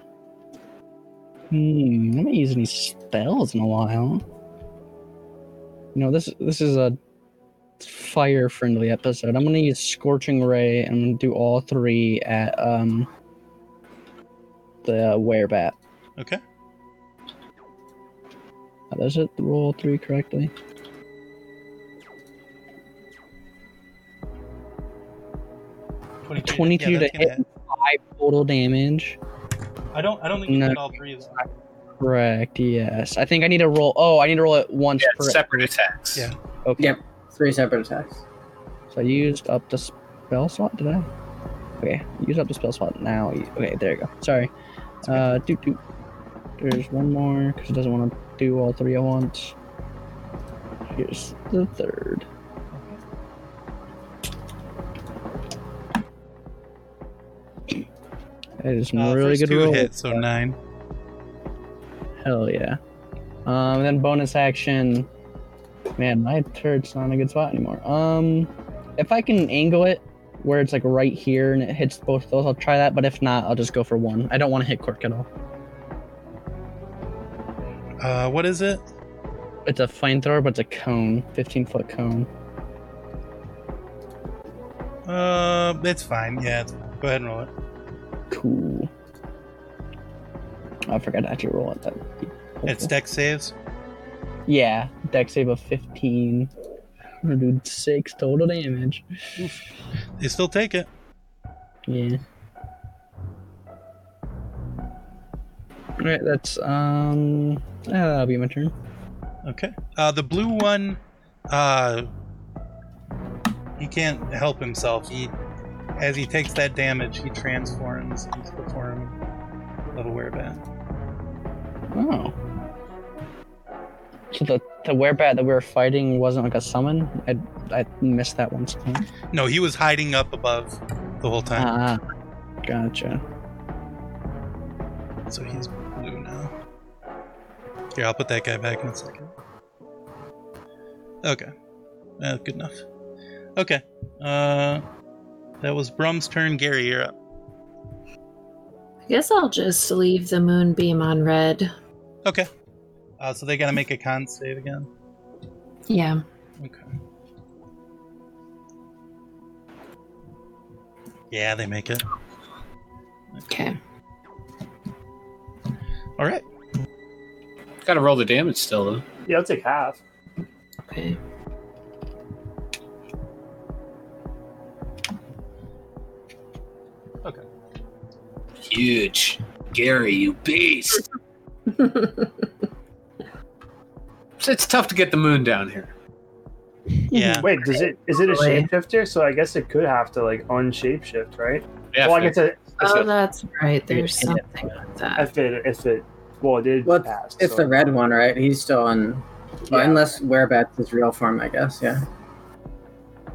Hmm. I haven't used any spells in a while. You know this. This is a fire-friendly episode. I'm gonna use scorching ray, and I'm gonna do all three at um the werebat. Okay. Uh, Does it roll three correctly? Twenty-two, 22 yeah, to that's gonna hit. Five total damage. I don't. I don't think you No. hit all three of them. Correct. Yes. I think I need to roll. Oh, I need to roll it once Yeah, per. separate attacks. Yeah. okay. Yep. Three separate attacks. So I used up the spell slot, did I? Okay, use up the spell slot now. Okay, there you go. Sorry. Uh, do do. There's one more because it doesn't want to do all three at once. Here's the third. That is some Uh, really first good two roll. hit, so nine. Hell yeah. Um, then bonus action. Man, my turret's not in a good spot anymore. Um, If I can angle it where it's like right here and it hits both those, I'll try that. But if not, I'll just go for one. I don't want to hit Cork at all. Uh, what is it? It's a flamethrower, but it's a cone, 15 foot cone. Uh, it's fine. Yeah, it's fine. go ahead and roll it. Cool. I forgot to actually roll it. That It's deck saves. yeah, deck save of 15. I'm gonna do six total damage. They still take it. Yeah. Alright, that's um uh, that'll be my turn. Okay. Uh, the blue one, uh, he can't help himself. He, as he takes that damage, he transforms into the form of a werebat. Oh. So the the werebat that we were fighting wasn't like a summon? I I missed that one somehow. No, he was hiding up above the whole time, Ah. Gotcha. so he's blue now. Here, I'll put that guy back in a second. Okay, uh, good enough. Okay, uh, that was Brum's turn. Gary, you're up. I guess I'll just leave the moonbeam on red. Okay, uh, so they gotta make a con save again. Yeah. Okay. Yeah, they make it. Okay. All right. Gotta roll the damage still, though. Yeah, I'll take half. Okay. Huge. Gary, you beast. <laughs> it's tough to get the moon down here. Yeah. Wait, does it is it a Really? shapeshifter? So I guess it could have to like unshapeshift, right? Yeah, Uh, well, I guess it, Oh, it. that's right. There's Yeah. something with that. if it if it well it did Well, it's- pass. It's so- the red one, right? He's still on. Well, Yeah. unless Werebat's his real form, I guess. Yeah. Uh,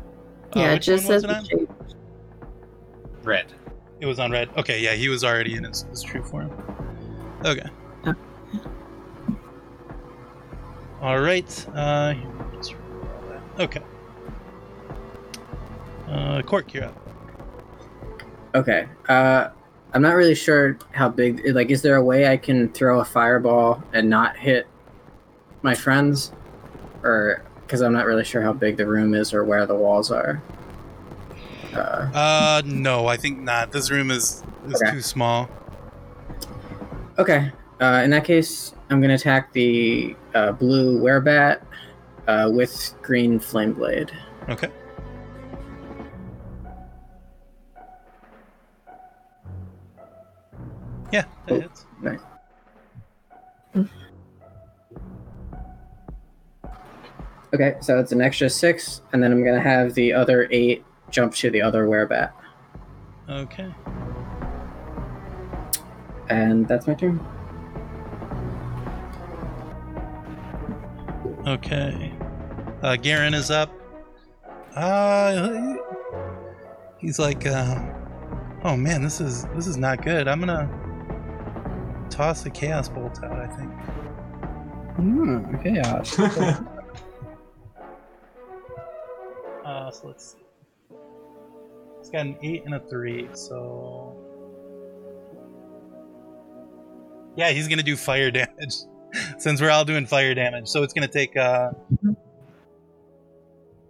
yeah, it which just one was says it on? the shape. red. It was on red. Okay, yeah, he was already in his, his true form. Okay. Oh. All right. Uh, just roll that. okay. Uh, Cork, you're up. Okay. Uh, I'm not really sure how big. Like, is there a way I can throw a fireball and not hit my friends, or because I'm not really sure how big the room is or where the walls are. Uh, Uh, no, I think not. This room is is Okay. too small. okay. Uh, in that case, I'm gonna attack the uh, blue werebat uh, with green flame blade. Okay. Yeah, that Oh. hits. Okay, so it's an extra six, and then I'm gonna have the other eight jump to the other werebat, Okay. and that's my turn. Okay. Uh, Garen is up. Uh, he's like, um, oh man, this is this is not good. I'm gonna toss the chaos bolt out. I think. Hmm, chaos. Uh, so let's see. It's got an eight and a three, so yeah, he's gonna do fire <laughs> damage since we're all doing fire damage. So it's gonna take uh,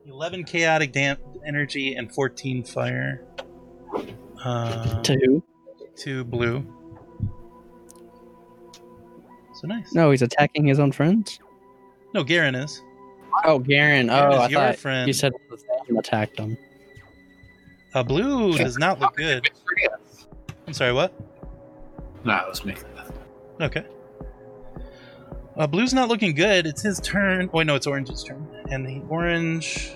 eleven chaotic damp energy and fourteen fire. Uh, to who? to blue. So nice. No, he's attacking his own friends? no Garen is. Oh Garen. Garen Oh is I your thought friend. you said the thing attacked him. Uh, blue does not look good. I'm sorry, what? No, I was making that. Okay. Uh, blue's not looking good. It's his turn. Wait, no, it's Orange's turn. And the Orange.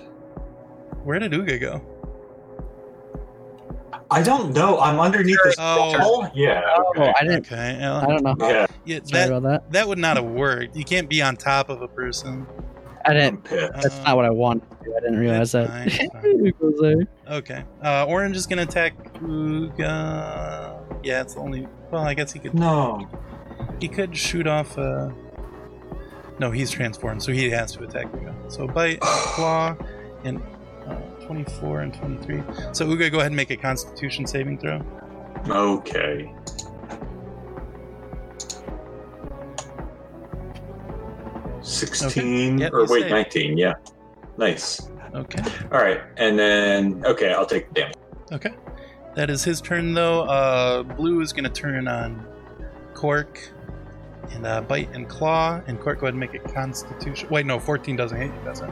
Where did Uga go? I don't know. I'm underneath this Oh. wall. Yeah. Oh, I didn't. Okay. I Uh, don't know. Yeah. yeah, Sorry that about that. that would not have worked. You can't be on top of a person. I didn't. I'm pissed. That's Uh, not what I wanted. to do. I didn't realize that's that. fine, <laughs> that's fine. It goes there. Okay. Uh, Orange is gonna attack Uga. Yeah, it's the only. Well, I guess he could. No. He could shoot off. Uh... No, he's transformed, so he has to attack Uga. So bite, claw, and uh, 24 and 23. So Uga, go ahead and make a Constitution saving throw. Okay. Sixteen Yep, or you wait, saved. nineteen. Yeah, nice. Okay. All right, and then okay, I'll take damage. Okay. That is his turn, though. Uh, blue is going to turn on Cork and uh, bite and claw. And Cork, go ahead and make a Constitution. Wait, no, 14 doesn't hit you, does it?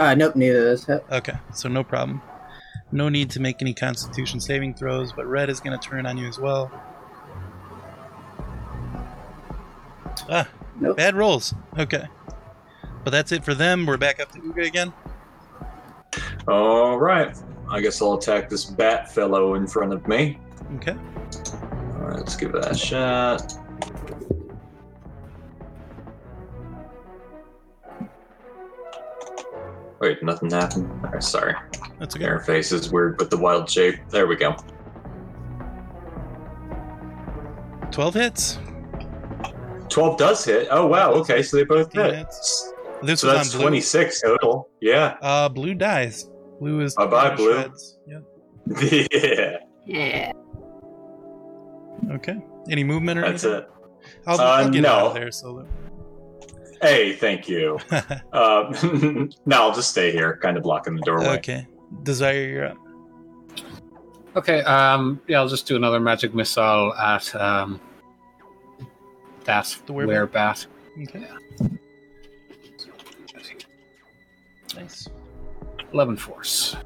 Uh, nope, neither of those hit. <laughs> Okay, so no problem. No need to make any Constitution saving throws, but red is going to turn on you as well. Ah, Nope. bad rolls. Okay. But that's it for them. We're back up to Uga again. All right, I guess I'll attack this bat fellow in front of me. Okay. All right, let's give that a shot. Wait, nothing happened. All right, sorry. That's The okay. interface is weird with the wild shape. There we go. 12 hits. 12 does hit. Oh, wow. Okay, so they both Yeah, hit. it's- This So was that's on blue. 26 total. Yeah. <laughs> Uh, blue dies. Blue is. Bye-bye, blue. shreds. Yep. yeah, Yeah. Okay. Any movement or that's anything? it. I'll, Uh, I'll get out no. of there. So. <laughs> Hey, thank you. Uh, <laughs> no, I'll just stay here, kind of blocking the doorway. okay. Desire, you're up. Okay. Um, yeah, I'll just do another magic missile at um, that The werebat. werebat. Okay. Nice. Eleven force.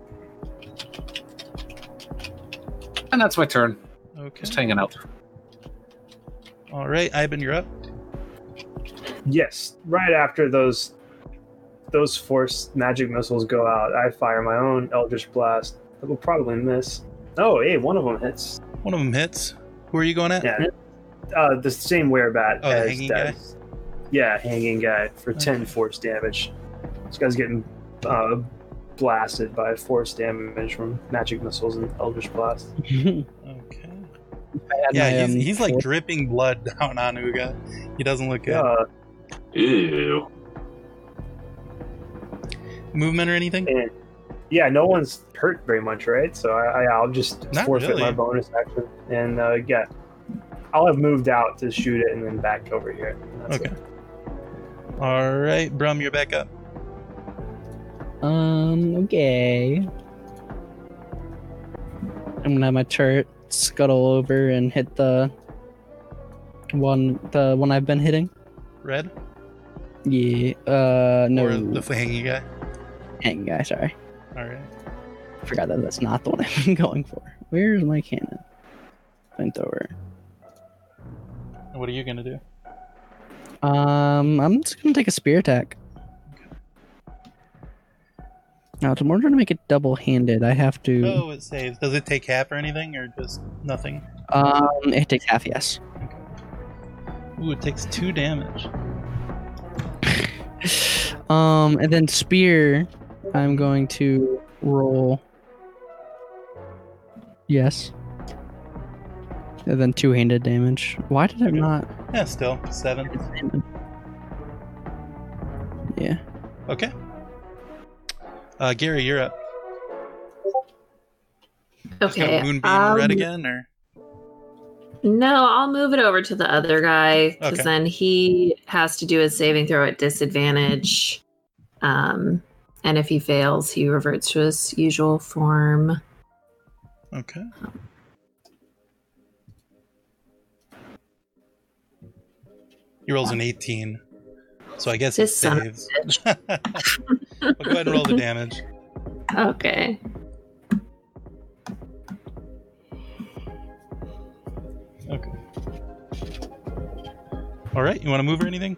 And that's my turn. Okay. Just hanging out. All right, Ivan, you're up. Yes, right after those those force magic missiles go out, I fire my own Eldritch Blast. It will probably miss. Oh, hey, one of them hits. One of them hits. Who are you going at? Yeah, uh, the same werebat Oh, the as hanging Des. Yeah, hanging guy for ten force damage. This guy's getting uh, blasted by force damage from magic missiles and Eldritch Blast. Okay. I had Yeah, my, he's, um, he's like four- dripping blood <laughs> down on Uga. He doesn't look good. Uh, Ew. Movement or anything? and yeah, no one's hurt very much, right? So I, I I'll just Not forfeit my really. bonus action and uh, yeah, I'll have moved out to shoot it and then back over here. That's Okay. All right, Brum, you're back up. Um, okay. I'm gonna have my turret scuttle over and hit the one the one I've been hitting. Red Yeah. Uh no or the hanging guy? hang guy, sorry. All right. Forgot that that's not the one <laughs> I've been going for. Where's my cannon? Flamethrower. And What are you gonna do? Um I'm just gonna take a spear attack. Now it's more trying to make it double handed. I have to Oh, it saves. Does it take half or anything, or just nothing? um it takes half yes. Ooh, it takes two damage. Um, and then spear, I'm going to roll. Yes. And then two-handed damage. Why did I Okay. not? Yeah, still seven. Yeah. Okay. Uh, Gary, you're up. Just Okay. gonna moonbeam I'll- red again, or no, I'll move it over to the other guy because Okay. then he has to do his saving throw at disadvantage. Um, and if he fails, he reverts to his usual form. okay. He rolls an 18, so I guess it This son of a saves. well, <laughs> go ahead and roll the damage. Okay. Okay. All right, you want to move or anything?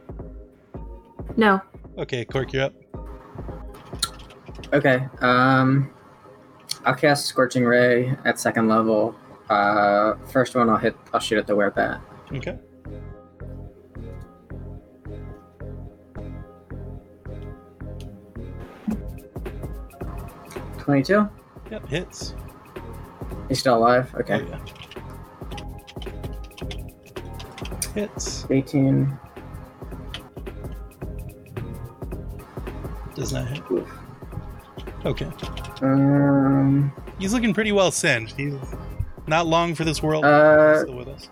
No. Okay, Cork, you're up. Okay. Um, I'll cast Scorching Ray at second level. Uh, first one I'll hit. I'll shoot at the werebat. Okay. Twenty-two. Yep, hits. He's still alive. Okay. Oh, yeah. Hits. Eighteen. Does not hit. Okay. Um. He's looking pretty well singed. He's not long for this world. Uh, He's still with us.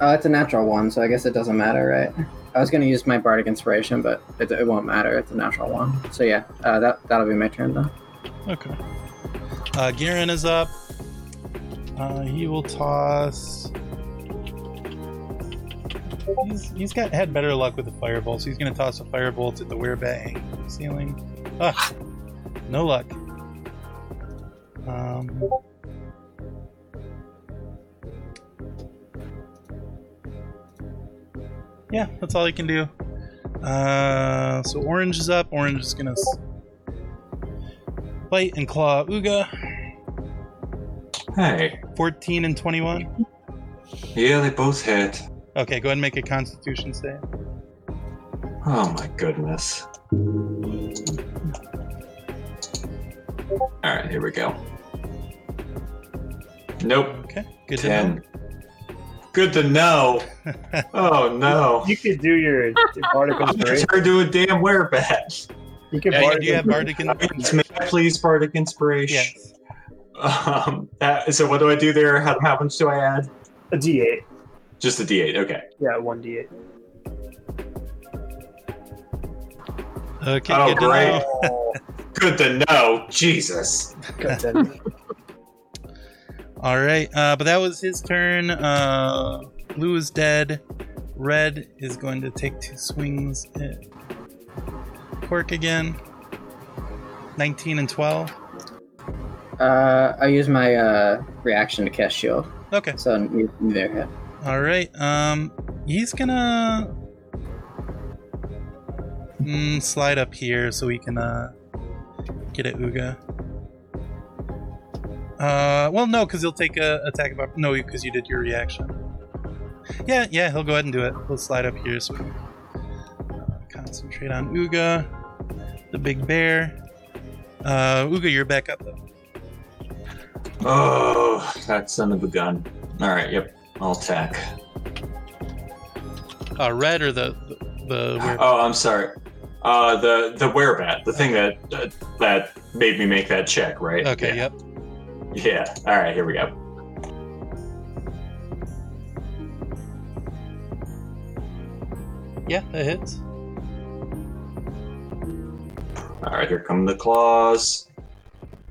Oh, it's a natural one, so I guess it doesn't matter, right? I was gonna use my bardic inspiration, but it, it won't matter. It's a natural one. So yeah, uh, that that'll be my turn though. Okay. Uh, Garen is up. Uh, he will toss. He's, he's got had better luck with the firebolts. He's going to toss a firebolt at the werebat hanging from the ceiling. Ah, no luck. Um, yeah, that's all he can do. Uh, so orange is up. Orange is going to bite and claw Uga. Hey. 14 and 21. Yeah, they both hit. Okay, go ahead and make a constitution save. Oh my goodness. All right, here we go. Nope. Okay, good to know. Ten. Good to <laughs> know. Oh no. You could do your bardic I'm inspiration. turned to a damn werebat. You could Yeah, you bardic do you have inspiration. Bardic in May I please bardic inspiration? Yes. Um, that, so what do I do there? How, how much do I add? a D8. Just a D8. Okay. Yeah, one D8. Okay, Oh, good to great. know. <laughs> Good to know. Jesus. God damn it. All right, uh, but that was his turn. Uh, blue is dead. Red is going to take two swings at Cork again. 19 and 12. Uh, I use my uh, reaction to cast shield, Okay. so n- neither hit. All right. Um, he's gonna mm, slide up here so we can uh get at Uga. Uh, well, no, because he'll take a attack of opp- no, because you did your reaction. Yeah, yeah, he'll go ahead and do it. He'll slide up here so we can uh, concentrate on Uga, the big bear. Uh, Uga, you're back up though. Oh, that son of a gun. All right. Yep. I'll attack. Uh, red or the the, the where- Oh, I'm sorry. Uh, the the werebat, the thing that uh, that made me make that check, right? okay, oh, Yeah. yep. Yeah. All right. Here we go. Yeah, that hits. All right. Here come the claws.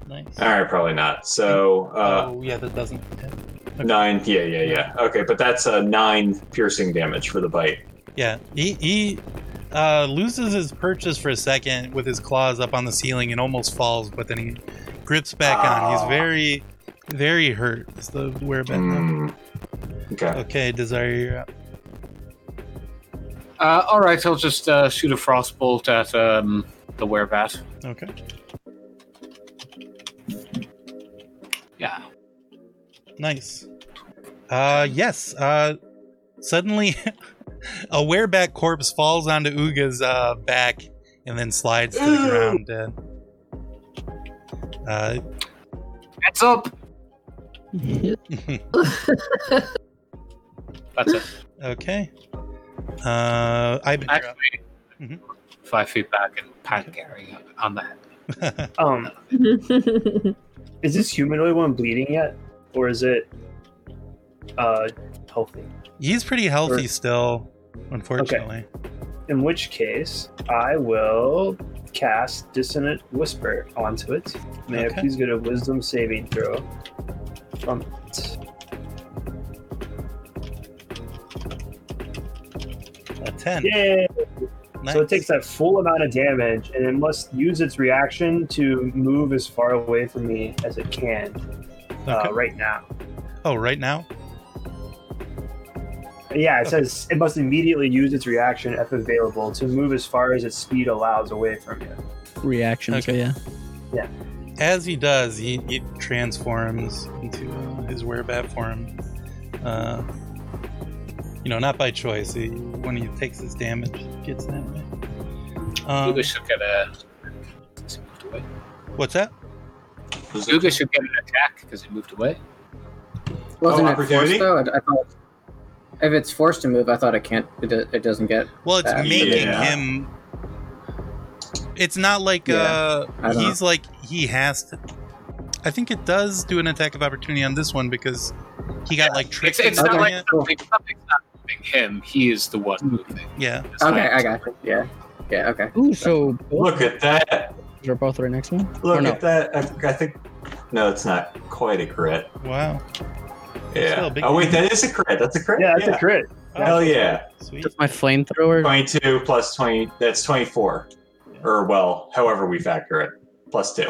Nice. All right. Probably not. So uh, oh, yeah, that doesn't hit. okay. nine. Yeah. Yeah. Yeah. Okay. But that's uh, nine piercing damage for the bite. Yeah, he he uh, loses his purchase for a second with his claws up on the ceiling and almost falls, but then he grips back on. He's Ah. very, very hurt. Is the whereabouts? Hmm. Okay. Okay, desire you're up. Uh, all right, I'll just uh, shoot a frostbolt at um, the werebat. Okay, Yeah. nice. Uh, yes. Uh, suddenly, <laughs> a wereback corpse falls onto Uga's uh, back and then slides to the Ew. ground dead. Uh, <laughs> That's up. <laughs> That's it. okay. Uh, I. Actually, Mhm. five feet back and pat Gary on the head. Um, is this humanoid one bleeding yet, or is it uh healthy? <laughs> He's pretty healthy still, unfortunately. In which case, I will cast Dissonant Whisper onto it. May Okay. I please get a Wisdom saving throw from it? A 10. Yay! Nice. So it takes uh, that full amount of damage, and it must use its reaction to move as far away from me as it can Okay. uh, right now. Oh, right now? Yeah, it says it must immediately use its reaction, if available, to move as far as its speed allows away from you. <laughs> Reaction. So Okay. yeah. As he does, he, he transforms into uh, his werebat form. Uh, you know, not by choice. He, when he takes his damage, he gets that way. Um, Luga should get a. what's that? Was it- Luga should get an attack because he moved away. Wasn't Oh, it forced opportunity? though? I, I thought if it's forced to move, I thought it can't. It, do- it doesn't get. Well, it's Uh, making yeah. him. It's not like uh, I don't he's like he has to. I think it does do an attack of opportunity on this one because he got like It's, tricked. it's into not Okay. doing it. like something, something's not moving him. He is the one moving. yeah. It's Okay, fine. I got you. Yeah. Yeah, okay. Ooh, so both Look at that. are both right next to me. Look Or no. at that. I, I think. No, it's not quite a crit. Wow. Still a Yeah. big Oh, wait, crit. that is a crit. That's a crit. Yeah, that's a crit. Hell yeah. Sweet. Just my flamethrower. 22 plus 20. That's 24. Or, well, however we factor it. Plus two.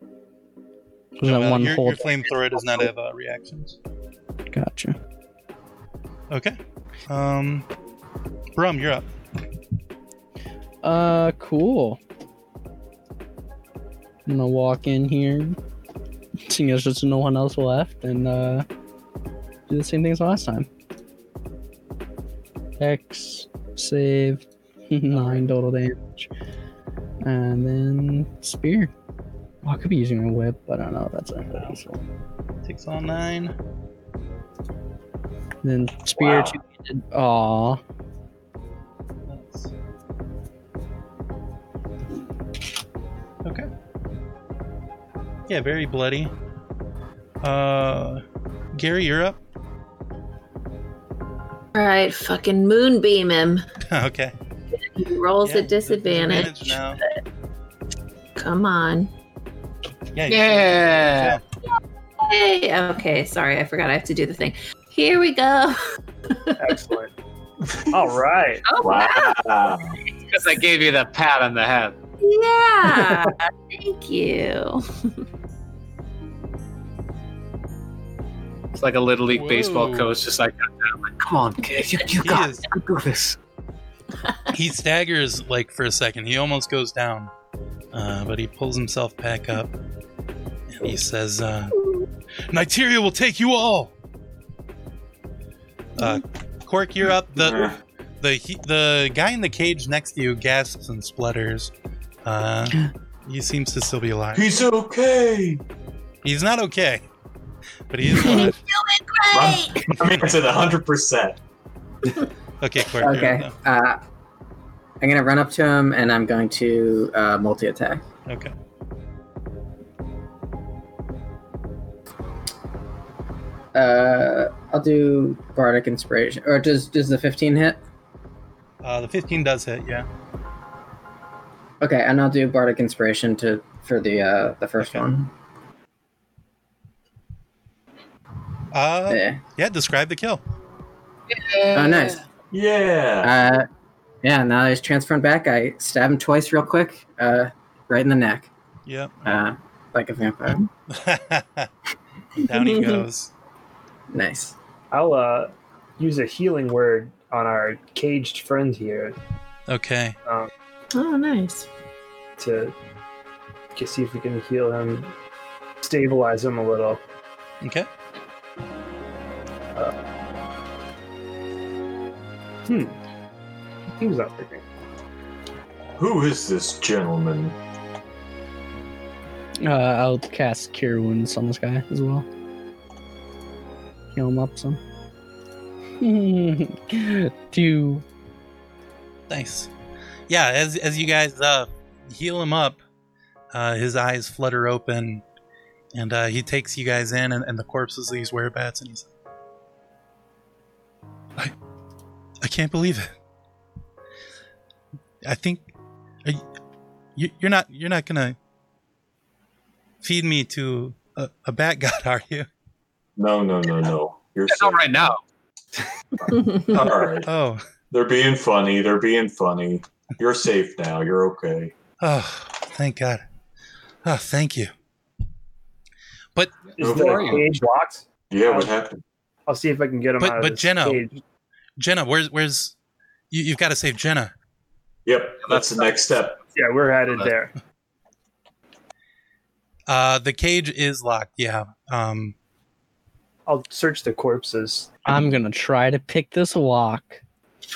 Was that Well, one your, hold? your flamethrower does not have uh, reactions. Gotcha. Okay. Um, Brum, you're up. Uh, cool. I'm gonna walk in here, <laughs> seeing as there's no one else left, and uh, do the same thing as last time. X save <laughs> nine total damage, and then spear. Oh, I could be using my whip, but I don't know. If that's a useful. Takes all nine. Then spear Wow. two handed. Aw, That's... Okay. Yeah, very bloody. Uh, Gary, you're up. <laughs> All right, fucking moonbeam him. okay. He rolls Yeah, at disadvantage. disadvantage <laughs> now. Come on. Yeah. you- Yeah. Hey, okay, sorry, I forgot I have to do the thing. Here we go. Excellent. <laughs> All right. Oh, <laughs> Wow. Because I gave you the pat on the head. Yeah, thank you. It's like a little league baseball Whoa. coach, just like, come on, kid, you, you He got is- it. You do this. he staggers like for a second. He almost goes down, uh, but he pulls himself back up, and he says, uh, "Niteria will take you all." Uh, Cork, you're up. The Yeah. the he, the guy in the cage next to you gasps and splutters. Uh, he seems to still be alive. He's okay. He's not okay, but he is alive. Run, Great. run into the 100%. Okay, Cork. you're Okay. up Uh, I'm gonna run up to him and I'm going to uh, multi attack. now. okay. Uh, I'll do bardic inspiration, or does does the 15 hit? Uh, the 15 does hit. Yeah. Okay, and I'll do bardic inspiration to for the uh, the first Okay. one. Uh, Yeah. yeah. Describe the kill. Oh, nice. Yeah. Uh, yeah. Now that he's transformed back. I stab him twice, real quick, uh, right in the neck, Yep. <laughs> uh, like a vampire. Down he goes. Nice. I'll uh, use a healing word on our caged friend here Okay. Oh, nice. to to see if we can heal him, stabilize him a little. Okay. Hmm. Things not working. Who is this gentleman? uh, I'll cast Cure Wounds on this guy as well. Heal him up some. <laughs> Do Nice. Yeah, as as you guys uh, heal him up, uh, his eyes flutter open, and uh, he takes you guys in, and, and the corpses of these werebats, and he's like, I, I can't believe it. I think, are you- you, you're not you're not gonna feed me to a, a bat god, <laughs> are you? No, no, no, no. You're It's all safe. right now. All right. Oh, They're being funny. They're being funny. You're safe now. You're okay. oh, thank God. Oh, thank you. Is Who are the you? cage locked? Yeah, what happened? I'll see if I can get him But- out of but this Jenna- cage. Jenna, where's where's you, you've got to save Jenna. Yep, that's the next step. Yeah, we're headed there. Uh, the cage is locked. Yeah. Um, I'll search the corpses. I'm gonna try to pick this lock.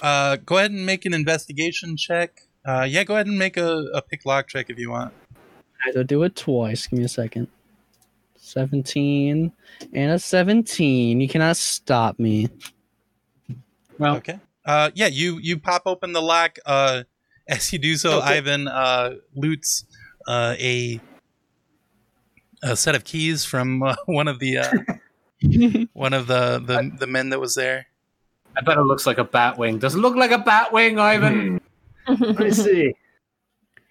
uh, go ahead and make an investigation check. Uh, yeah, go ahead and make a, a pick lock check if you want. I had to do it twice. Give me a second. 17 and a 17. You cannot stop me. Well, Okay. Uh, <laughs> yeah, you you pop open the lock. Uh, As you do so, Ivan uh, loots uh, a a set of keys from uh, <laughs> one of the uh, Hmm. one of the, the the men that was there. I bet it looks like a bat wing. Does it look like a bat wing, Ivan? Hmm, Let <laughs> <laughs> me see.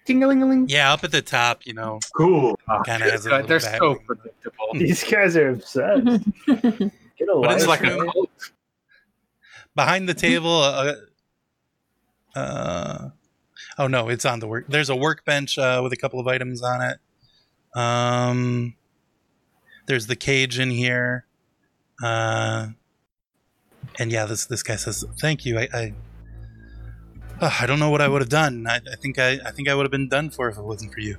Ting-a-ling-a-ling. Yeah, up at the top, you know, cool. Oh, Kinda good has a God, little They're bat so wing. predictable. These guys are <laughs> obsessed. Get a But it's life, like man. a, behind the table. Uh, uh, oh no, it's on the work. There's a workbench uh, with a couple of items on it. Um, there's the cage in here. Uh, and yeah, this this guy says, "Thank you." I I, Ah, I don't know what I would have done. I, I think I I think I would have been done for if it wasn't for you.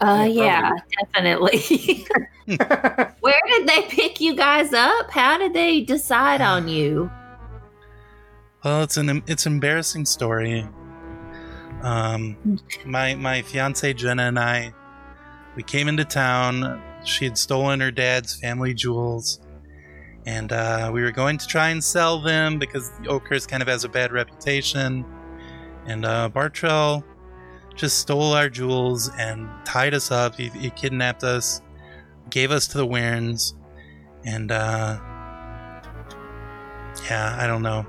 Uh, yeah, Yeah, <laughs> <laughs> definitely. Where did they pick you guys up? How did they decide <sighs> on you? Well, it's an it's embarrassing story. Um, my my fiance Jenna and I, we came into town. She had stolen her dad's family jewels, and uh, we were going to try and sell them because Oakhurst kind of has a bad reputation. And uh, Bartrell just stole our jewels and tied us up. He, he kidnapped us, gave us to the Weirns, and uh, yeah, I don't know.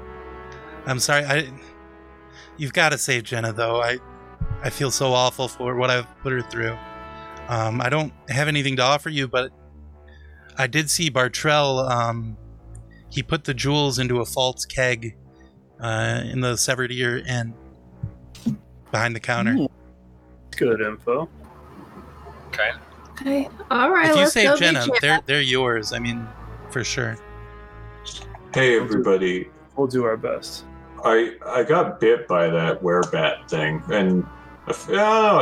I'm sorry. I you've got to save Jenna though. I I feel so awful for what I've put her through. Um, I don't have anything to offer you, but I did see Bartrell. Um, he put the jewels into a false keg uh, in the severed ear and behind the counter. Good info. Okay. All right. if you let's go save get Jenna, Jenna. they're they're yours. I mean, for sure. Hey, everybody. We'll do our best. I I got bit by that werebat thing, and I, f- I don't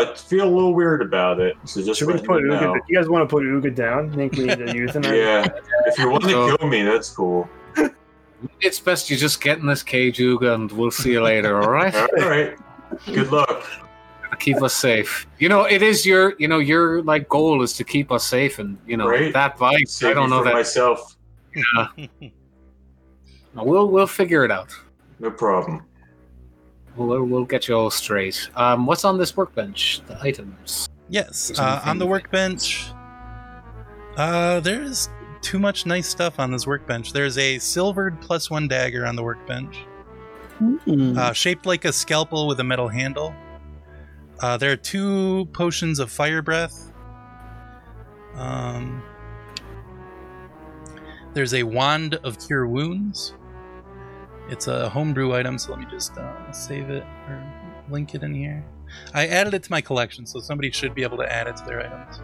know, I feel a little weird about it. So just Should we let put you know. Uga? You guys want to put Uga down? I think we <laughs> need to euthanize. Yeah, if you want <laughs> So- to kill me, that's cool. It's best you just get in this cage, Uga, and we'll see you later, all <laughs> right? All right. Good luck. keep us safe. You know, it is your, you know, your like goal is to keep us safe, and you know Right. that vice. I Save don't me know for that. myself. We'll we'll figure it out. No problem. We'll we'll get you all straight. Um, what's on this workbench? The items. Yes, There's uh, on anything- the workbench. Uh, there's too much nice stuff on this workbench. There's a silvered plus one dagger on the workbench, uh, shaped like a scalpel with a metal handle. Uh, there are two potions of fire breath. Um, there's a wand of cure wounds. It's a homebrew item, so let me just uh, save it or link it in here. I added it to my collection, so somebody should be able to add it to their items.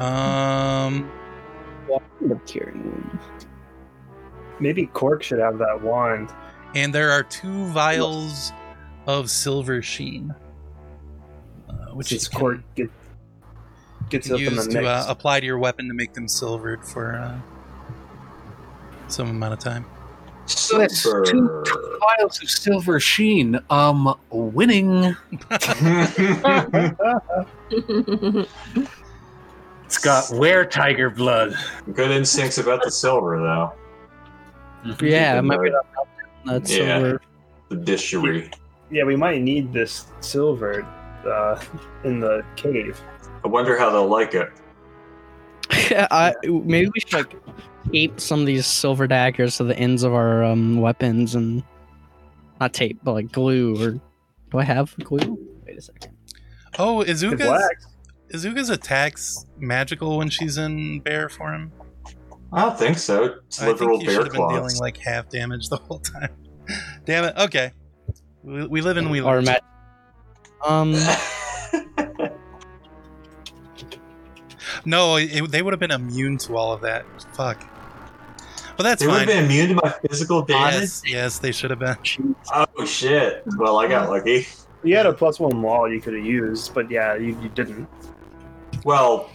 Um, Maybe Cork should have that wand. and there are two vials of silver sheen, uh, which Since is Cork get, gets up in the used mix. to uh, apply to your weapon to make them silvered for uh, some amount of time. So <laughs> that's two Super. vials of silver sheen. Um, winning. I'm <laughs> It's got wear tiger blood. Good instincts about the silver, though. Yeah, Even it might be though that's Yeah. silver. the dishery. yeah, we might need this silver uh, <laughs> in the cave. I wonder how they'll like it. <laughs> I, maybe we should like tape some of these silver daggers to the ends of our um, weapons and not tape, but like glue or do I have glue? Wait a second. Oh, The Izuka's blacks. Izuka's attacks magical when she's in bear form. I don't think so. It's I literal think you should bear have been dealing claws. like half damage the whole time. <laughs> Damn it. Okay, we, we live and we Or learn. ma- um, <laughs> No, it, they would have been immune to all of that. Fuck. Well, that's they would fine. have been immune to my physical damage. yes, yes, they should have been. Oh shit! Well, I got lucky. You had a plus one wall you could have used, but yeah, you, you didn't. Well,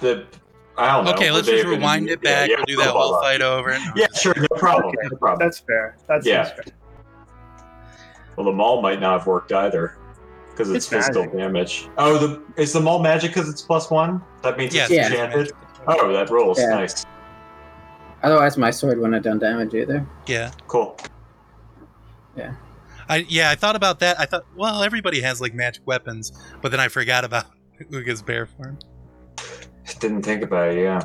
the I don't know. Okay, Would let's they just have been rewind immune- it back. Yeah, yeah, we'll do that blah, blah, whole blah. fight over. and- Yeah, sure, no problem. Okay. No problem. Oh, That's fair. That's Yeah. that's fair. Well, the mall might not have worked either because it's, It's physical magic. damage. Oh, the is the mall magic because it's plus one? That means Yes, it's yeah. enchanted. Oh, that rolls Yeah. nice. Otherwise, my sword wouldn't have done damage either. Yeah. Cool. I yeah, I thought about that. I thought, well, everybody has like magic weapons, but then I forgot about <laughs> Uga's bear form. Just didn't think about it, yeah.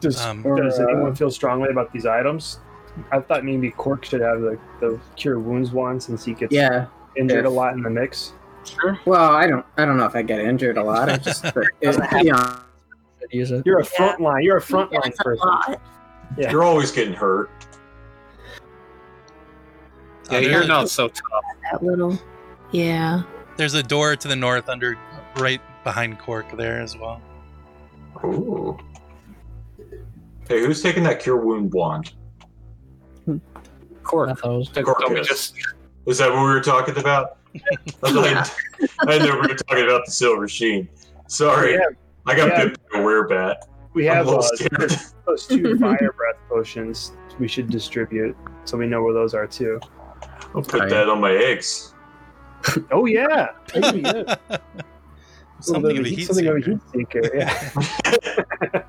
Does, Um, Or, does anyone uh, feel strongly about these items? I thought maybe Cork should have the, the cure wounds one since he gets Yeah. injured a if- lot in the mix. Sure. Well, I don't. I don't know if I get injured a lot. I <laughs> just. But it, you know, Could use it. You're a Yeah. front line. You're a front line That's a person. lot. Yeah. You're always getting hurt. Yeah, Uh, you're there's, not so tough. That little. Yeah. there's a door to the north under right behind Cork there as well. Ooh. Hey, who's taking that cure wound wand? I Cork. thought it was- Don't, Cork don't we is. just Is that what we were talking <laughs> about? I thought- I know we were talking about the silver sheen. Sorry, Yeah, I got yeah. bit by a werebat. we I'm have a uh, little scared. <laughs> those two fire breath potions we should distribute so we know where those are too. I'll put Right. that on my eggs. Oh yeah, oh, yeah. Something of a heat something of a seeker. heat seeker. Yeah.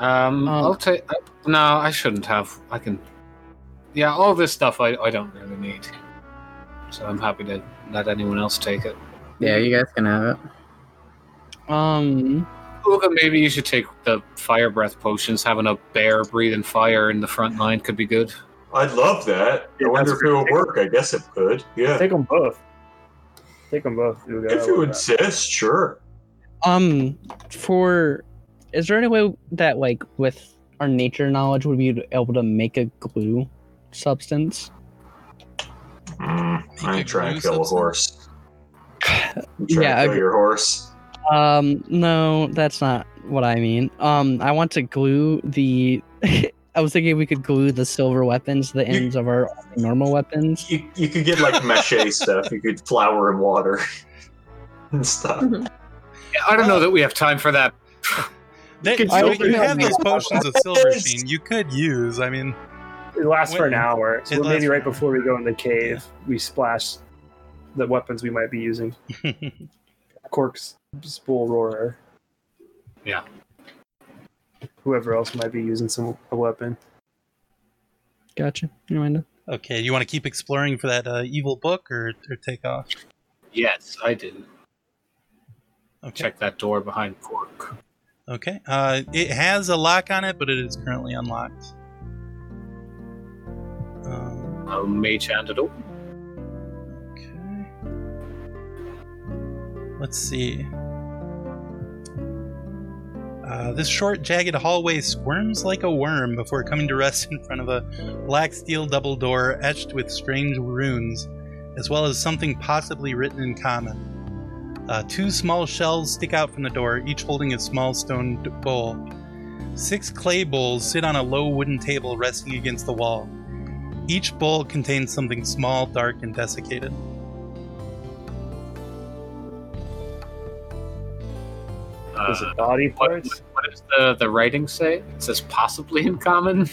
Um, Um, I'll take. No, I shouldn't have. I can. Yeah, all this stuff I, I don't really need. So I'm happy to let anyone else take it. yeah, you guys can have it. Um, Uga, maybe you should take the fire breath potions. Having a bear breathing fire in the front line could be good. I'd love that. Yeah, I wonder that's if it would pretty work. I guess it could. Yeah. Take them both. Take them both. Uga. If you insist, sure. um, for is there any way that like with our nature knowledge would we be able to make a glue substance? Mm, I You ain't trying do to kill a something. horse. You trying Yeah, to I kill agree. your horse. Um, no, that's not what I mean. Um, I want to glue the. <laughs> I was thinking we could glue the silver weapons to the You- ends of our normal weapons. You, you could get like <laughs> mache stuff. You could flour and water and stuff. Yeah, I don't know that we have time for that. They, could I mean, silver you it. have those potions of silver sheen you could use. I mean, It lasts for an Wait, hour. So it lasts maybe for right an hour. before we go in the cave, we splash the weapons we might be using. Cork's spool roarer. Yeah. Whoever else might be using some a weapon. Gotcha. You mind? okay, you want to keep exploring for that uh, evil book or, or take off? Yes, I do. Okay. Check that door behind Cork. Okay. Uh, it has a lock on it, but it is currently unlocked. Um, I'll mage hand it open. okay. Let's see. Uh, this short, jagged hallway squirms like a worm before coming to rest in front of a black steel double door etched with strange runes, as well as something possibly written in common. Uh, two small shelves stick out from the door, each holding a small stone d- bowl. Six clay bowls sit on a low wooden table resting against the wall. Each bowl contains something small, dark, and desiccated. Is Uh, it body what, parts? what does the, the writing say? It says possibly in common.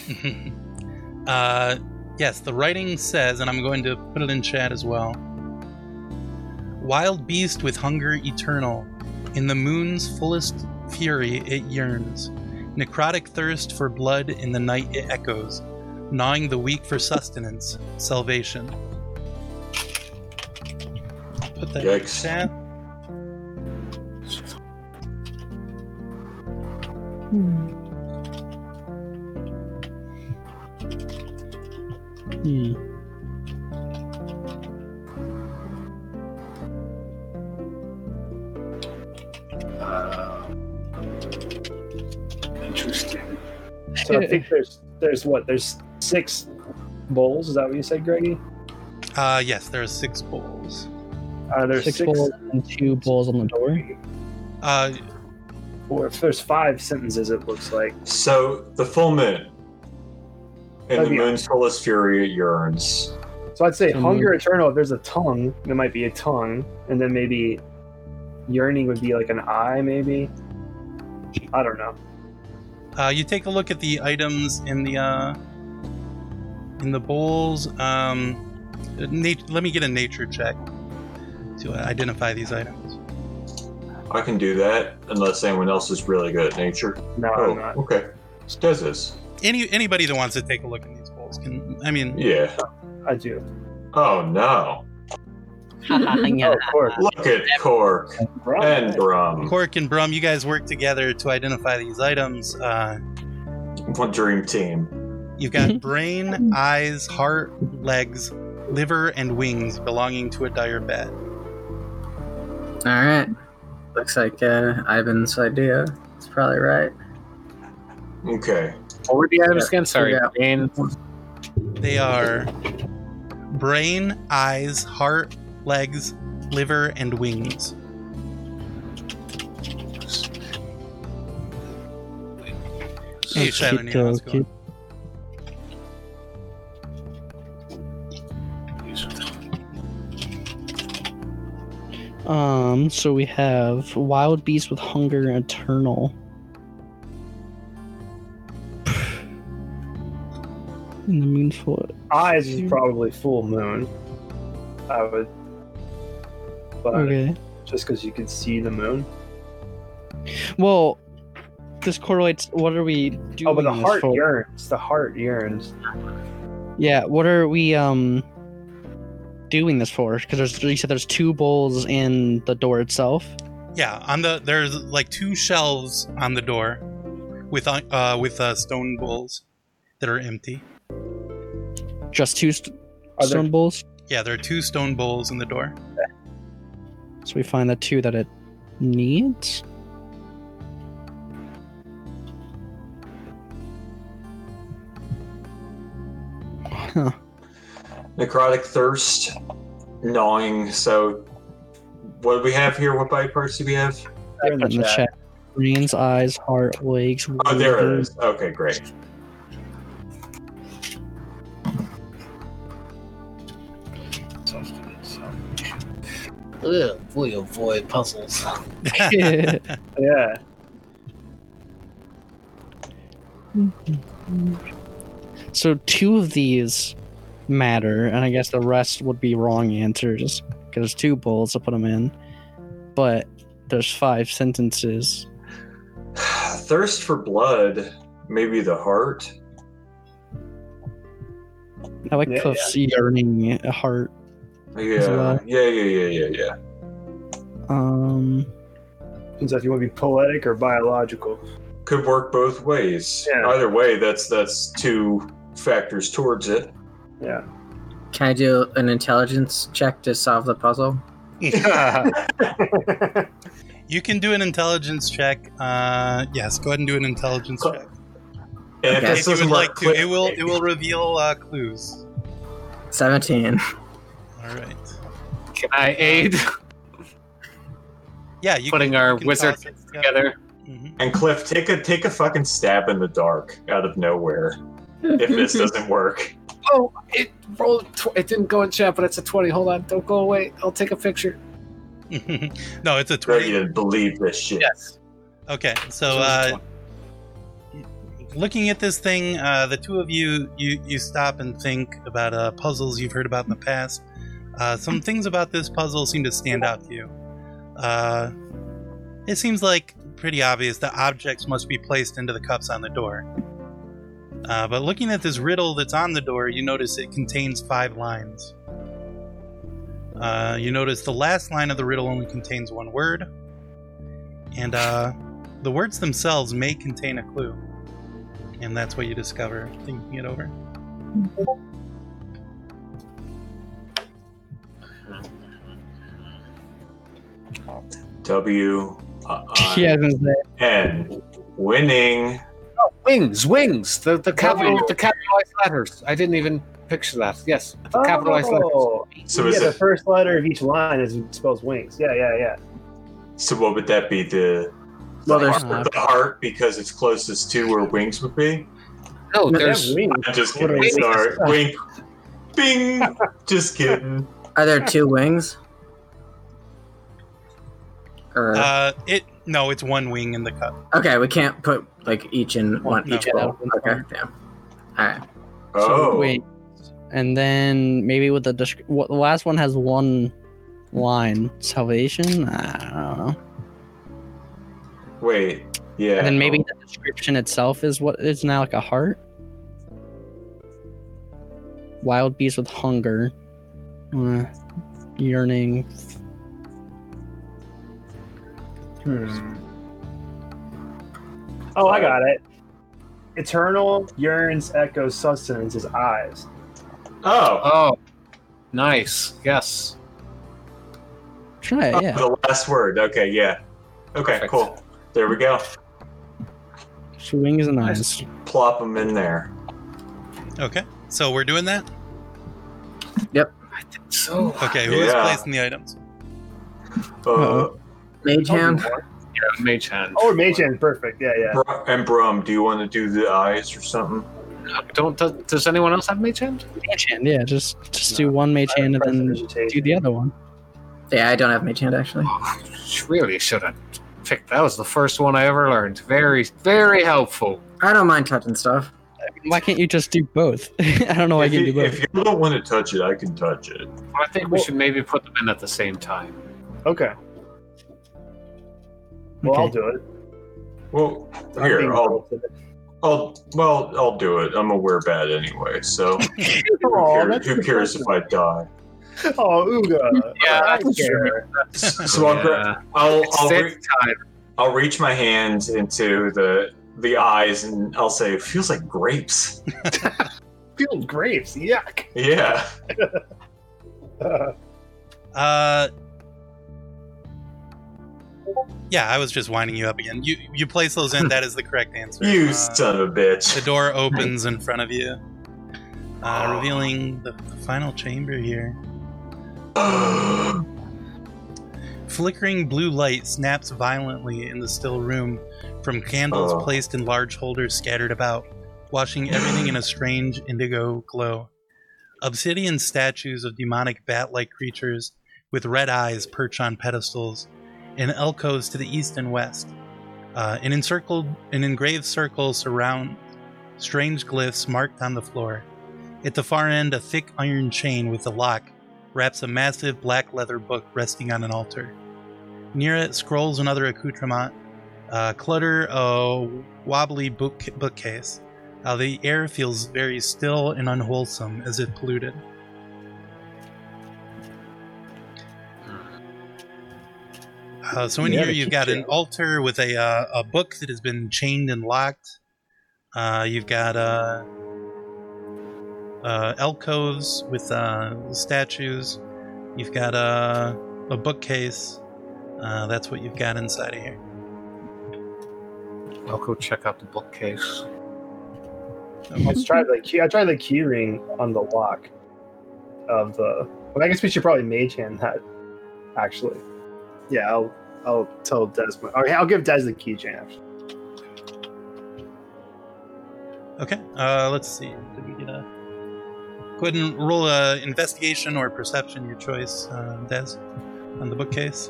<laughs> uh, yes, the writing says, and I'm going to put it in chat as well. Wild beast with hunger eternal, in the moon's fullest fury it yearns. Necrotic thirst for blood in the night it echoes, gnawing the weak for sustenance, salvation. Put that in Yikes. chat. Hmm. Uh, interesting. So <laughs> I think there's there's what there's six bowls. Is that what you said, Greggy? Uh, yes, there are six bowls. Uh, there's Six, six. bowls and two bowls on the door. Uh, Or if there's five sentences, it looks like. So the full moon. And That'd the be- moon's fullest fury it yearns. So I'd say So hunger eternal. If there's a tongue, there might be a tongue, and then maybe yearning would be like an eye, maybe. I don't know. Uh, you take a look at the items in the uh, in the bowls. Um, nat- let me get a nature check to identify these items. I can do that unless anyone else is really good at nature. No, Oh, I'm not. okay. Stezis. Any anybody that wants to take a look at these bowls. It's con- I mean, Yeah. I do. Oh no. <laughs> Oh, of course. Look at Cork and Brum. Cork and Brum, you guys work together to identify these items. Uh, One dream team. you've got brain, eyes, heart, legs, liver, and wings belonging to a dire bat. All right. Looks like uh, Ivan's idea. It's probably right. Okay. What were the items again? Sorry. Yeah. Brain, They are brain, eyes, heart, legs, liver, and wings. Oh, Hey, Shiloh, Neil, how's it going? Um, so we have wild beast with hunger and eternal. In the moonfall. Eyes is probably full moon. I would. But Okay. just because you can see the moon. Well, this correlates. What are we doing? Oh, but the this heart for? yearns. The heart yearns. Yeah. What are we um doing this for? Because there's you said there's two bowls in the door itself. Yeah, on the there's like two shelves on the door with uh with uh, stone bowls that are empty. Just two st- Are stone there, bowls. Yeah, there are two stone bowls in the door. So we find the two that it needs. Huh. Necrotic thirst, gnawing. So, what do we have here? What body parts do we have? they're in the in the chat. chat. Brains, eyes, heart, legs. Oh, there liver. it is. Okay, great. <sighs> Ugh, boy, oh boy, puzzles. Yeah. <laughs> so two of these matter, and I guess the rest would be wrong answers because there's two bowls to put them in, but there's five sentences. Thirst for blood, maybe the heart. I like Yeah, Cliff's yearning heart. Yeah, well. yeah, yeah, yeah, yeah, yeah. Um, <laughs> Depends if you want to be poetic or <laughs> biological. Could work both ways. Yeah. Either way, that's that's two factors towards it. Yeah. Can I do an intelligence check to solve the puzzle? You can do an intelligence check. Uh, yes, go ahead and do an intelligence Cl- check. Okay. And if If this you doesn't would work, like to, it click- will it will reveal uh, clues. 17. All right. Can I aid Yeah, you <laughs> putting can, our you can wizard toss it together? Mhm. And Cliff, take a take a fucking stab in the dark out of nowhere. If <laughs> this <laughs> doesn't work, Oh, it rolled. Tw- it didn't go in chat, but it's a twenty. Hold on, don't go away. I'll take a picture. Mm-hmm. <laughs> no, it's a I twenty. didn't believe this shit. Yes. Okay, so uh, looking at this thing, uh, the two of you, you you stop and think about uh, puzzles you've heard about in the past. Uh, some things about this puzzle seem to stand out to you. Uh, it seems like pretty obvious that objects must be placed into the cups on the door. Uh, but looking at this riddle that's on the door, you notice it contains five lines. Uh, you notice the last line of the riddle only contains one word, and uh, the words themselves may contain a clue. And that's what you discover thinking it over. W I- yeah, I was gonna say, N winning. Wings, wings. The the capital, the capitalized letters. I didn't even picture that. Yes, the capitalized letters. Oh. So yeah, is the it? first letter of each line is spells wings. Yeah, yeah, yeah. So what would that be? The Well, the uh, there's- heart, the heart because it's closest to where wings would be. No, They have there's. wings. I'm just What kidding. are we- Sorry. Wink. Bing. Just kidding. Are there two wings? Or Uh, it no, it's one wing in the cup. okay, we can't put like each in one No. each bowl. Okay, damn. All right. Oh. <laughs> so wait, and then maybe with the descri- what, the last one has one line salvation. I don't know. Wait. Yeah. And then maybe the description itself is what is now like a heart. wild beast with hunger, uh, yearning. Hmm. Oh, I got it. Eternal yearns, echoes, sustenance is eyes. Oh, Oh, nice. Yes. Try it, yeah. the last word. Okay, yeah. Okay, Perfect. cool. There we go. So wings and Nice. eyes. Plop them in there. Okay, so we're doing that. So Okay, who is Yeah. placing the items? Uh, Uh-oh. Mage hand. yeah, mage hand. Oh, mage hand, perfect. Yeah, yeah. Br- and Brum, do you want to do the eyes or something? Don't does, does anyone else have mage hand? Mage hand, yeah. Just just do one mage hand and then do the other one. Yeah, I don't have mage hand actually. Really should have picked. That was the first one I ever learned. Very very helpful. I don't mind touching stuff. Why can't you just do both? <laughs> Oh, I don't know why if, you can you, do both. if you don't want to touch it, I can touch it. I think we should maybe put them in at the same time. Okay. Well, I'll Okay. do it. Well, I'm being here, I'll, told to- I'll, well, I'll do it. I'm a werebat anyway, <laughs> so who Aw, cares, that's who cares if I <laughs> die? <laughs> Oh, Uga. Yeah, I that's care. So I'll, gra- Yeah. I'll, I'll, Same re- time. I'll reach my hand into the the eyes and I'll say, it feels like grapes. <laughs> Peeled grapes. Yuck. <laughs> Yeah. Uh, yeah, I was just winding you up again. You you place those <laughs> in. That is the correct answer. You Uh, son of a The bitch. door opens in front of you, Oh. uh, revealing the, the final chamber here. <gasps> Flickering blue light snaps violently in the still room from candles Oh. placed in large holders scattered about, washing everything in a strange indigo glow. Obsidian statues of demonic bat like creatures with red eyes perch on pedestals in alcoves to the east and west. Uh, an encircled, an engraved circle surround strange glyphs marked on the floor. At the far end, a thick iron chain with a lock wraps a massive black leather book resting on an altar. Near it, scrolls and other accoutrements uh, clutter a wobbly book- bookcase. Uh, the air feels very still and unwholesome, as if polluted. Uh, so in Yeah, here, the you've got an kitchen. altar with a uh, a book that has been chained and locked. Uh, you've got uh, uh, alcoves with uh, statues. You've got uh, a bookcase. Uh, that's what you've got inside of here. I'll go check out the bookcase. I tried the key. I tried the key ring on the lock of the. Well, I guess we should probably mage hand that. Actually, yeah, I'll I'll tell Desmond. Okay, I'll give Des the key chain. Actually. Okay, uh, let's see. Did we get a? Go ahead and roll a investigation or perception, your choice, uh, Des, on the bookcase.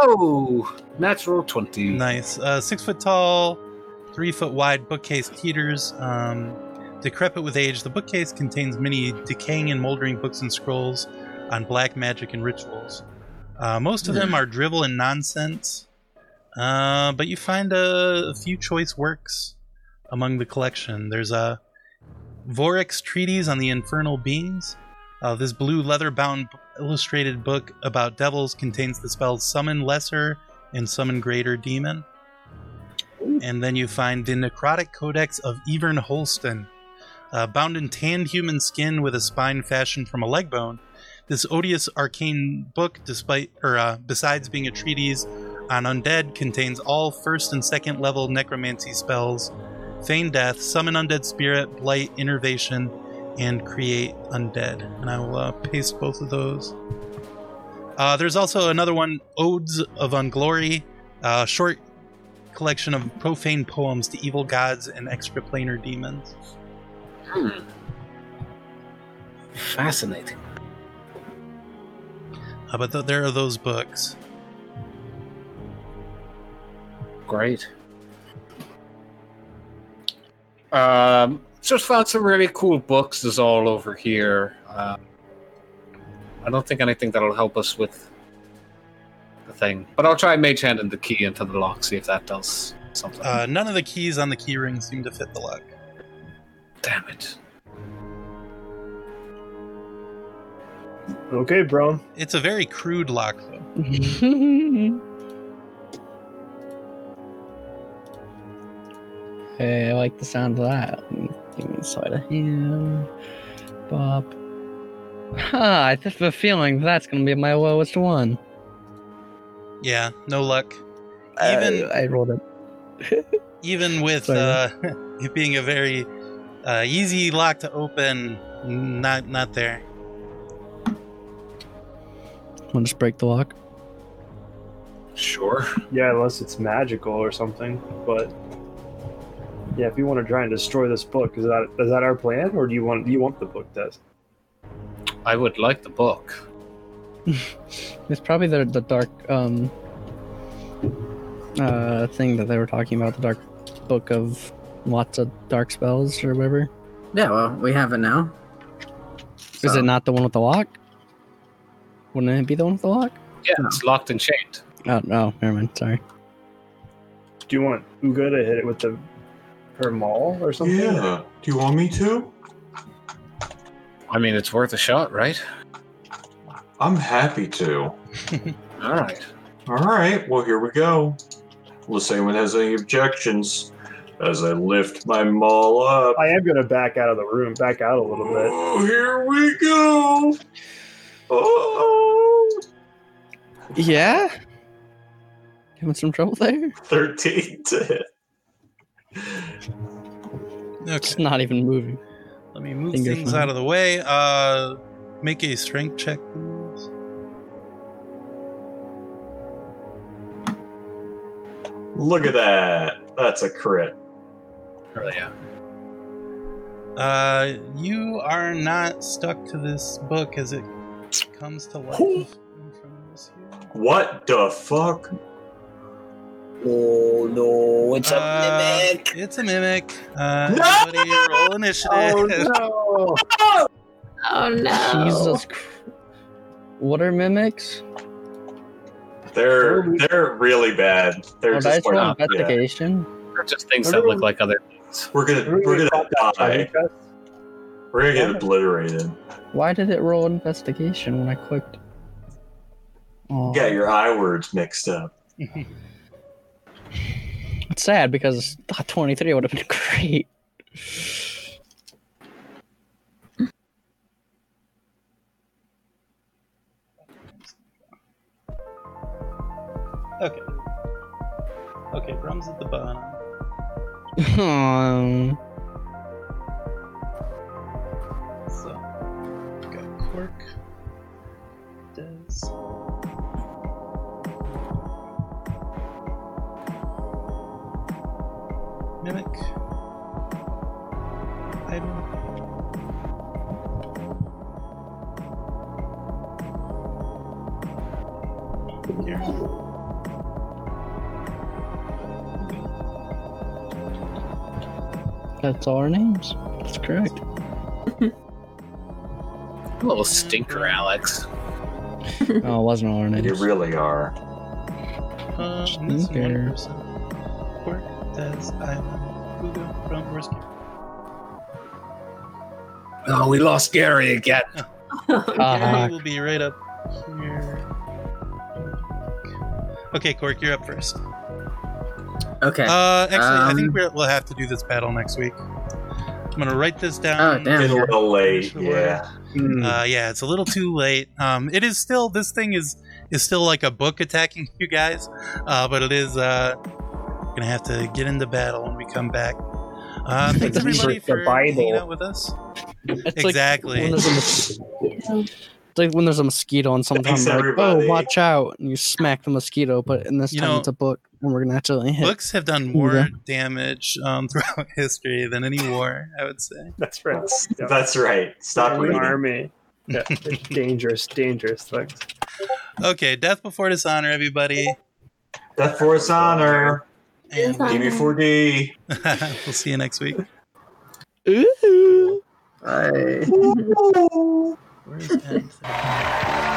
Oh, natural twenty. Nice. Uh, six foot tall, three foot wide bookcase teeters. Um, decrepit with age, the bookcase contains many decaying and moldering books and scrolls on black magic and rituals. Uh, most of them are drivel and nonsense, uh, but you find a, a few choice works among the collection. There's a Vorex treatise on the infernal beings. Uh, this blue leather-bound illustrated book about devils contains the spells summon lesser and summon greater demon. And then you find the necrotic codex of Evern Holston. Uh, bound in tanned human skin with a spine fashioned from a leg bone, this odious arcane book, despite or uh, besides being a treatise on undead, contains all first and second level necromancy spells, feign death, summon undead spirit, blight, innervation, and create undead. And I will uh, paste both of those. Uh, there's also another one, Odes of Unglory, a short collection of profane poems to evil gods and extraplanar demons. Fascinating. Uh, but th- there are those books. Great. Um, just found some really cool books. Is all over here. Um, I don't think anything that'll help us with the thing, but I'll try mage hand and the key into the lock. See if that does something. Uh, none of the keys on the key ring seem to fit the lock. Damn it! Okay, bro. It's a very crude lock, though. <laughs> hey, I like the sound of that. Give me inside of him. Bob. Ah, I just have a feeling that's gonna be my lowest one. Yeah, no luck. Uh, Even- I rolled it. Even with Sorry. uh, <laughs> it being a very uh, easy lock to open, not not there. I'm gonna just break the lock. Sure. Yeah, unless it's magical or something. But yeah, if you want to try and destroy this book, is that is that our plan, or do you want do you want the book test? I would like the book. It's probably the the dark um uh thing that they were talking about, the dark book of lots of dark spells or whatever. Yeah, well, we have it now. Is So- it not the one with the lock? Wouldn't it be the one with the lock? Yeah, it's locked and chained. Oh no, never mind. Sorry. Do you want Uga to hit it with the her maul or something? Yeah. Do you want me to? I mean, it's worth a shot, right? I'm happy to. All right. All right. Well, here we go. Unless anyone has any objections, as I lift my maul up. I am gonna back out of the room, back out a little bit. Oh, here we go. Oh, Yeah. Having some trouble there. <laughs> 13 to hit. Okay, It's not even moving. let me move Finger things fine. out of the way. Uh, make a strength check. please. Look at that. That's a crit. Oh, yeah. Uh, you are not stuck to this book as it comes to life. in front of us here. What the fuck? Oh no, it's Uh, a mimic. It's a mimic. Uh, No! everybody roll initiative. <laughs> no! Oh no. Jesus. Cr- what are mimics? They're they're really bad. They're Are dice just roll not. Yeah. Oh, investigation? They're just things that look like other things. We're gonna We're we're gonna gonna talk about die. treasure chests. We're gonna get Yeah. obliterated. Why did it roll investigation when I clicked? Oh, You got your I words mixed up. it's sad because 23 would have been <laughs> great. <laughs> Okay. Okay, Brum's at the bottom. um, So, got Cork, Des. Mimic. Item. Here. that's all our names. That's correct. A little stinker, Alex. Oh, it wasn't all our You names. really are. Uh, missing one Stinker. person. Cork, Des, Island, Hugo, Brum, Risky. Oh, we lost Gary again. Oh, Uh-huh. God. I will be right up here. Okay, Cork, you're up first. Okay. Uh, actually, I think Um, we're, we'll have to do this battle next week. I'm gonna write this oh down. damn. Getting a yeah. little late. Sure. Yeah. Hmm. Uh, yeah, it's a little too late. Um, it is still this thing is is still like a book attacking you guys, uh, but it is uh, gonna have to get into battle when we come back. Uh, thanks It's everybody the for hanging Bible. out with us. It's exactly. Like when there's a mos- it's like when there's a mosquito and sometimes Thanks, like, everybody. oh, watch out, and you smack the mosquito, but in this You time know, it's a book, and we're gonna actually <laughs> hit. Books have done more damage um, <laughs> throughout history than any war, I would say. That's right. Yeah. That's right. Stop Army, reading. Army. Yeah. dangerous, dangerous things. Okay, death before dishonor, everybody. Death for its honor. And DB4D. <laughs> we'll see you next week. Ooh. Bye. <laughs> Where's Ed?